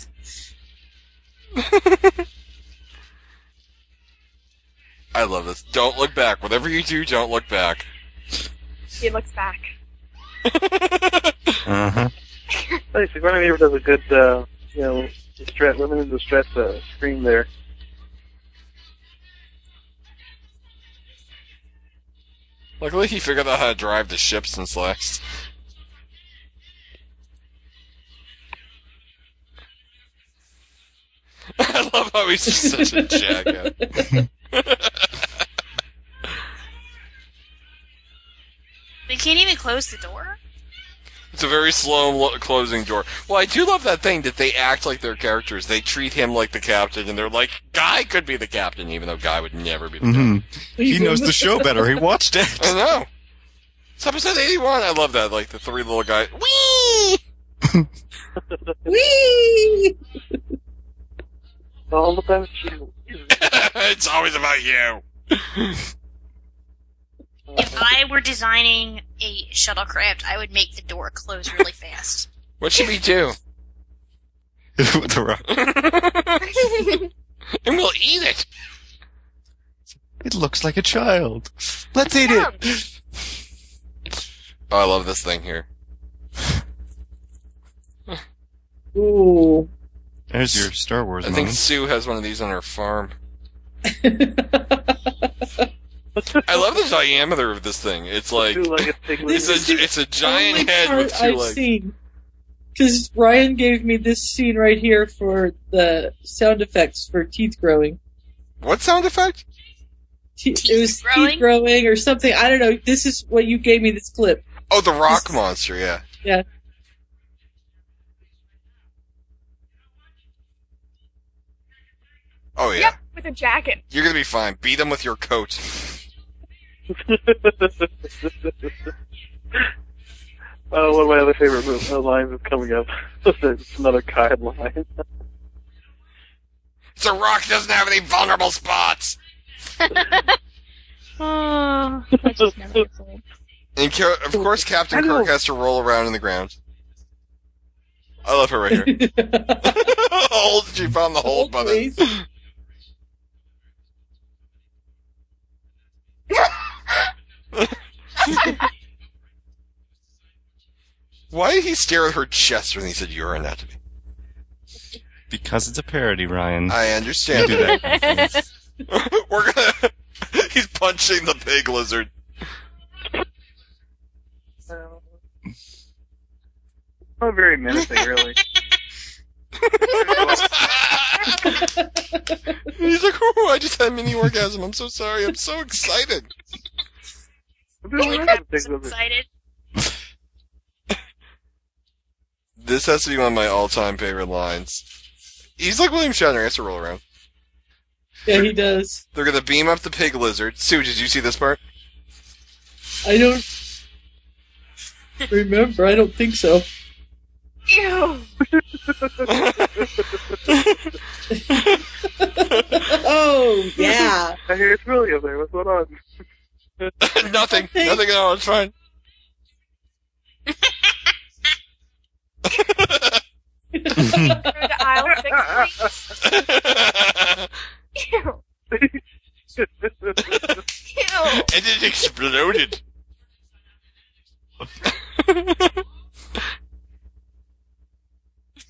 [SPEAKER 2] I love this. Don't look back. Whatever you do, don't look back.
[SPEAKER 5] He looks back.
[SPEAKER 14] Uh-huh.
[SPEAKER 12] Hey, so Sigourney Weaver does a good, uh, you know, distress, women in distress uh, scream there.
[SPEAKER 2] Luckily, he figured out how to drive the ship since last. I love how Oh, he's just such a jackass.
[SPEAKER 10] They can't even close the door.
[SPEAKER 2] It's a very slow lo- closing door. Well, I do love that thing that they act like their characters. They treat him like the captain, and they're like, Guy could be the captain, even though Guy would never be the
[SPEAKER 14] hmm He knows the show better. He watched it.
[SPEAKER 2] I know. It's episode 81. I love that. Like the three little guys. Whee!
[SPEAKER 13] Whee!
[SPEAKER 12] All about you.
[SPEAKER 19] it's always about you.
[SPEAKER 10] If I were designing a shuttlecraft, I would make the door close really fast.
[SPEAKER 2] What should we do?
[SPEAKER 14] The rock.
[SPEAKER 2] and we'll eat it.
[SPEAKER 14] It looks like a child. Let's eat it.
[SPEAKER 2] Oh, I love this thing here.
[SPEAKER 13] Ooh.
[SPEAKER 14] There's your Star Wars
[SPEAKER 2] I think
[SPEAKER 14] moment.
[SPEAKER 2] Sue has one of these on her farm. I love the diameter of this thing. It's like
[SPEAKER 12] Two-legged
[SPEAKER 2] it's a it's a giant
[SPEAKER 13] only
[SPEAKER 2] head with
[SPEAKER 13] part
[SPEAKER 2] two
[SPEAKER 13] I've
[SPEAKER 2] legs.
[SPEAKER 13] seen. Because Ryan gave me this scene right here for the sound effects for teeth growing.
[SPEAKER 2] What sound effect?
[SPEAKER 13] Te- it was teeth growing or something. I don't know. This is what you gave me this clip.
[SPEAKER 2] Oh, the rock monster. Yeah.
[SPEAKER 13] Yeah.
[SPEAKER 2] Oh yeah.
[SPEAKER 5] Yep, with a jacket.
[SPEAKER 2] You're gonna be fine. Beat him with your coat.
[SPEAKER 12] Oh, one of my other favorite mo- uh, lines is coming up. it's another Kyle line.
[SPEAKER 19] The Rock doesn't have any vulnerable spots.
[SPEAKER 7] Oh,
[SPEAKER 2] And Car- of course, Captain Kirk has to roll around in the ground. I love her right here. hold, she found the hold button. Why did he stare at her chest when he said "You're anatomy"?
[SPEAKER 14] Because it's a parody, Ryan.
[SPEAKER 2] I understand.
[SPEAKER 14] You do that.
[SPEAKER 2] We're gonna. He's punching the pig lizard.
[SPEAKER 12] Not very menacing, really.
[SPEAKER 2] "Oh, He's like, "Ooh, I just had a mini orgasm. I'm so sorry. I'm so excited."
[SPEAKER 10] Holy crap, I'm so excited.
[SPEAKER 2] This has to be one of my all-time favorite lines. He's like William Shatner. He has to roll around.
[SPEAKER 13] Yeah, he does.
[SPEAKER 2] They're gonna beam up the pig lizard. Sue, did you see this part?
[SPEAKER 13] I don't remember. I don't think so.
[SPEAKER 5] Ew.
[SPEAKER 13] oh yeah.
[SPEAKER 12] I hear it's really up there. What's going on?
[SPEAKER 2] nothing. Nothing at all. It's fine.
[SPEAKER 5] Go to aisle six, please. Ew. Ew.
[SPEAKER 19] and it exploded.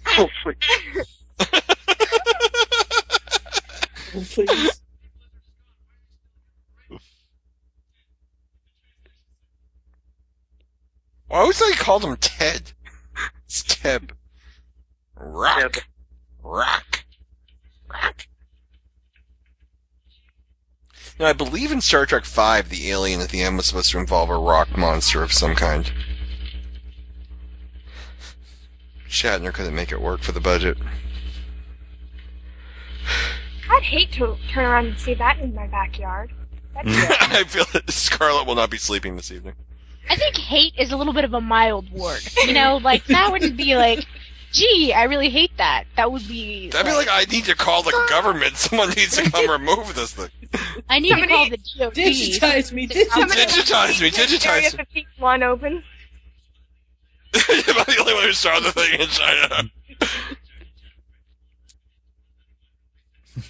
[SPEAKER 12] Oh, please.
[SPEAKER 13] please.
[SPEAKER 2] Why was I called him Ted? It's Teb. Rock. Rock. Rock. Now, I believe in Star Trek V, the alien at the end was supposed to involve a rock monster of some kind. Shatner couldn't make it work for the budget.
[SPEAKER 5] I'd hate to turn around and see that in my backyard.
[SPEAKER 2] I feel that Scarlet will not be sleeping this evening.
[SPEAKER 11] I think hate is a little bit of a mild word. You know, like that wouldn't be like, gee, I really hate that. That would be.
[SPEAKER 19] That'd be like I need to call the government. Someone needs to come remove this thing.
[SPEAKER 11] I need to call the DOT.
[SPEAKER 13] Digitize me.
[SPEAKER 19] Digitize me. Digitize me.
[SPEAKER 5] Area 51 open.
[SPEAKER 19] Am I the only one who saw the thing in China?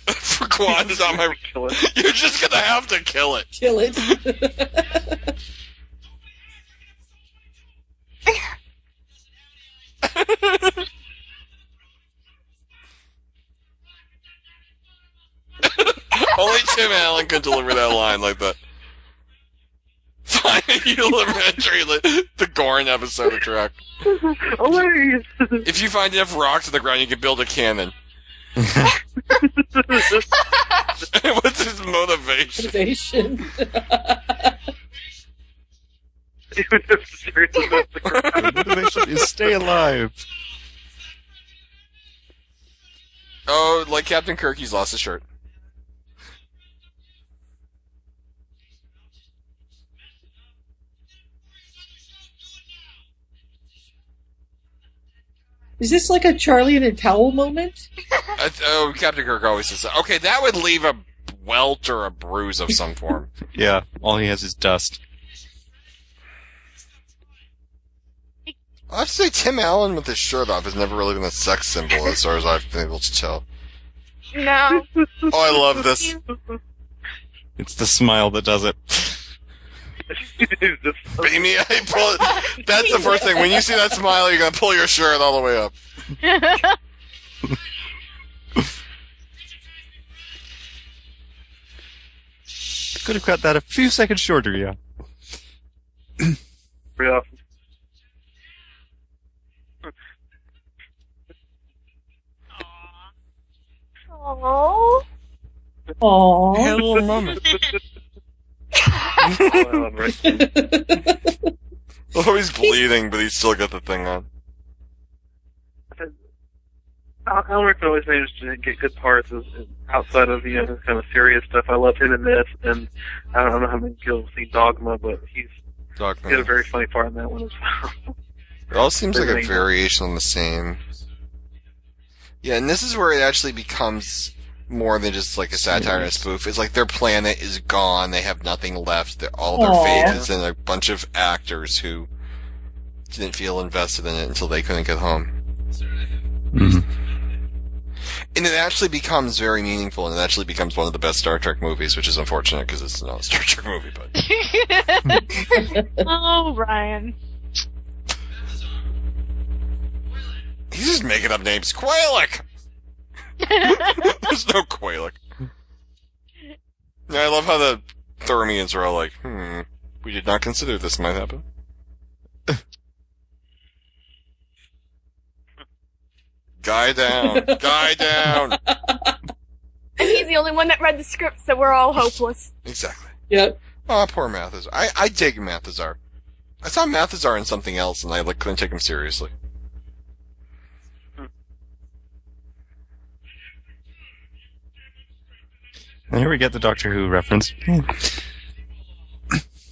[SPEAKER 19] For Quan is on my. You're just gonna have to kill it.
[SPEAKER 13] Kill it.
[SPEAKER 19] Only Tim Allen could deliver that line like that. Fine, you elementary, li- the Gorn episode of Trek.
[SPEAKER 12] Hilarious.
[SPEAKER 19] If you find enough rocks in the ground, you can build a cannon. What's his motivation?
[SPEAKER 13] Motivation.
[SPEAKER 12] Even if the series is about the
[SPEAKER 14] The motivation is stay alive.
[SPEAKER 2] Oh, like Captain Kirk, he's lost his shirt.
[SPEAKER 13] Is this like a Charlie and a towel moment?
[SPEAKER 19] Uh, oh, Captain Kirk always says that. Okay, that would leave a welt or a bruise of some form.
[SPEAKER 14] Yeah, all he has is dust.
[SPEAKER 2] I have to say, Tim Allen with his shirt off has never really been a sex symbol, as far as I've been able to tell.
[SPEAKER 5] No.
[SPEAKER 2] Oh, I love this.
[SPEAKER 14] It's the smile that does it.
[SPEAKER 19] Beanie, I pull, that's the first thing. When you see that smile, you're gonna pull your shirt all the way up.
[SPEAKER 14] Could have cut that a few seconds shorter, yeah.
[SPEAKER 12] Pretty awesome.
[SPEAKER 5] Oh.
[SPEAKER 13] Aww.
[SPEAKER 14] Hello, moment.
[SPEAKER 2] Oh, he's bleeding, but he's still got the thing on.
[SPEAKER 12] Al- Alric always managed to get good parts as, as- outside of you know his kind of serious stuff. I love him in this, and I don't know how many people have seen Dogma, but he's
[SPEAKER 2] Dogma.
[SPEAKER 12] he had a very funny part in that one as well.
[SPEAKER 2] It all seems like a variation on the same. Yeah, and this is where it actually becomes more than just like a satire and a spoof. It's like their planet is gone; they have nothing left. They're, all their
[SPEAKER 13] Aw.
[SPEAKER 2] faith is in a bunch of actors who didn't feel invested in it until they couldn't get home. And it actually becomes very meaningful, and it actually becomes one of the best Star Trek movies, which is unfortunate because it's not a Star Trek movie, but.
[SPEAKER 7] oh, Ryan.
[SPEAKER 19] He's just making up names. Quailik! There's no Quailik.
[SPEAKER 2] Oh, Yeah, I love how the Thermians are all like, hmm, we did not consider this might happen. Guy down. Guy down.
[SPEAKER 5] And he's the only one that read the script, so we're all hopeless.
[SPEAKER 2] Exactly.
[SPEAKER 13] Yep.
[SPEAKER 2] Oh, poor Mathazar. I I dig Mathazar. I saw Mathazar in something else, and I like couldn't take him seriously.
[SPEAKER 14] And here we get the Doctor Who reference.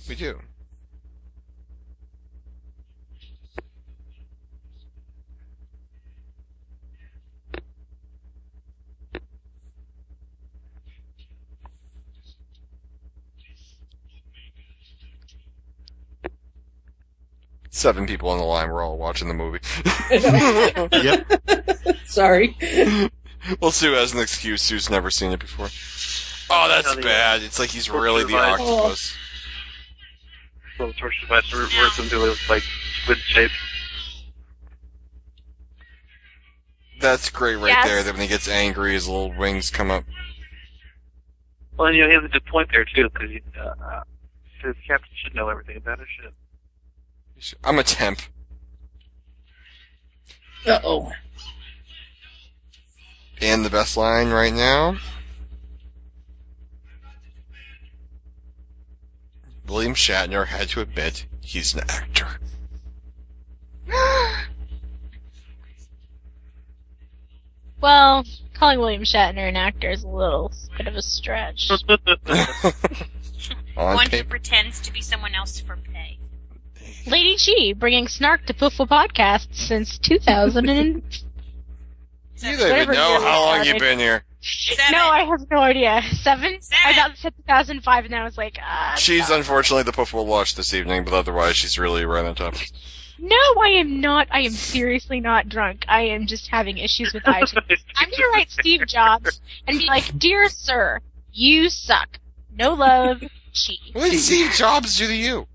[SPEAKER 2] We do. Seven people on the line. We're all watching the movie.
[SPEAKER 13] yep. Sorry.
[SPEAKER 2] Well, Sue has an excuse. Sue's never seen it before. Oh, that's bad. It's like he's really the
[SPEAKER 12] Survive.
[SPEAKER 2] octopus.
[SPEAKER 12] Oh. Little torture device to reverse into this like squid shape.
[SPEAKER 2] That's great right
[SPEAKER 12] Yes.
[SPEAKER 2] there. That when he gets angry, his little wings come up.
[SPEAKER 12] Well, and you know, he has a good point there too, because uh, uh, his captain should know everything about his ship.
[SPEAKER 2] I'm a temp.
[SPEAKER 13] Uh oh.
[SPEAKER 2] And the best line right now. William Shatner had to admit he's an actor.
[SPEAKER 7] Well, calling William Shatner an actor is a little bit of a stretch.
[SPEAKER 2] On
[SPEAKER 10] One who
[SPEAKER 2] paper.
[SPEAKER 10] pretends to be someone else for pay.
[SPEAKER 7] Lady G bringing snark to Poofle Podcast since 2000 and
[SPEAKER 2] You don't even
[SPEAKER 7] Whatever
[SPEAKER 2] know
[SPEAKER 7] year
[SPEAKER 2] how
[SPEAKER 7] we
[SPEAKER 2] long
[SPEAKER 7] started.
[SPEAKER 2] you've been here.
[SPEAKER 7] no, I have no idea. Seven? I thought it said 2005, and I was like, uh,
[SPEAKER 2] She's unfortunately the puff will watch this evening, but otherwise she's really right on top.
[SPEAKER 7] no, I am not. I am seriously not drunk. I am just having issues with iTunes. I'm gonna write Steve Jobs and be like, "Dear sir, you suck. No love, cheat."
[SPEAKER 2] What did Steve Jobs do to you?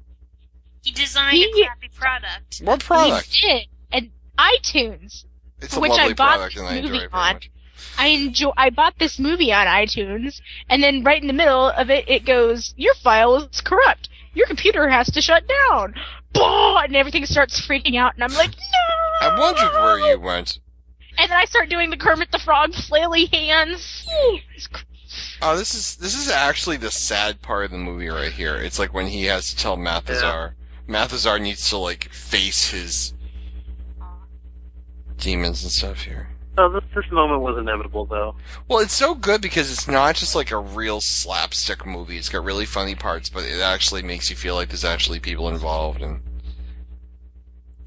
[SPEAKER 10] He designed a crappy product.
[SPEAKER 2] What product?
[SPEAKER 7] He did, and iTunes,
[SPEAKER 2] It's
[SPEAKER 7] for
[SPEAKER 2] a
[SPEAKER 7] which
[SPEAKER 2] lovely
[SPEAKER 7] I bought
[SPEAKER 2] product,
[SPEAKER 7] this
[SPEAKER 2] and I enjoy
[SPEAKER 7] movie
[SPEAKER 2] it very
[SPEAKER 7] on. I enjoy. I bought this movie on iTunes, and then right in the middle of it, it goes, "Your file is corrupt. Your computer has to shut down." Bah! And everything starts freaking out, and I'm like,
[SPEAKER 2] I wondered where you went.
[SPEAKER 7] and then I start doing the Kermit the Frog flaily hands.
[SPEAKER 2] Oh, this is this is actually the sad part of the movie right here. It's like when he has to tell Mathazar. Mathazar needs to like face his demons and stuff here.
[SPEAKER 12] Oh, this this moment was inevitable though.
[SPEAKER 2] Well, it's so good because it's not just like a real slapstick movie. It's got really funny parts, but it actually makes you feel like there's actually people involved, and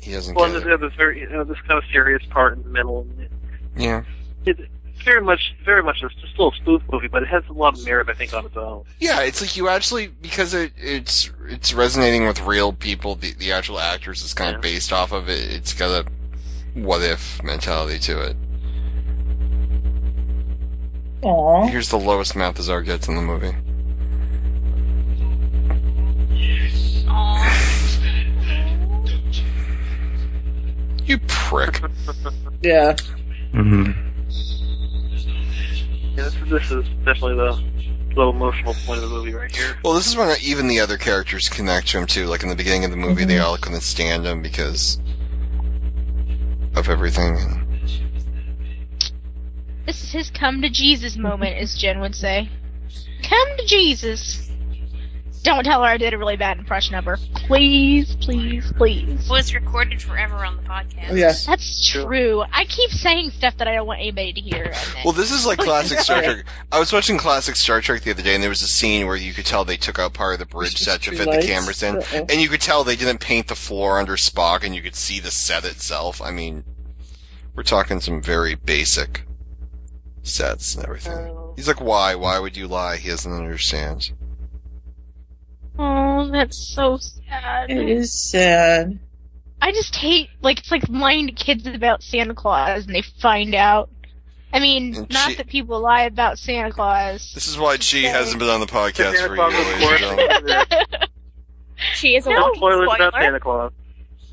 [SPEAKER 2] he doesn't
[SPEAKER 12] Well, and this, you
[SPEAKER 2] get it.
[SPEAKER 12] know, this very you know, this kind of serious part in the middle. And it-
[SPEAKER 2] Yeah.
[SPEAKER 12] it's very much, very much, it's just a little spoof movie, but it has a lot of merit, I think, on its own.
[SPEAKER 2] Yeah, it's like you actually because it it's it's resonating with real people. The the actual actors is kind of based off of it. It's got a what if mentality to it.
[SPEAKER 14] Mm-hmm.
[SPEAKER 13] Aww.
[SPEAKER 2] Here's the lowest Mathazar gets in the movie. You prick.
[SPEAKER 13] Yeah.
[SPEAKER 12] Yeah, this, this is definitely the little emotional point of the movie right here.
[SPEAKER 2] Well, this is when even the other characters connect to him too. Like in the beginning of the movie, they all couldn't stand him because of everything.
[SPEAKER 7] This is his come to Jesus moment, as Jen would say. Come to Jesus. Don't tell her I did a really bad impression of her. Please, please, please.
[SPEAKER 10] Was recorded forever on the podcast.
[SPEAKER 12] Oh,
[SPEAKER 13] Yes.
[SPEAKER 7] That's true. I keep saying stuff that I don't want anybody to hear. and then-
[SPEAKER 2] Well, this is like classic Star
[SPEAKER 7] Yeah.
[SPEAKER 2] Trek. I was watching classic Star Trek the other day, and there was a scene where you could tell they took out part of the bridge set to
[SPEAKER 13] two
[SPEAKER 2] fit
[SPEAKER 13] lights.
[SPEAKER 2] the cameras in,
[SPEAKER 13] Uh-oh.
[SPEAKER 2] and you could tell they didn't paint the floor under Spock, and you could see the set itself. I mean, we're talking some very basic sets and everything. He's like, "Why? Why would you lie?" He doesn't understand.
[SPEAKER 7] Oh, that's so sad.
[SPEAKER 13] It is sad.
[SPEAKER 7] I just hate like it's like lying to kids about Santa Claus and they find out. I mean,
[SPEAKER 2] And
[SPEAKER 7] not
[SPEAKER 2] she-
[SPEAKER 7] that people lie about Santa Claus.
[SPEAKER 2] This is why she hasn't been on the podcast
[SPEAKER 12] Santa
[SPEAKER 2] for
[SPEAKER 12] Claus
[SPEAKER 2] you,
[SPEAKER 12] is
[SPEAKER 2] ladies and gentlemen.
[SPEAKER 7] she is a
[SPEAKER 12] No
[SPEAKER 7] walking
[SPEAKER 12] spoilers
[SPEAKER 7] spoiler.
[SPEAKER 12] about Santa Claus.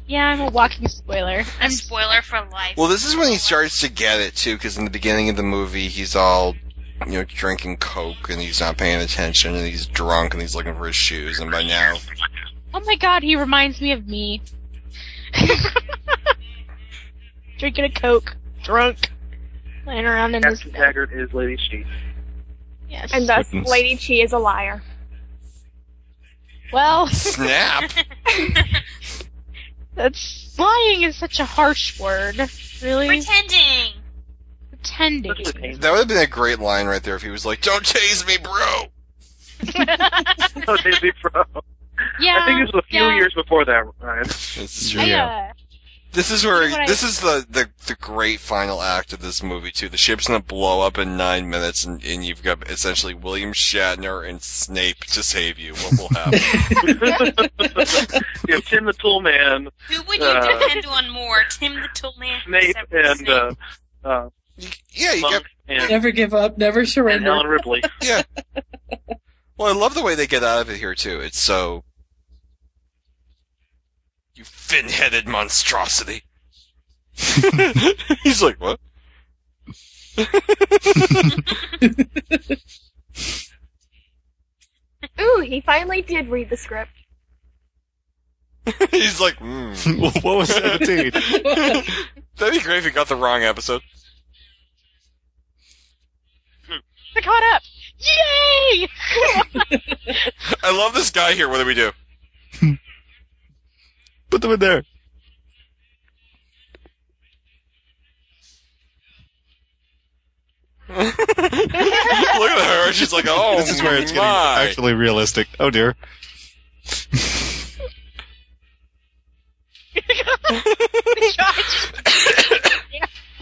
[SPEAKER 7] Yeah, I'm a walking spoiler.
[SPEAKER 10] A spoiler for life.
[SPEAKER 2] Well, this is when he starts to get it too, because in the beginning of the movie, he's all, you know, drinking coke and he's not paying attention and he's drunk and he's looking for his shoes. And by now,
[SPEAKER 7] Oh my god, he reminds me of me. Drinking a Coke, drunk, laying around in his
[SPEAKER 12] Captain Taggart is Lady She.
[SPEAKER 7] yes.
[SPEAKER 5] And thus,
[SPEAKER 12] Goodness.
[SPEAKER 5] Lady Chi is a liar.
[SPEAKER 7] Well,
[SPEAKER 2] Snap.
[SPEAKER 7] that's lying is such a harsh word. Really,
[SPEAKER 10] pretending.
[SPEAKER 7] Pretending.
[SPEAKER 2] That would have been a great line right there if he was like, "Don't chase me, bro."
[SPEAKER 12] no, Disney Pro.
[SPEAKER 7] Yeah.
[SPEAKER 12] I think this was a few
[SPEAKER 7] yeah.
[SPEAKER 12] years before that, Ryan.
[SPEAKER 2] This is
[SPEAKER 7] I,
[SPEAKER 2] true.
[SPEAKER 7] uh,
[SPEAKER 2] This is where
[SPEAKER 7] You know what I-
[SPEAKER 2] this is the, the the great final act of this movie too. The ship's gonna blow up in nine minutes, and, and you've got essentially William Shatner and Snape to save you. What will happen?
[SPEAKER 12] you have Tim the Tool Man,
[SPEAKER 10] Who would you
[SPEAKER 12] Uh,
[SPEAKER 10] depend on more, Tim the Toolman?
[SPEAKER 12] Snape, and uh, uh,
[SPEAKER 2] yeah, you
[SPEAKER 12] Monk and,
[SPEAKER 13] Never give up, never
[SPEAKER 12] and
[SPEAKER 13] surrender.
[SPEAKER 12] Ellen Ripley.
[SPEAKER 2] yeah. Well, I love the way they get out of it here too. It's so you fin-headed monstrosity. He's like, what?
[SPEAKER 5] Ooh, he finally did read the script.
[SPEAKER 2] He's like, mm.
[SPEAKER 14] what was seventeen?
[SPEAKER 2] That'd be great if you got the wrong episode.
[SPEAKER 7] I caught up. Yay!
[SPEAKER 2] I love this guy here. What do we do?
[SPEAKER 14] Put them in there.
[SPEAKER 2] Look at her. She's like, oh,
[SPEAKER 14] this is where it's getting
[SPEAKER 2] my.
[SPEAKER 14] actually realistic. Oh dear.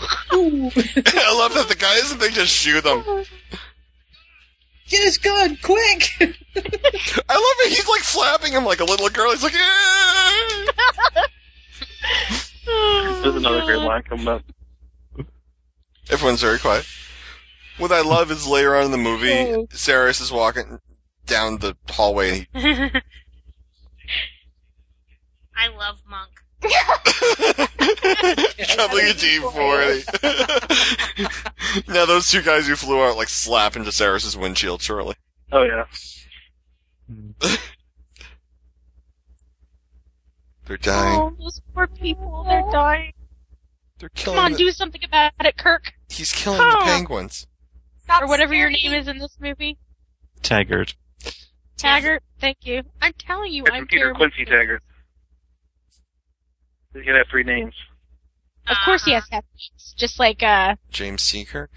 [SPEAKER 2] I love that the guy doesn't think just shoot them.
[SPEAKER 13] Get his gun, quick!
[SPEAKER 2] I love it. He's like slapping him like a little girl. He's like, "Eh." "Yeah."
[SPEAKER 12] There's another great line coming up.
[SPEAKER 2] everyone's very quiet. What I love is later on in the movie,
[SPEAKER 12] Oh.
[SPEAKER 2] Saris is walking down the hallway. And he,
[SPEAKER 10] I love Monk.
[SPEAKER 2] Traveling a team forty. now those two guys who flew out like slap into Saris's windshield shortly.
[SPEAKER 12] Oh yeah.
[SPEAKER 2] They're dying.
[SPEAKER 7] Oh, those poor people, they're dying.
[SPEAKER 2] They're
[SPEAKER 7] Come
[SPEAKER 2] killing.
[SPEAKER 7] on,
[SPEAKER 2] the-
[SPEAKER 7] do something about it, Kirk.
[SPEAKER 2] He's killing
[SPEAKER 7] Come
[SPEAKER 2] the
[SPEAKER 7] on.
[SPEAKER 2] penguins.
[SPEAKER 7] or whatever your name is in this movie.
[SPEAKER 14] Taggart.
[SPEAKER 7] Taggart, thank you. I'm telling you, I'm
[SPEAKER 12] It's Peter
[SPEAKER 7] terrible.
[SPEAKER 12] Quincy Taggart. He's gonna have three names.
[SPEAKER 7] Of course he has to have names. Just like, uh,
[SPEAKER 2] James Seakirk.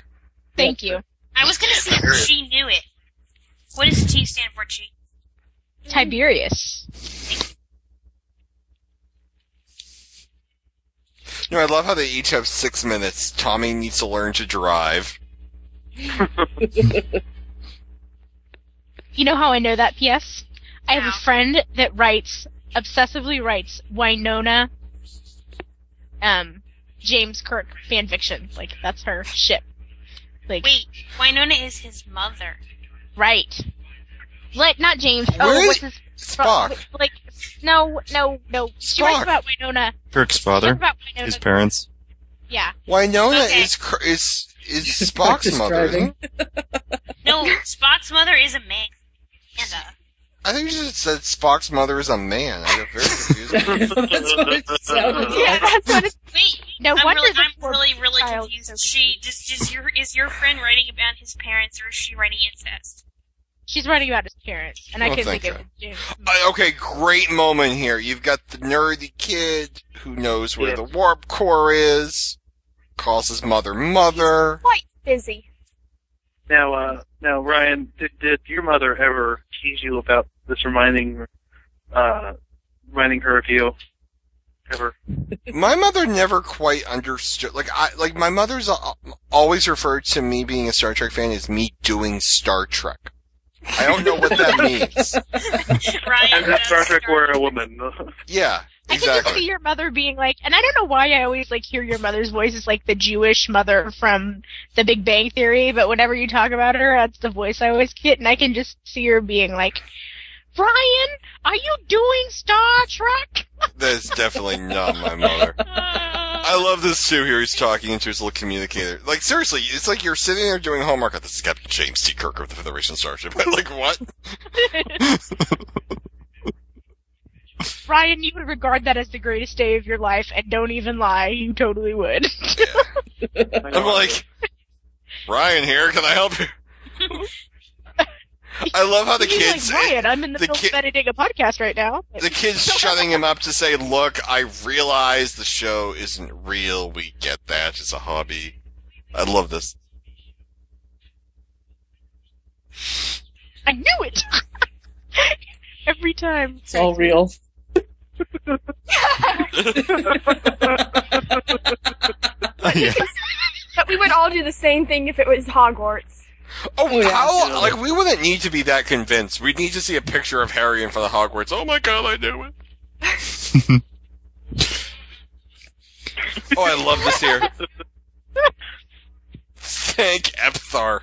[SPEAKER 7] thank you.
[SPEAKER 10] I was gonna see if she knew it. What does T stand for, Chi?
[SPEAKER 7] Tiberius.
[SPEAKER 2] No, I love how they each have six minutes. Tommy needs to learn to drive.
[SPEAKER 7] You know how I know that, P.S.? I have a friend that writes, obsessively writes, Winona, um, James Kirk fanfiction. Like, that's her ship. Like,
[SPEAKER 10] Wait, Winona is his mother.
[SPEAKER 7] Right. Like, not James.
[SPEAKER 10] Where
[SPEAKER 7] oh,
[SPEAKER 10] is-
[SPEAKER 7] what's his... Oh,
[SPEAKER 2] Spock.
[SPEAKER 7] Like, no, no, no. She writes
[SPEAKER 2] Spock.
[SPEAKER 7] about Winona.
[SPEAKER 14] Kirk's
[SPEAKER 7] She
[SPEAKER 14] father.
[SPEAKER 7] writes about Winona.
[SPEAKER 14] His parents.
[SPEAKER 7] Yeah.
[SPEAKER 2] Winona
[SPEAKER 10] Okay.
[SPEAKER 2] is cr- is is Spock's mother.
[SPEAKER 13] driving.
[SPEAKER 2] Isn't it?
[SPEAKER 10] No, Spock's mother is a man. And, uh,
[SPEAKER 2] I think you just said Spock's mother is a man. I got very confused.
[SPEAKER 13] That's what it sounds
[SPEAKER 7] Yeah,
[SPEAKER 13] like.
[SPEAKER 7] that's what it's...
[SPEAKER 10] wait,
[SPEAKER 7] No
[SPEAKER 10] I'm
[SPEAKER 7] wonder
[SPEAKER 10] really,
[SPEAKER 7] the
[SPEAKER 10] I'm
[SPEAKER 7] poor
[SPEAKER 10] really, really
[SPEAKER 7] child
[SPEAKER 10] confused.
[SPEAKER 7] is-
[SPEAKER 10] She does, does your is your friend writing about his parents, or is she writing incest?
[SPEAKER 7] She's writing about his parents, and I
[SPEAKER 2] Oh,
[SPEAKER 7] couldn't
[SPEAKER 2] thank
[SPEAKER 7] think of James.
[SPEAKER 2] I- okay, great moment here. You've got the nerdy kid who knows where
[SPEAKER 12] Yeah.
[SPEAKER 2] the warp core is. Calls his mother mother.
[SPEAKER 5] Quite busy.
[SPEAKER 12] Now, uh, now, Ryan, did, did your mother ever tease you about this reminding, uh, reminding her of you? Ever?
[SPEAKER 2] my mother never quite understood. Like I, like my mother's al- always referred to me being a Star Trek fan as me doing Star Trek. I don't know what that means.
[SPEAKER 10] Ryan
[SPEAKER 12] As if
[SPEAKER 10] does
[SPEAKER 12] Star Trek
[SPEAKER 10] start-
[SPEAKER 12] were a woman.
[SPEAKER 2] Yeah,
[SPEAKER 7] I can just see
[SPEAKER 2] exactly.
[SPEAKER 7] your mother being like, and I don't know why I always like hear your mother's voice is like the Jewish mother from The Big Bang Theory, but whenever you talk about her, that's the voice I always get, and I can just see her being like, Brian, are you doing Star Trek?
[SPEAKER 2] That's definitely not my mother. I love this too. Here he's talking into his little communicator. Like seriously, it's like you're sitting there doing homework. Oh, this is Captain James T. Kirk of the Federation Starship. like what?
[SPEAKER 7] Brian, you would regard that as the greatest day of your life, and don't even lie, you totally would.
[SPEAKER 2] I'm like, Ryan here. Can I help you? I love how the
[SPEAKER 7] He's
[SPEAKER 2] kids.
[SPEAKER 7] like, Ryan, I'm in the,
[SPEAKER 2] the
[SPEAKER 7] middle
[SPEAKER 2] ki-
[SPEAKER 7] of editing a podcast right now.
[SPEAKER 2] the kid's shutting him up to say, "Look, I realize the show isn't real. We get that. It's a hobby." I love this.
[SPEAKER 7] I knew it. Every time.
[SPEAKER 13] It's all real.
[SPEAKER 14] yeah.
[SPEAKER 5] But we would all do the same thing if it was Hogwarts.
[SPEAKER 2] Oh, How like we wouldn't need to be that convinced. We'd need to see a picture of Harry in front of Hogwarts. Oh my god, I knew it. oh, I love this here. Thank Epthar.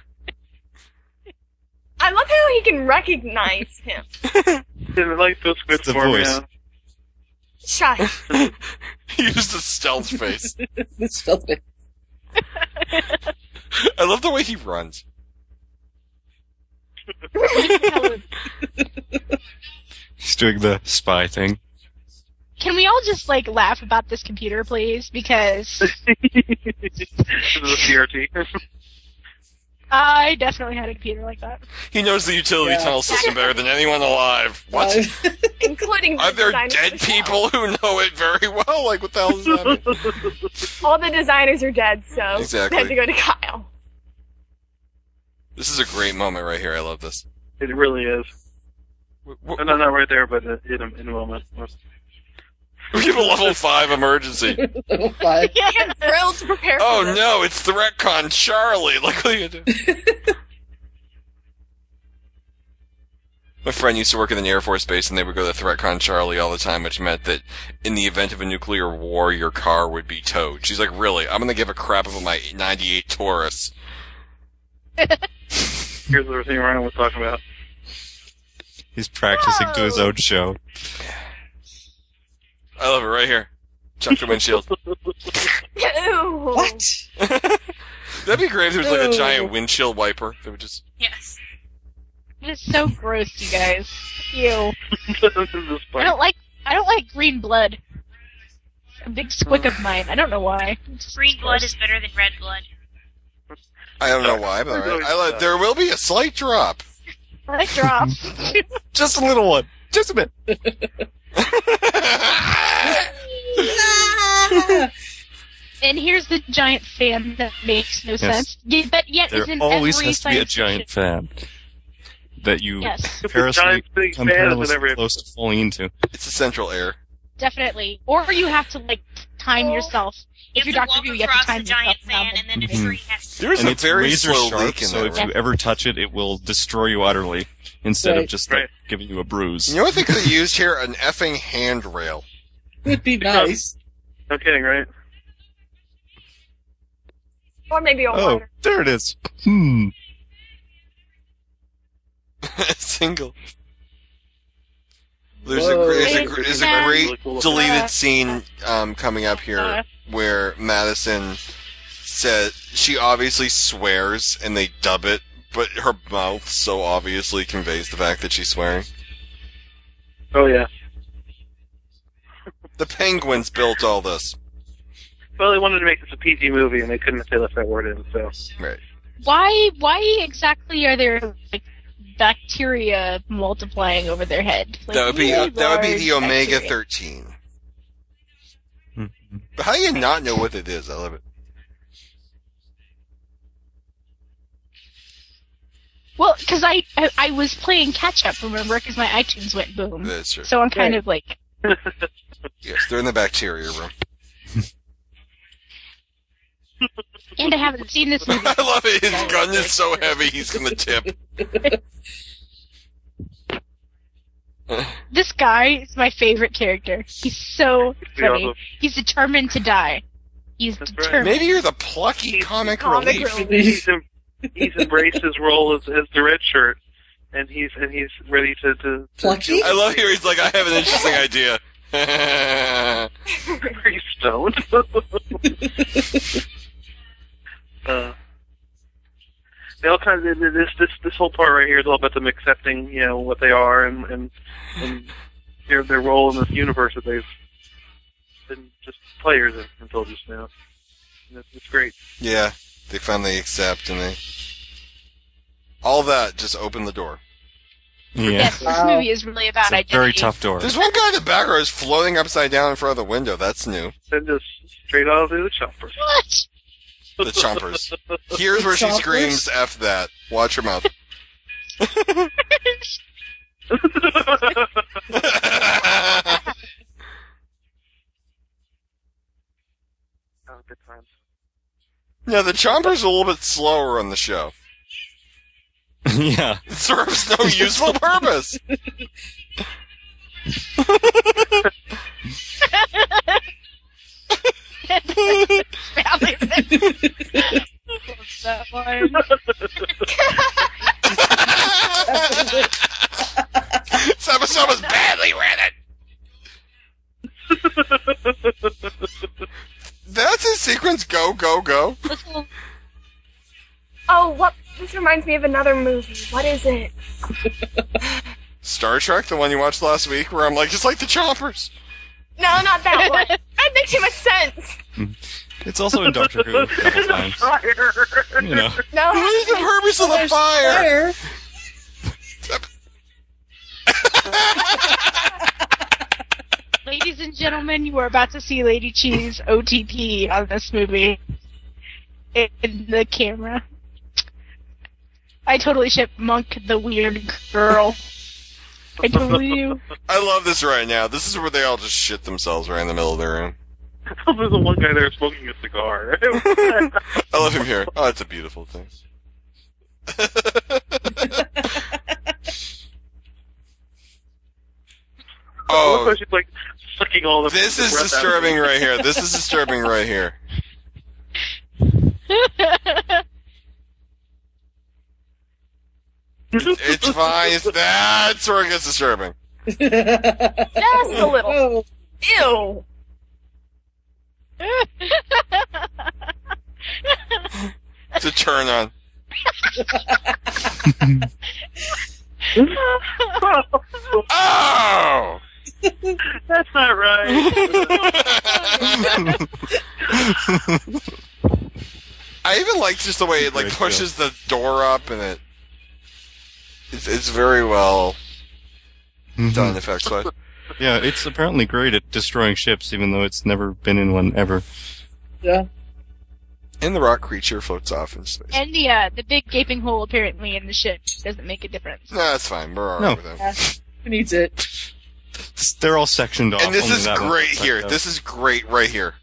[SPEAKER 5] I love how he can recognize him.
[SPEAKER 12] Didn't like those scripts
[SPEAKER 2] the
[SPEAKER 12] for me,
[SPEAKER 2] voice.
[SPEAKER 12] huh?
[SPEAKER 5] Shy.
[SPEAKER 2] Use the stealth face.
[SPEAKER 13] the stealth face.
[SPEAKER 2] I love the way he runs.
[SPEAKER 14] He's doing the spy thing.
[SPEAKER 7] Can we all just like laugh about this computer, please? Because
[SPEAKER 12] This is a CRT.
[SPEAKER 7] I definitely had a computer like that.
[SPEAKER 19] He knows the utility
[SPEAKER 7] Yeah.
[SPEAKER 19] tunnel system better than anyone alive. What?
[SPEAKER 5] Including the
[SPEAKER 19] Are there
[SPEAKER 5] designers
[SPEAKER 19] dead
[SPEAKER 5] of the
[SPEAKER 19] people who know it very well? Like, what the hell is happening?
[SPEAKER 5] show. All the designers are dead, so
[SPEAKER 2] Exactly.
[SPEAKER 5] they have to go to Kyle.
[SPEAKER 2] This is a great moment right here. I love this.
[SPEAKER 12] It really is.
[SPEAKER 2] No,
[SPEAKER 12] no, not right there, but uh, in a, in a moment.
[SPEAKER 19] We have a level 5 emergency.
[SPEAKER 5] They had drilled to prepare for
[SPEAKER 19] Oh
[SPEAKER 5] this.
[SPEAKER 19] no, it's the retcon Charlie. Look what you do.
[SPEAKER 2] My friend used to work in the Air Force Base, and they would go to ThreatCon Charlie all the time, which meant that in the event of a nuclear war, your car would be towed. She's like, "Really? I'm gonna give a crap about my '98 Taurus."
[SPEAKER 12] Here's everything Ryan was talking about.
[SPEAKER 14] He's practicing to
[SPEAKER 7] Oh.
[SPEAKER 14] his own show.
[SPEAKER 19] I love it right here. Chuck the windshield.
[SPEAKER 5] What?
[SPEAKER 2] That'd be great if there was like a
[SPEAKER 7] Ew.
[SPEAKER 13] Oh.
[SPEAKER 2] giant windshield wiper that would just.
[SPEAKER 10] Yes.
[SPEAKER 7] It's so gross, you guys. Ew. I
[SPEAKER 2] I
[SPEAKER 7] don't like. I don't like green blood. A big squick of mine. I don't know why.
[SPEAKER 10] Green blood is better than red blood.
[SPEAKER 2] don't know why, but all right. I like, there will be a slight drop.
[SPEAKER 7] I drop.
[SPEAKER 14] Just a little one. Just a bit.
[SPEAKER 7] and here's the giant fan that makes no
[SPEAKER 14] Yes.
[SPEAKER 7] sense. Ye- But yet,
[SPEAKER 14] There
[SPEAKER 7] it's in
[SPEAKER 14] always
[SPEAKER 7] every
[SPEAKER 14] has to be a
[SPEAKER 7] science fiction.
[SPEAKER 14] giant fan that you
[SPEAKER 7] Yes. It's a
[SPEAKER 14] perilously,
[SPEAKER 7] giant big
[SPEAKER 14] come
[SPEAKER 7] fan in
[SPEAKER 14] perilously
[SPEAKER 7] every
[SPEAKER 14] close to falling into.
[SPEAKER 2] It's a central air.
[SPEAKER 7] Definitely. Or you have to like time yourself. If you're Doctor Who, you have to time yourself. and then
[SPEAKER 2] Mm-hmm. There is
[SPEAKER 14] and
[SPEAKER 2] a
[SPEAKER 14] it's
[SPEAKER 2] very
[SPEAKER 14] razor
[SPEAKER 2] slow
[SPEAKER 14] sharp,
[SPEAKER 2] leak in
[SPEAKER 14] so
[SPEAKER 2] that
[SPEAKER 14] if
[SPEAKER 2] room.
[SPEAKER 14] you ever touch it, it will destroy you utterly instead of
[SPEAKER 2] Right.
[SPEAKER 14] just like, giving you a bruise.
[SPEAKER 2] You know what they could have used here? An effing handrail.
[SPEAKER 13] Would be nice.
[SPEAKER 12] No kidding, right?
[SPEAKER 5] Or maybe a
[SPEAKER 14] Oh,
[SPEAKER 5] water.
[SPEAKER 14] there it is. Hmm.
[SPEAKER 2] Single. There's a,
[SPEAKER 19] Whoa.
[SPEAKER 2] gr- there's a, gr- there's a great
[SPEAKER 19] Yeah.
[SPEAKER 2] deleted scene um, coming up here where Madison says she obviously swears and they dub it, but her mouth so obviously conveys the fact that she's swearing.
[SPEAKER 12] Oh yeah.
[SPEAKER 2] The penguins built all this.
[SPEAKER 12] Well, they wanted to make this a PG movie, and they couldn't say left that word in. So.
[SPEAKER 2] Right.
[SPEAKER 7] Why? Why exactly are there like bacteria multiplying over their head? Like,
[SPEAKER 2] that would be uh,
[SPEAKER 7] really
[SPEAKER 2] that would be
[SPEAKER 7] large
[SPEAKER 2] the omega
[SPEAKER 7] bacteria.
[SPEAKER 2] thirteen.
[SPEAKER 19] Hmm.
[SPEAKER 2] But how do you not know what it is? I love it.
[SPEAKER 7] Well, because I, I I was playing catch up, remember? Because my iTunes went boom.
[SPEAKER 2] That's true.
[SPEAKER 7] So I'm kind of like
[SPEAKER 2] Yes, they're in the bacteria room.
[SPEAKER 7] And I haven't seen this movie.
[SPEAKER 19] I love it. His gun is so heavy, he's gonna tip.
[SPEAKER 7] this guy is my favorite character. He's so
[SPEAKER 2] Pretty
[SPEAKER 7] funny.
[SPEAKER 2] awesome.
[SPEAKER 7] He's determined to die. He's determined.
[SPEAKER 2] Maybe you're the plucky comic
[SPEAKER 12] Oh,
[SPEAKER 2] relief.
[SPEAKER 12] He's, em- he's embraced his role as, as the red shirt, and he's and he's ready to. to
[SPEAKER 13] Plucky.
[SPEAKER 19] I love here. He's like, I have an interesting idea.
[SPEAKER 12] Are you stoned? uh, they all kind of this this this whole part right here is all about them accepting you know what they are and and, and their their role in this universe that they've been just players in until just now. And it's, it's great.
[SPEAKER 2] Yeah, they finally accept and they. All that just opened the door.
[SPEAKER 14] Yeah.
[SPEAKER 7] Yes, this movie is really about identity.
[SPEAKER 2] There's one guy in the background who's floating upside down in front of the window. That's new.
[SPEAKER 12] Then just straight out of the chopper.
[SPEAKER 7] What?
[SPEAKER 2] The chompers. Here's where she
[SPEAKER 12] Chompers?
[SPEAKER 2] screams F that. Watch her mouth.
[SPEAKER 12] Oh, good times.
[SPEAKER 2] Yeah, the chompers are a little bit slower on the show.
[SPEAKER 14] yeah.
[SPEAKER 2] It serves no useful purpose.
[SPEAKER 7] that line.
[SPEAKER 19] this episode was badly written.
[SPEAKER 2] That's his sequence. Go, go, go.
[SPEAKER 5] Oh, what? This reminds me of another movie. What is it?
[SPEAKER 2] Star Trek, the one you watched last week, where I'm like, it's like the chompers.
[SPEAKER 5] No, not that one. That makes too much sense.
[SPEAKER 14] It's also in Doctor Who a couple times. You know.
[SPEAKER 5] No,
[SPEAKER 2] Who's the purpose of the
[SPEAKER 5] there's
[SPEAKER 2] fire?
[SPEAKER 7] Ladies and gentlemen, you are about to see Lady Cheese OTP on this movie in the camera. I totally ship Monk the weird girl. I totally do.
[SPEAKER 2] I love this right now. This is where they all just shit themselves right in the middle of their room.
[SPEAKER 12] There's the one guy there smoking a cigar.
[SPEAKER 2] I love him here. Oh, it's a beautiful thing.
[SPEAKER 12] Oh,
[SPEAKER 2] Oh,
[SPEAKER 12] she's like sucking all the.
[SPEAKER 2] this
[SPEAKER 12] the
[SPEAKER 2] is
[SPEAKER 12] breath out of
[SPEAKER 2] disturbing
[SPEAKER 12] him.
[SPEAKER 2] right here. This is disturbing right here. It's fine. It's- That's where it gets disturbing.
[SPEAKER 5] Just a little. Ew.
[SPEAKER 14] Oh!
[SPEAKER 2] It's a turn on. Oh!
[SPEAKER 12] That's not right.
[SPEAKER 2] I even like just the way it like pushes the door up and it. It's, it's very well done effects wise.
[SPEAKER 14] Yeah, it's apparently great at destroying ships, even though it's never been in one ever.
[SPEAKER 13] Yeah.
[SPEAKER 2] And the rock creature floats off in space.
[SPEAKER 7] and the uh, the big gaping hole apparently in the ship doesn't make a difference.
[SPEAKER 2] No, that's fine. We're alright
[SPEAKER 14] No.
[SPEAKER 2] with them.
[SPEAKER 13] Yeah. Who needs it?
[SPEAKER 14] It's- They're all sectioned off.
[SPEAKER 2] And this
[SPEAKER 14] only
[SPEAKER 2] is
[SPEAKER 14] that one
[SPEAKER 2] great
[SPEAKER 14] sectioned
[SPEAKER 2] here.
[SPEAKER 14] off.
[SPEAKER 2] This is great right here.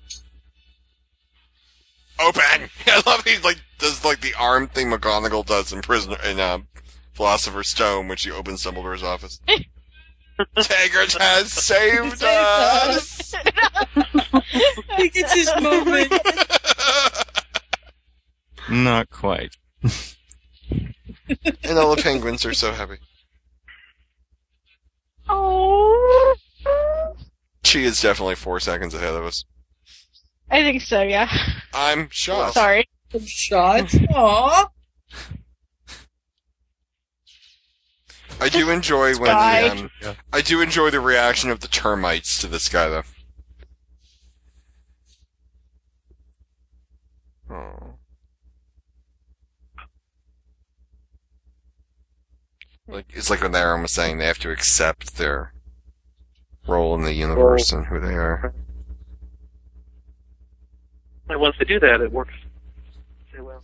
[SPEAKER 2] Open. I love he like does like the arm thing McGonagall does in Prisoner in uh, Philosopher's Stone when she opens Dumbledore's office. Taggart has saved us.
[SPEAKER 13] he gets his moment.
[SPEAKER 14] Not quite.
[SPEAKER 2] and all the penguins are so happy.
[SPEAKER 7] Oh,
[SPEAKER 2] She is definitely four seconds ahead of us.
[SPEAKER 7] I think so. Yeah.
[SPEAKER 2] I'm shocked.
[SPEAKER 7] Sorry.
[SPEAKER 13] Some shots. Aww.
[SPEAKER 2] I do enjoy when
[SPEAKER 13] Bye.
[SPEAKER 2] the, um, I do enjoy the reaction of the termites to this guy though. Oh. Like it's like when Aaron was saying they have to accept their role in the universe and who they are.
[SPEAKER 12] and once they do that, it works. Say, well,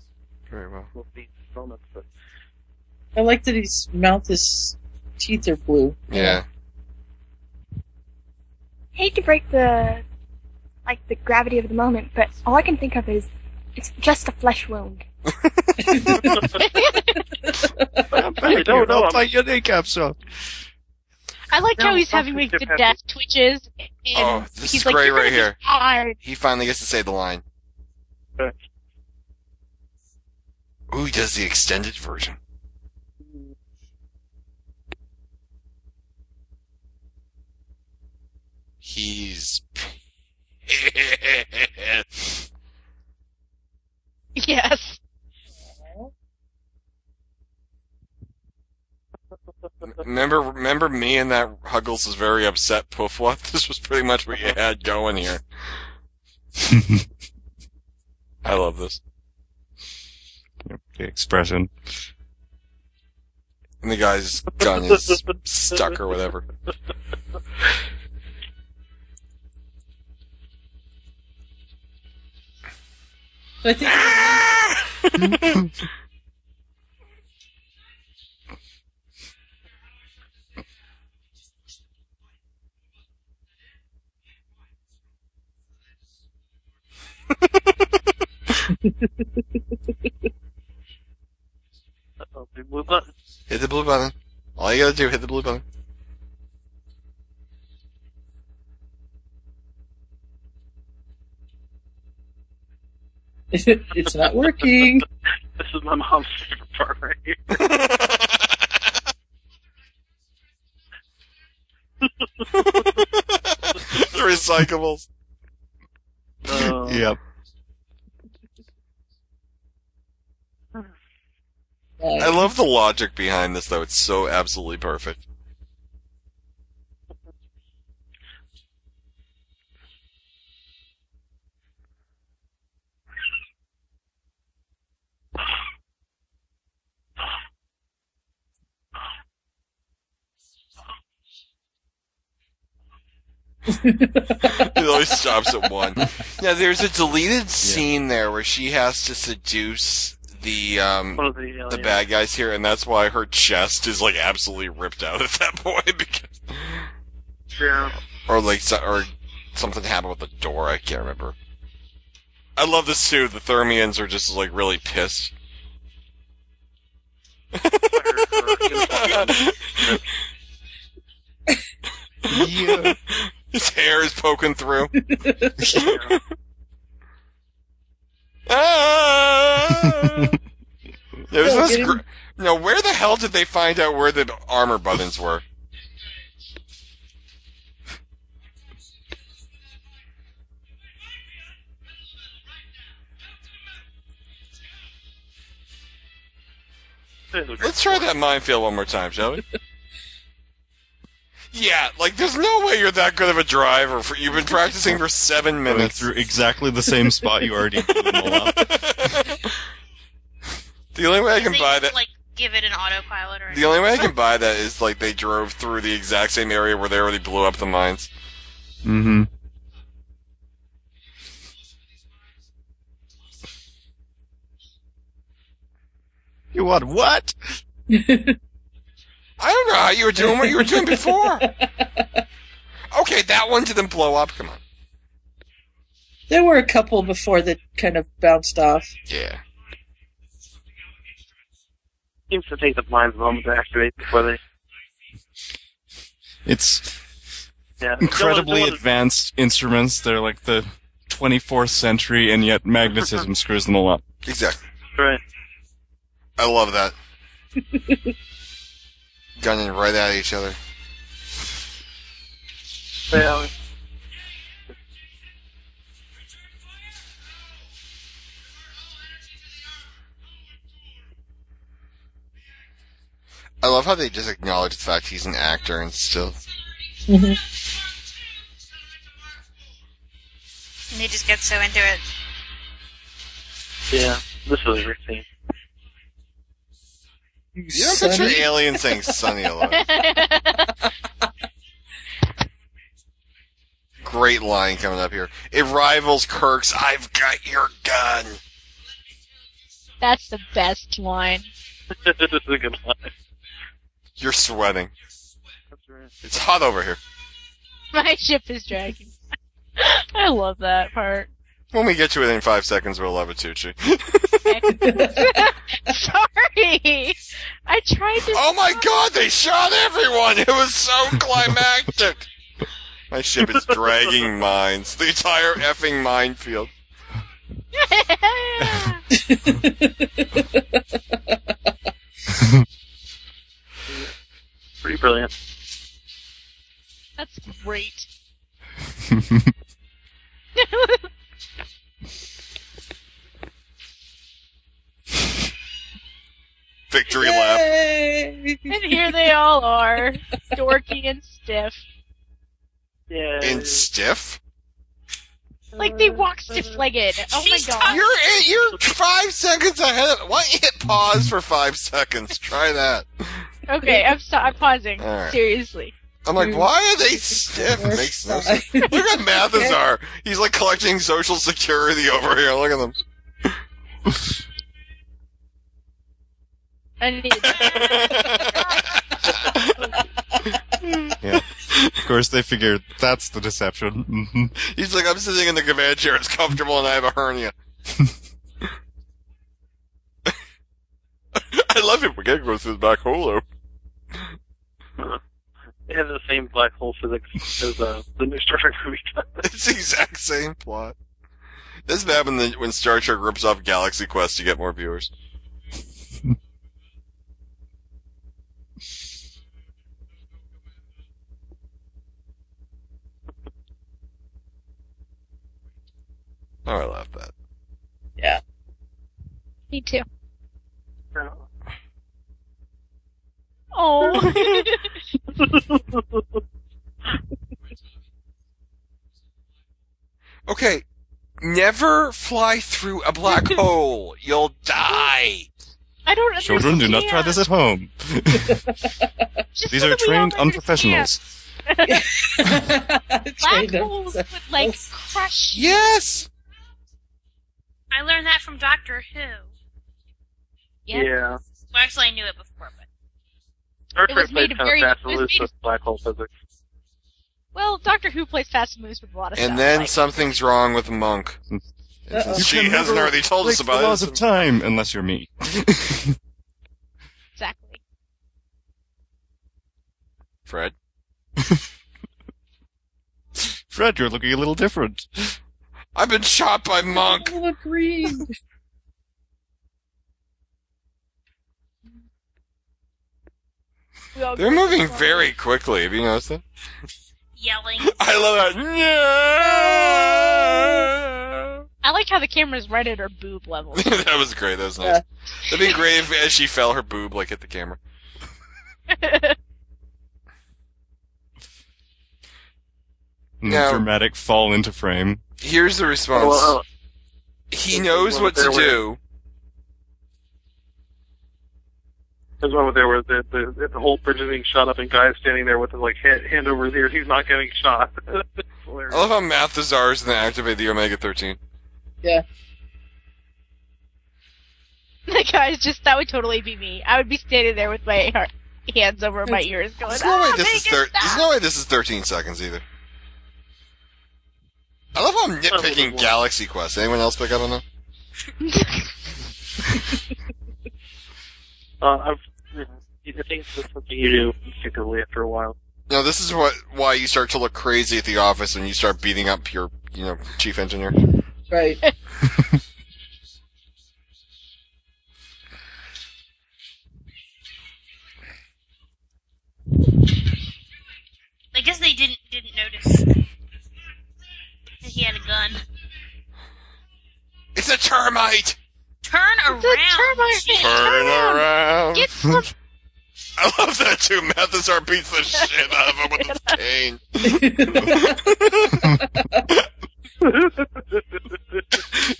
[SPEAKER 2] very well.
[SPEAKER 12] We'll be moments, but
[SPEAKER 13] I like that his mouth is teeth are blue.
[SPEAKER 2] Yeah.
[SPEAKER 5] Hate to break the, like the gravity of the moment, but all I can think of is, it's just a flesh wound.
[SPEAKER 14] Thank
[SPEAKER 12] no,
[SPEAKER 14] you.
[SPEAKER 12] no,
[SPEAKER 14] I'll
[SPEAKER 12] I'm-
[SPEAKER 14] take your kneecaps off.
[SPEAKER 7] I like
[SPEAKER 12] No,
[SPEAKER 7] how he's
[SPEAKER 12] don't
[SPEAKER 7] having like
[SPEAKER 12] skip
[SPEAKER 7] the
[SPEAKER 12] past
[SPEAKER 7] death twitches. And
[SPEAKER 2] Oh, this
[SPEAKER 7] he's
[SPEAKER 2] is
[SPEAKER 7] like,
[SPEAKER 2] great
[SPEAKER 7] "You're gonna
[SPEAKER 2] right
[SPEAKER 7] be
[SPEAKER 2] here.
[SPEAKER 7] fired."
[SPEAKER 2] He finally gets to say the line. Ooh, he does the extended version. He's pissed.
[SPEAKER 7] Yes.
[SPEAKER 2] Remember, remember me and that Huggles was very upset. Poof, what? This was pretty much what you had going here. I love this.
[SPEAKER 14] Yep, The expression.
[SPEAKER 2] And the guy's gun is stuck or whatever.
[SPEAKER 13] So I think.
[SPEAKER 12] Uh-oh, big blue button.
[SPEAKER 2] Hit the blue button. All you gotta do, hit the blue button.
[SPEAKER 13] it's not working.
[SPEAKER 12] This is my mom's favorite part right here.
[SPEAKER 2] the recyclables. Oh.
[SPEAKER 14] Yep.
[SPEAKER 2] I love the logic behind this, though. It's so absolutely perfect. it always stops at one. Now, there's a deleted scene there where she has to seduce the um,
[SPEAKER 12] One of the aliens.
[SPEAKER 2] the bad guys here, and that's why her chest is like absolutely ripped out at that point. Because,
[SPEAKER 12] Yeah.
[SPEAKER 2] or like, so, or something happened with the door. I can't remember. I love this too. The Thermians are just like really pissed. His hair is poking through. Ah! There's
[SPEAKER 12] No,
[SPEAKER 2] this
[SPEAKER 12] get him-
[SPEAKER 2] gr- now, where the hell did they find out where the armor buttons were? Let's try that minefield one more time, shall we? yeah, like there's no way you're that good of a driver. For you've been practicing for seven
[SPEAKER 14] Going
[SPEAKER 2] minutes.
[SPEAKER 14] through exactly the same spot you already
[SPEAKER 2] The only way I can
[SPEAKER 10] They
[SPEAKER 2] buy
[SPEAKER 10] would,
[SPEAKER 2] that.
[SPEAKER 10] Like, give it an autopilot or
[SPEAKER 2] The only way I can buy that is like they drove through the exact same area where they already blew up the mines.
[SPEAKER 14] Mm-hmm. You want what?
[SPEAKER 2] I don't know how you were doing what you were doing before. okay, that one didn't blow up. Come on.
[SPEAKER 13] there were a couple before that kind of bounced off.
[SPEAKER 2] Yeah.
[SPEAKER 12] Seems to take the mind moment to activate before they.
[SPEAKER 14] It's
[SPEAKER 12] Yeah.
[SPEAKER 14] incredibly
[SPEAKER 12] Don't- don't-
[SPEAKER 14] advanced instruments. They're like the 24th century, and yet magnetism screws them all up.
[SPEAKER 2] Exactly.
[SPEAKER 12] Right.
[SPEAKER 2] I love that. Gunning right at each other.
[SPEAKER 12] Yeah.
[SPEAKER 2] I love how they just acknowledge the fact he's an actor and still.
[SPEAKER 10] And they just get so into it.
[SPEAKER 12] Yeah. This is a great scene.
[SPEAKER 13] You
[SPEAKER 2] don't picture
[SPEAKER 12] sonny.
[SPEAKER 2] alien saying "Sunny" a lot. Great line coming up here. It rivals Kirk's "I've got your gun."
[SPEAKER 7] That's the best line.
[SPEAKER 12] this is a good line.
[SPEAKER 2] You're sweating. It's hot over here.
[SPEAKER 7] My ship is dragging. I love that part.
[SPEAKER 2] When we get to it in five seconds, we'll love it, Tucci.
[SPEAKER 7] Sorry, I tried to.
[SPEAKER 2] Oh my god, they shot everyone! It was so climactic! My ship is dragging mines. The entire effing minefield.
[SPEAKER 12] Pretty brilliant.
[SPEAKER 7] That's great.
[SPEAKER 2] Victory lap.
[SPEAKER 13] Yay!
[SPEAKER 7] and here they all are, dorky and stiff.
[SPEAKER 12] Yeah.
[SPEAKER 2] In stiff?
[SPEAKER 7] Like they walk stiff-legged. Oh my god.
[SPEAKER 2] You're in, you're five seconds ahead. Why don't you hit pause for five seconds? Try that.
[SPEAKER 7] Okay, I'm st- I'm pausing.
[SPEAKER 2] All right.
[SPEAKER 7] Seriously.
[SPEAKER 2] I'm like, why are they stiff? It makes no sense. Look at Mathazar. He's like collecting social security over here. Look at them.
[SPEAKER 7] I need it.
[SPEAKER 14] Yeah. Of course, they figure that's the deception. Mhm.
[SPEAKER 2] He's like, I'm sitting in the command chair. It's comfortable, and I have a hernia.
[SPEAKER 19] I love him. We gotta go through the back hole. though.
[SPEAKER 12] They have the same black hole physics as uh, the new Star Trek movie.
[SPEAKER 2] it's the exact same plot. This is what happened when- when Star Trek rips off Galaxy Quest to get more viewers. Oh, I laughed at.
[SPEAKER 13] Yeah.
[SPEAKER 7] Me too.
[SPEAKER 12] No.
[SPEAKER 7] Oh.
[SPEAKER 2] Okay, never fly through a black hole. You'll die.
[SPEAKER 7] I don't
[SPEAKER 14] Children, do not try this at home. These are trained unprofessionals.
[SPEAKER 7] Black holes would like crush.
[SPEAKER 2] you. Yes.
[SPEAKER 10] I learned that from Doctor Who.
[SPEAKER 12] Yeah.
[SPEAKER 10] Well, actually, I knew it before, but
[SPEAKER 12] Star
[SPEAKER 7] It
[SPEAKER 12] Trek
[SPEAKER 7] was made
[SPEAKER 12] played
[SPEAKER 7] of
[SPEAKER 12] kind
[SPEAKER 7] very-
[SPEAKER 12] of fast
[SPEAKER 7] it
[SPEAKER 12] and
[SPEAKER 7] was
[SPEAKER 12] loose
[SPEAKER 7] made
[SPEAKER 12] with black hole physics.
[SPEAKER 7] Well, Doctor Who plays fast and loose with a lot of
[SPEAKER 2] And
[SPEAKER 7] stuff.
[SPEAKER 2] then something's wrong with Monk.
[SPEAKER 7] Uh-oh.
[SPEAKER 2] She
[SPEAKER 14] You can
[SPEAKER 2] hasn't
[SPEAKER 14] never
[SPEAKER 2] already told us
[SPEAKER 14] break
[SPEAKER 2] about
[SPEAKER 14] the laws
[SPEAKER 2] it.
[SPEAKER 14] of time, unless you're me.
[SPEAKER 7] Exactly.
[SPEAKER 2] Fred.
[SPEAKER 14] Fred, you're looking a little different.
[SPEAKER 2] I've been shot by Monk.
[SPEAKER 13] Olive green.
[SPEAKER 2] They're moving very quickly. Have you noticed that?
[SPEAKER 10] yelling.
[SPEAKER 2] I love that.
[SPEAKER 7] I like how the camera's right at her boob level.
[SPEAKER 2] that was great. That was nice. That'd be great if as she fell, her boob like hit the camera.
[SPEAKER 14] And
[SPEAKER 2] No.
[SPEAKER 14] Dramatic fall into frame.
[SPEAKER 2] Here's the response.
[SPEAKER 14] Well,
[SPEAKER 2] he knows what to
[SPEAKER 12] There were-
[SPEAKER 2] do.
[SPEAKER 12] There's one there where the, the the whole bridge is being shot up and guy's standing there with his like hand, hand over his ears. He's not getting shot.
[SPEAKER 2] I love how Mathazar is going to activate the Omega 13.
[SPEAKER 13] yeah.
[SPEAKER 7] the guy's just that would totally be me. I would be standing there with my har- hands over my ears, going,
[SPEAKER 2] There's no way
[SPEAKER 7] "Ah,
[SPEAKER 2] this is
[SPEAKER 7] make it
[SPEAKER 2] thir-
[SPEAKER 7] stop."
[SPEAKER 2] There's no way this is 13 seconds either. I love how I'm nitpicking Galaxy Quest. Anyone else pick up on that?
[SPEAKER 12] Uh, I've, I think that's something you do particularly after a while.
[SPEAKER 2] No, this is what why you start to look crazy at the office when you start beating up your, you know, chief engineer.
[SPEAKER 13] Right.
[SPEAKER 10] I guess they didn't didn't notice that he had a gun.
[SPEAKER 2] It's a termite.
[SPEAKER 10] Turn around. It's a
[SPEAKER 2] Turn around.
[SPEAKER 10] Get some-
[SPEAKER 2] I love that too. Mathazar beats the shit out of him with his cane.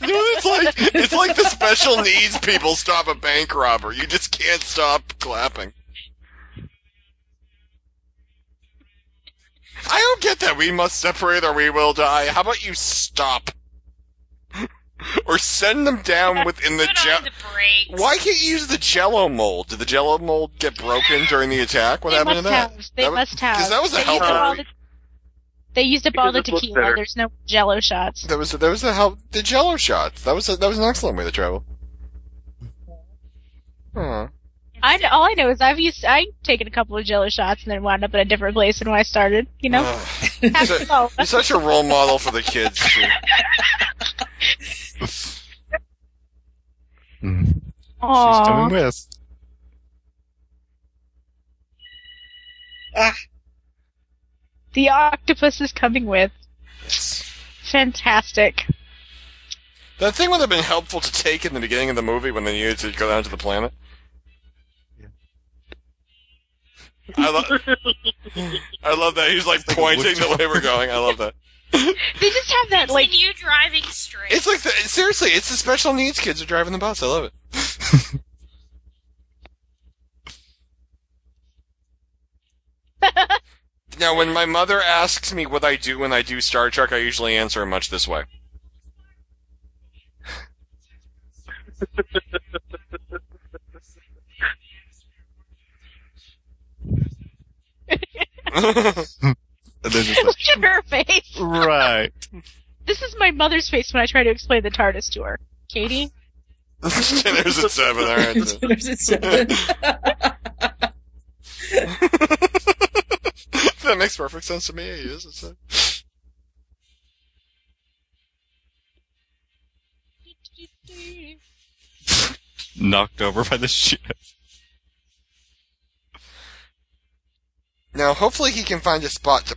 [SPEAKER 2] you know, it's like it's like the special needs people stop a bank robber. You just can't stop clapping. I don't get that. We must separate or we will die. How about you stop? or send them down within the
[SPEAKER 10] Put on
[SPEAKER 2] jet.
[SPEAKER 10] the brakes.
[SPEAKER 2] Why can't you use the Jello mold? Did the Jello mold get broken during the attack? What
[SPEAKER 7] They
[SPEAKER 2] happened
[SPEAKER 7] must
[SPEAKER 2] to that?
[SPEAKER 7] have. They
[SPEAKER 2] That was-
[SPEAKER 7] must have.
[SPEAKER 2] 'cause that was a
[SPEAKER 7] They used up
[SPEAKER 2] helpful
[SPEAKER 7] all the- They used up all the
[SPEAKER 2] Because it looks
[SPEAKER 7] tequila.
[SPEAKER 2] better.
[SPEAKER 7] There's no Jello shots.
[SPEAKER 2] That was that was the help the Jello shots. That was a, that was an excellent way to travel. Huh.
[SPEAKER 7] I kn- all I know is I've used I've taken a couple of Jello shots and then wound up in a different place than when I started. You know,
[SPEAKER 2] You're, su- you're such Oh. a role model for the kids. Too.
[SPEAKER 14] She's coming
[SPEAKER 7] Aww.
[SPEAKER 14] with.
[SPEAKER 7] the octopus is coming with. Fantastic.
[SPEAKER 2] That thing would have been helpful to take in the beginning of the movie when they needed to go down to the planet. I love, I love that he's like pointing the way we're going. I love that.
[SPEAKER 7] They just have that
[SPEAKER 10] like you driving straight.
[SPEAKER 2] It's like the, seriously, it's the special needs kids are driving the bus. I love it. Now, when my mother asks me what I do when I do Star Trek, I usually answer much this way.
[SPEAKER 7] Look at her face.
[SPEAKER 14] right.
[SPEAKER 7] This is my mother's face when I try to explain the TARDIS to her. Katie?
[SPEAKER 19] Dinner's at seven. All right.
[SPEAKER 13] Dinner's at seven.
[SPEAKER 19] that makes perfect sense to me. It is. It's a...
[SPEAKER 14] Knocked over by the ship.
[SPEAKER 2] Now, hopefully, he can find a spot to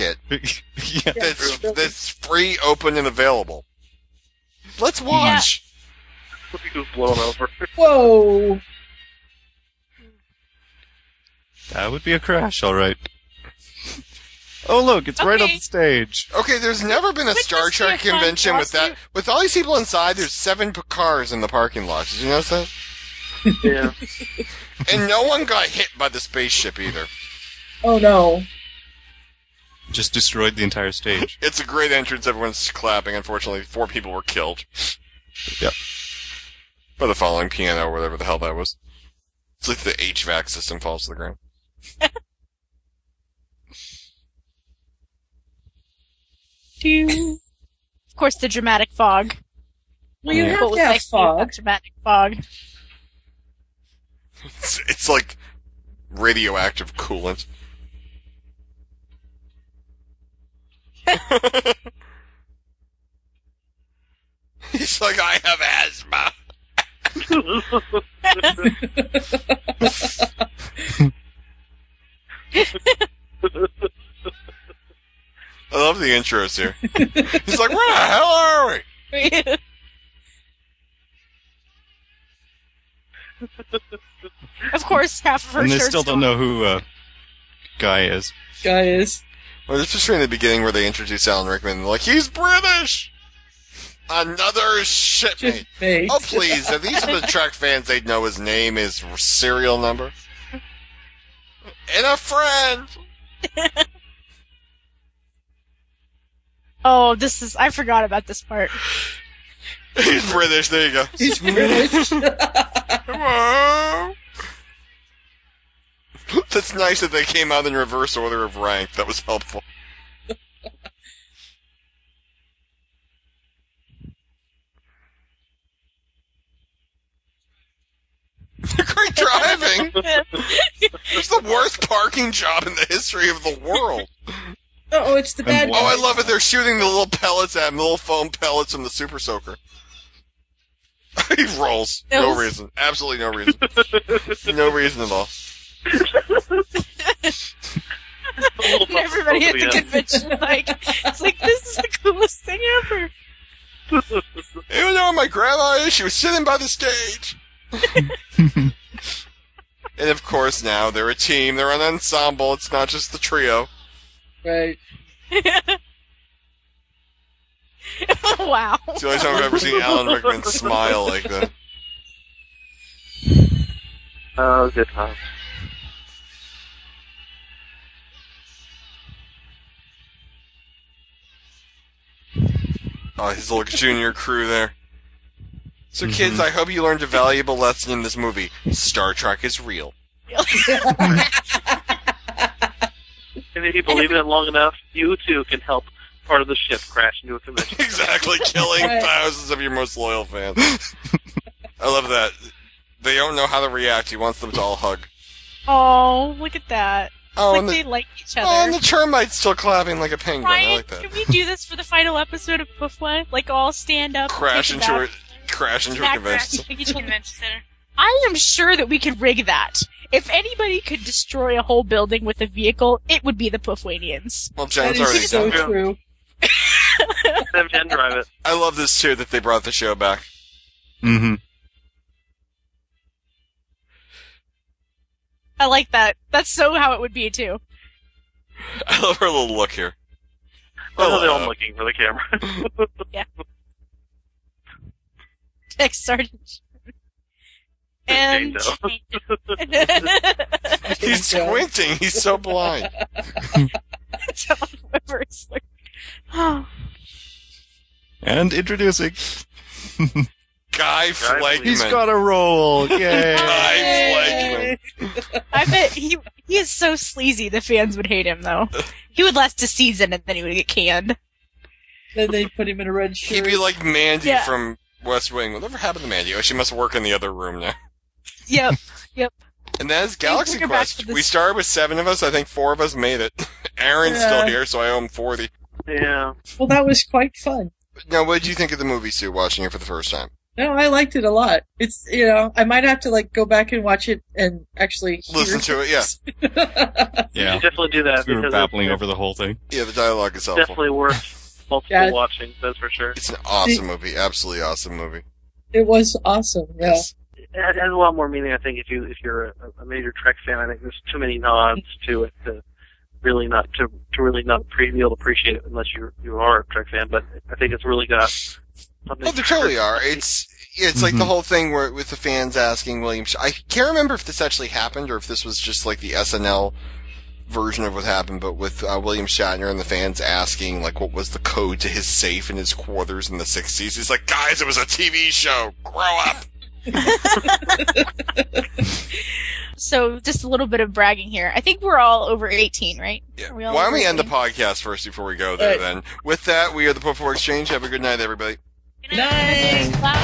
[SPEAKER 2] it that's, that's free, open, and available. Let's watch.
[SPEAKER 12] Let me just blow him over.
[SPEAKER 13] Whoa!
[SPEAKER 14] That would be a crash, all right. Oh, look, it's right on the stage.
[SPEAKER 2] Okay, there's never been a Star Trek
[SPEAKER 14] fun
[SPEAKER 2] convention with that.
[SPEAKER 14] costume.
[SPEAKER 2] With all these people inside, there's seven p- cars in the parking lot. Did you notice that?
[SPEAKER 12] Yeah.
[SPEAKER 2] and no one got hit by the spaceship either.
[SPEAKER 13] Oh no.
[SPEAKER 14] Just destroyed the entire stage.
[SPEAKER 2] It's a great entrance. Everyone's clapping. Unfortunately, four people were killed.
[SPEAKER 14] Yep.
[SPEAKER 2] By the following piano or whatever the hell that was. It's like the HVAC system falls to the ground.
[SPEAKER 7] Do. Of course, the dramatic fog.
[SPEAKER 13] Well, you
[SPEAKER 7] What
[SPEAKER 13] have
[SPEAKER 7] was
[SPEAKER 13] to have
[SPEAKER 7] my favorite
[SPEAKER 13] fog.
[SPEAKER 7] Dramatic fog.
[SPEAKER 2] It's, it's like radioactive coolant. He's like, I have asthma. I love the intros here. He's like, where the hell are we?
[SPEAKER 7] of course, half of her
[SPEAKER 14] and they
[SPEAKER 7] shirt's
[SPEAKER 14] still don't know who uh, Guy is.
[SPEAKER 13] Guy is.
[SPEAKER 2] Well, it's just right in the beginning where they introduce Alan Rickman. They're like, he's British! Another shipmate.
[SPEAKER 13] Shipmate.
[SPEAKER 2] Oh, please. At least for the Trek fans, they'd know his name, his serial number. And a friend!
[SPEAKER 7] Oh, this is. I forgot about this part.
[SPEAKER 2] He's British. There you go.
[SPEAKER 13] He's British.
[SPEAKER 2] That's nice that they came out in reverse order of rank. That was helpful. Great driving. It's the worst parking job in the history of the world.
[SPEAKER 13] Oh, it's the bad
[SPEAKER 2] Oh, I
[SPEAKER 13] guys.
[SPEAKER 2] love it. They're shooting the little pellets at him, the little foam pellets from the Super Soaker. he rolls. No
[SPEAKER 13] Those-
[SPEAKER 2] reason. Absolutely no reason. no reason at all.
[SPEAKER 7] Everybody at the
[SPEAKER 2] Yeah.
[SPEAKER 7] convention, like, it's like this is the coolest thing ever.
[SPEAKER 2] Even though my grandma is, she was sitting by the stage. and of course, now they're a team. They're an ensemble. It's not just the trio.
[SPEAKER 13] Right.
[SPEAKER 7] wow.
[SPEAKER 2] It's the only time I've ever seen Alan Rickman smile like that.
[SPEAKER 12] Oh, good time.
[SPEAKER 2] Oh, his little junior crew there.
[SPEAKER 13] Mm-hmm.
[SPEAKER 2] So, kids, I hope you learned a valuable lesson in this movie. Star Trek is real.
[SPEAKER 12] And if you believe in it long enough, you too can help part of the ship crash into a convention.
[SPEAKER 2] exactly, killing
[SPEAKER 12] Right.
[SPEAKER 2] thousands of your most loyal fans. I love that. They don't know how to react. He wants them to all hug.
[SPEAKER 7] Oh, look at that.
[SPEAKER 2] Oh,
[SPEAKER 7] it's
[SPEAKER 2] and
[SPEAKER 7] like
[SPEAKER 2] the-
[SPEAKER 7] they like each other.
[SPEAKER 2] Oh, and the termite's still clapping like a penguin. I
[SPEAKER 7] Ryan,
[SPEAKER 2] like that.
[SPEAKER 7] can we do this for the final episode of Puffwa? Like, all stand up,
[SPEAKER 2] Crash
[SPEAKER 7] take
[SPEAKER 2] into a
[SPEAKER 7] bath,
[SPEAKER 2] crash into a
[SPEAKER 7] back
[SPEAKER 2] convention.
[SPEAKER 7] rack, take each other. I am sure that we could rig that. If anybody could destroy a whole building with a vehicle, it would be the Puffwanians.
[SPEAKER 2] Well, Jen's already done. it.
[SPEAKER 13] true.
[SPEAKER 12] Have Jen drive it.
[SPEAKER 2] I love this too that they brought the show back.
[SPEAKER 14] Mm-hmm.
[SPEAKER 7] I like that. That's so how it would be too.
[SPEAKER 2] I love her little look here.
[SPEAKER 12] I know they're all
[SPEAKER 2] Hello.
[SPEAKER 12] looking for the camera.
[SPEAKER 7] yeah. Tech sergeant. And
[SPEAKER 2] He's squinting. He's so blind.
[SPEAKER 7] John Weber is like, oh,
[SPEAKER 14] And introducing.
[SPEAKER 2] Guy Flakeman.
[SPEAKER 14] He's got a roll. Yay.
[SPEAKER 2] Guy
[SPEAKER 7] I bet he he is so sleazy. The fans would hate him though. He would last a season and then he would get canned.
[SPEAKER 13] Then they put him in a red shirt.
[SPEAKER 2] He'd be like Mandy
[SPEAKER 7] Yeah.
[SPEAKER 2] from West Wing. Whatever happened to Mandy? Oh, she must work in the other room now.
[SPEAKER 7] Yep. Yep.
[SPEAKER 2] And that is
[SPEAKER 7] Please
[SPEAKER 2] Galaxy
[SPEAKER 7] bring her back
[SPEAKER 2] Quest.
[SPEAKER 7] to
[SPEAKER 2] We started with seven of us. I think four of us made it. Aaron's
[SPEAKER 13] Yeah.
[SPEAKER 2] still here, so I owe him 40.
[SPEAKER 12] Yeah.
[SPEAKER 13] Well, that was quite fun.
[SPEAKER 2] Now, what did you think of the movie, Sue, watching it for the first time?
[SPEAKER 13] No, I liked it a lot. It's you know, I might have to like go back and watch it and actually hear
[SPEAKER 2] Listen to it, yeah.
[SPEAKER 14] Yeah.
[SPEAKER 12] You should definitely do that
[SPEAKER 14] We were
[SPEAKER 12] because
[SPEAKER 14] babbling
[SPEAKER 12] it's
[SPEAKER 14] over the whole thing.
[SPEAKER 2] Yeah, the dialogue is helpful.
[SPEAKER 12] definitely worth multiple
[SPEAKER 13] Yeah.
[SPEAKER 12] watching. That's for sure.
[SPEAKER 2] It's an awesome movie. Absolutely awesome movie.
[SPEAKER 13] It was awesome. Yeah.
[SPEAKER 12] It has has a lot more meaning, I think, if you if you're a, a major Trek fan. I think there's too many nods to it to really not to to really not pre- be able to appreciate it unless you you are a Trek fan. But I think it's really got something.
[SPEAKER 2] Oh, they totally are. It's it's like the whole thing where with the fans asking William. Sh- I can't remember if this actually happened or if this was just like the SNL version of what happened, but with uh, William Shatner and the fans asking like what was the code to his safe in his quarters in the '60s. He's like, guys, it was a TV show. Grow up.
[SPEAKER 7] So just a little bit of bragging here. I think we're all over eighteen, right? Yeah. We all
[SPEAKER 2] Why don't
[SPEAKER 7] over
[SPEAKER 2] we end the
[SPEAKER 7] 18?
[SPEAKER 2] podcast first before we go there?
[SPEAKER 7] Right.
[SPEAKER 2] Then with that, we are the Put Forward Exchange. Have a good night, everybody.
[SPEAKER 13] Nice.
[SPEAKER 7] Bye.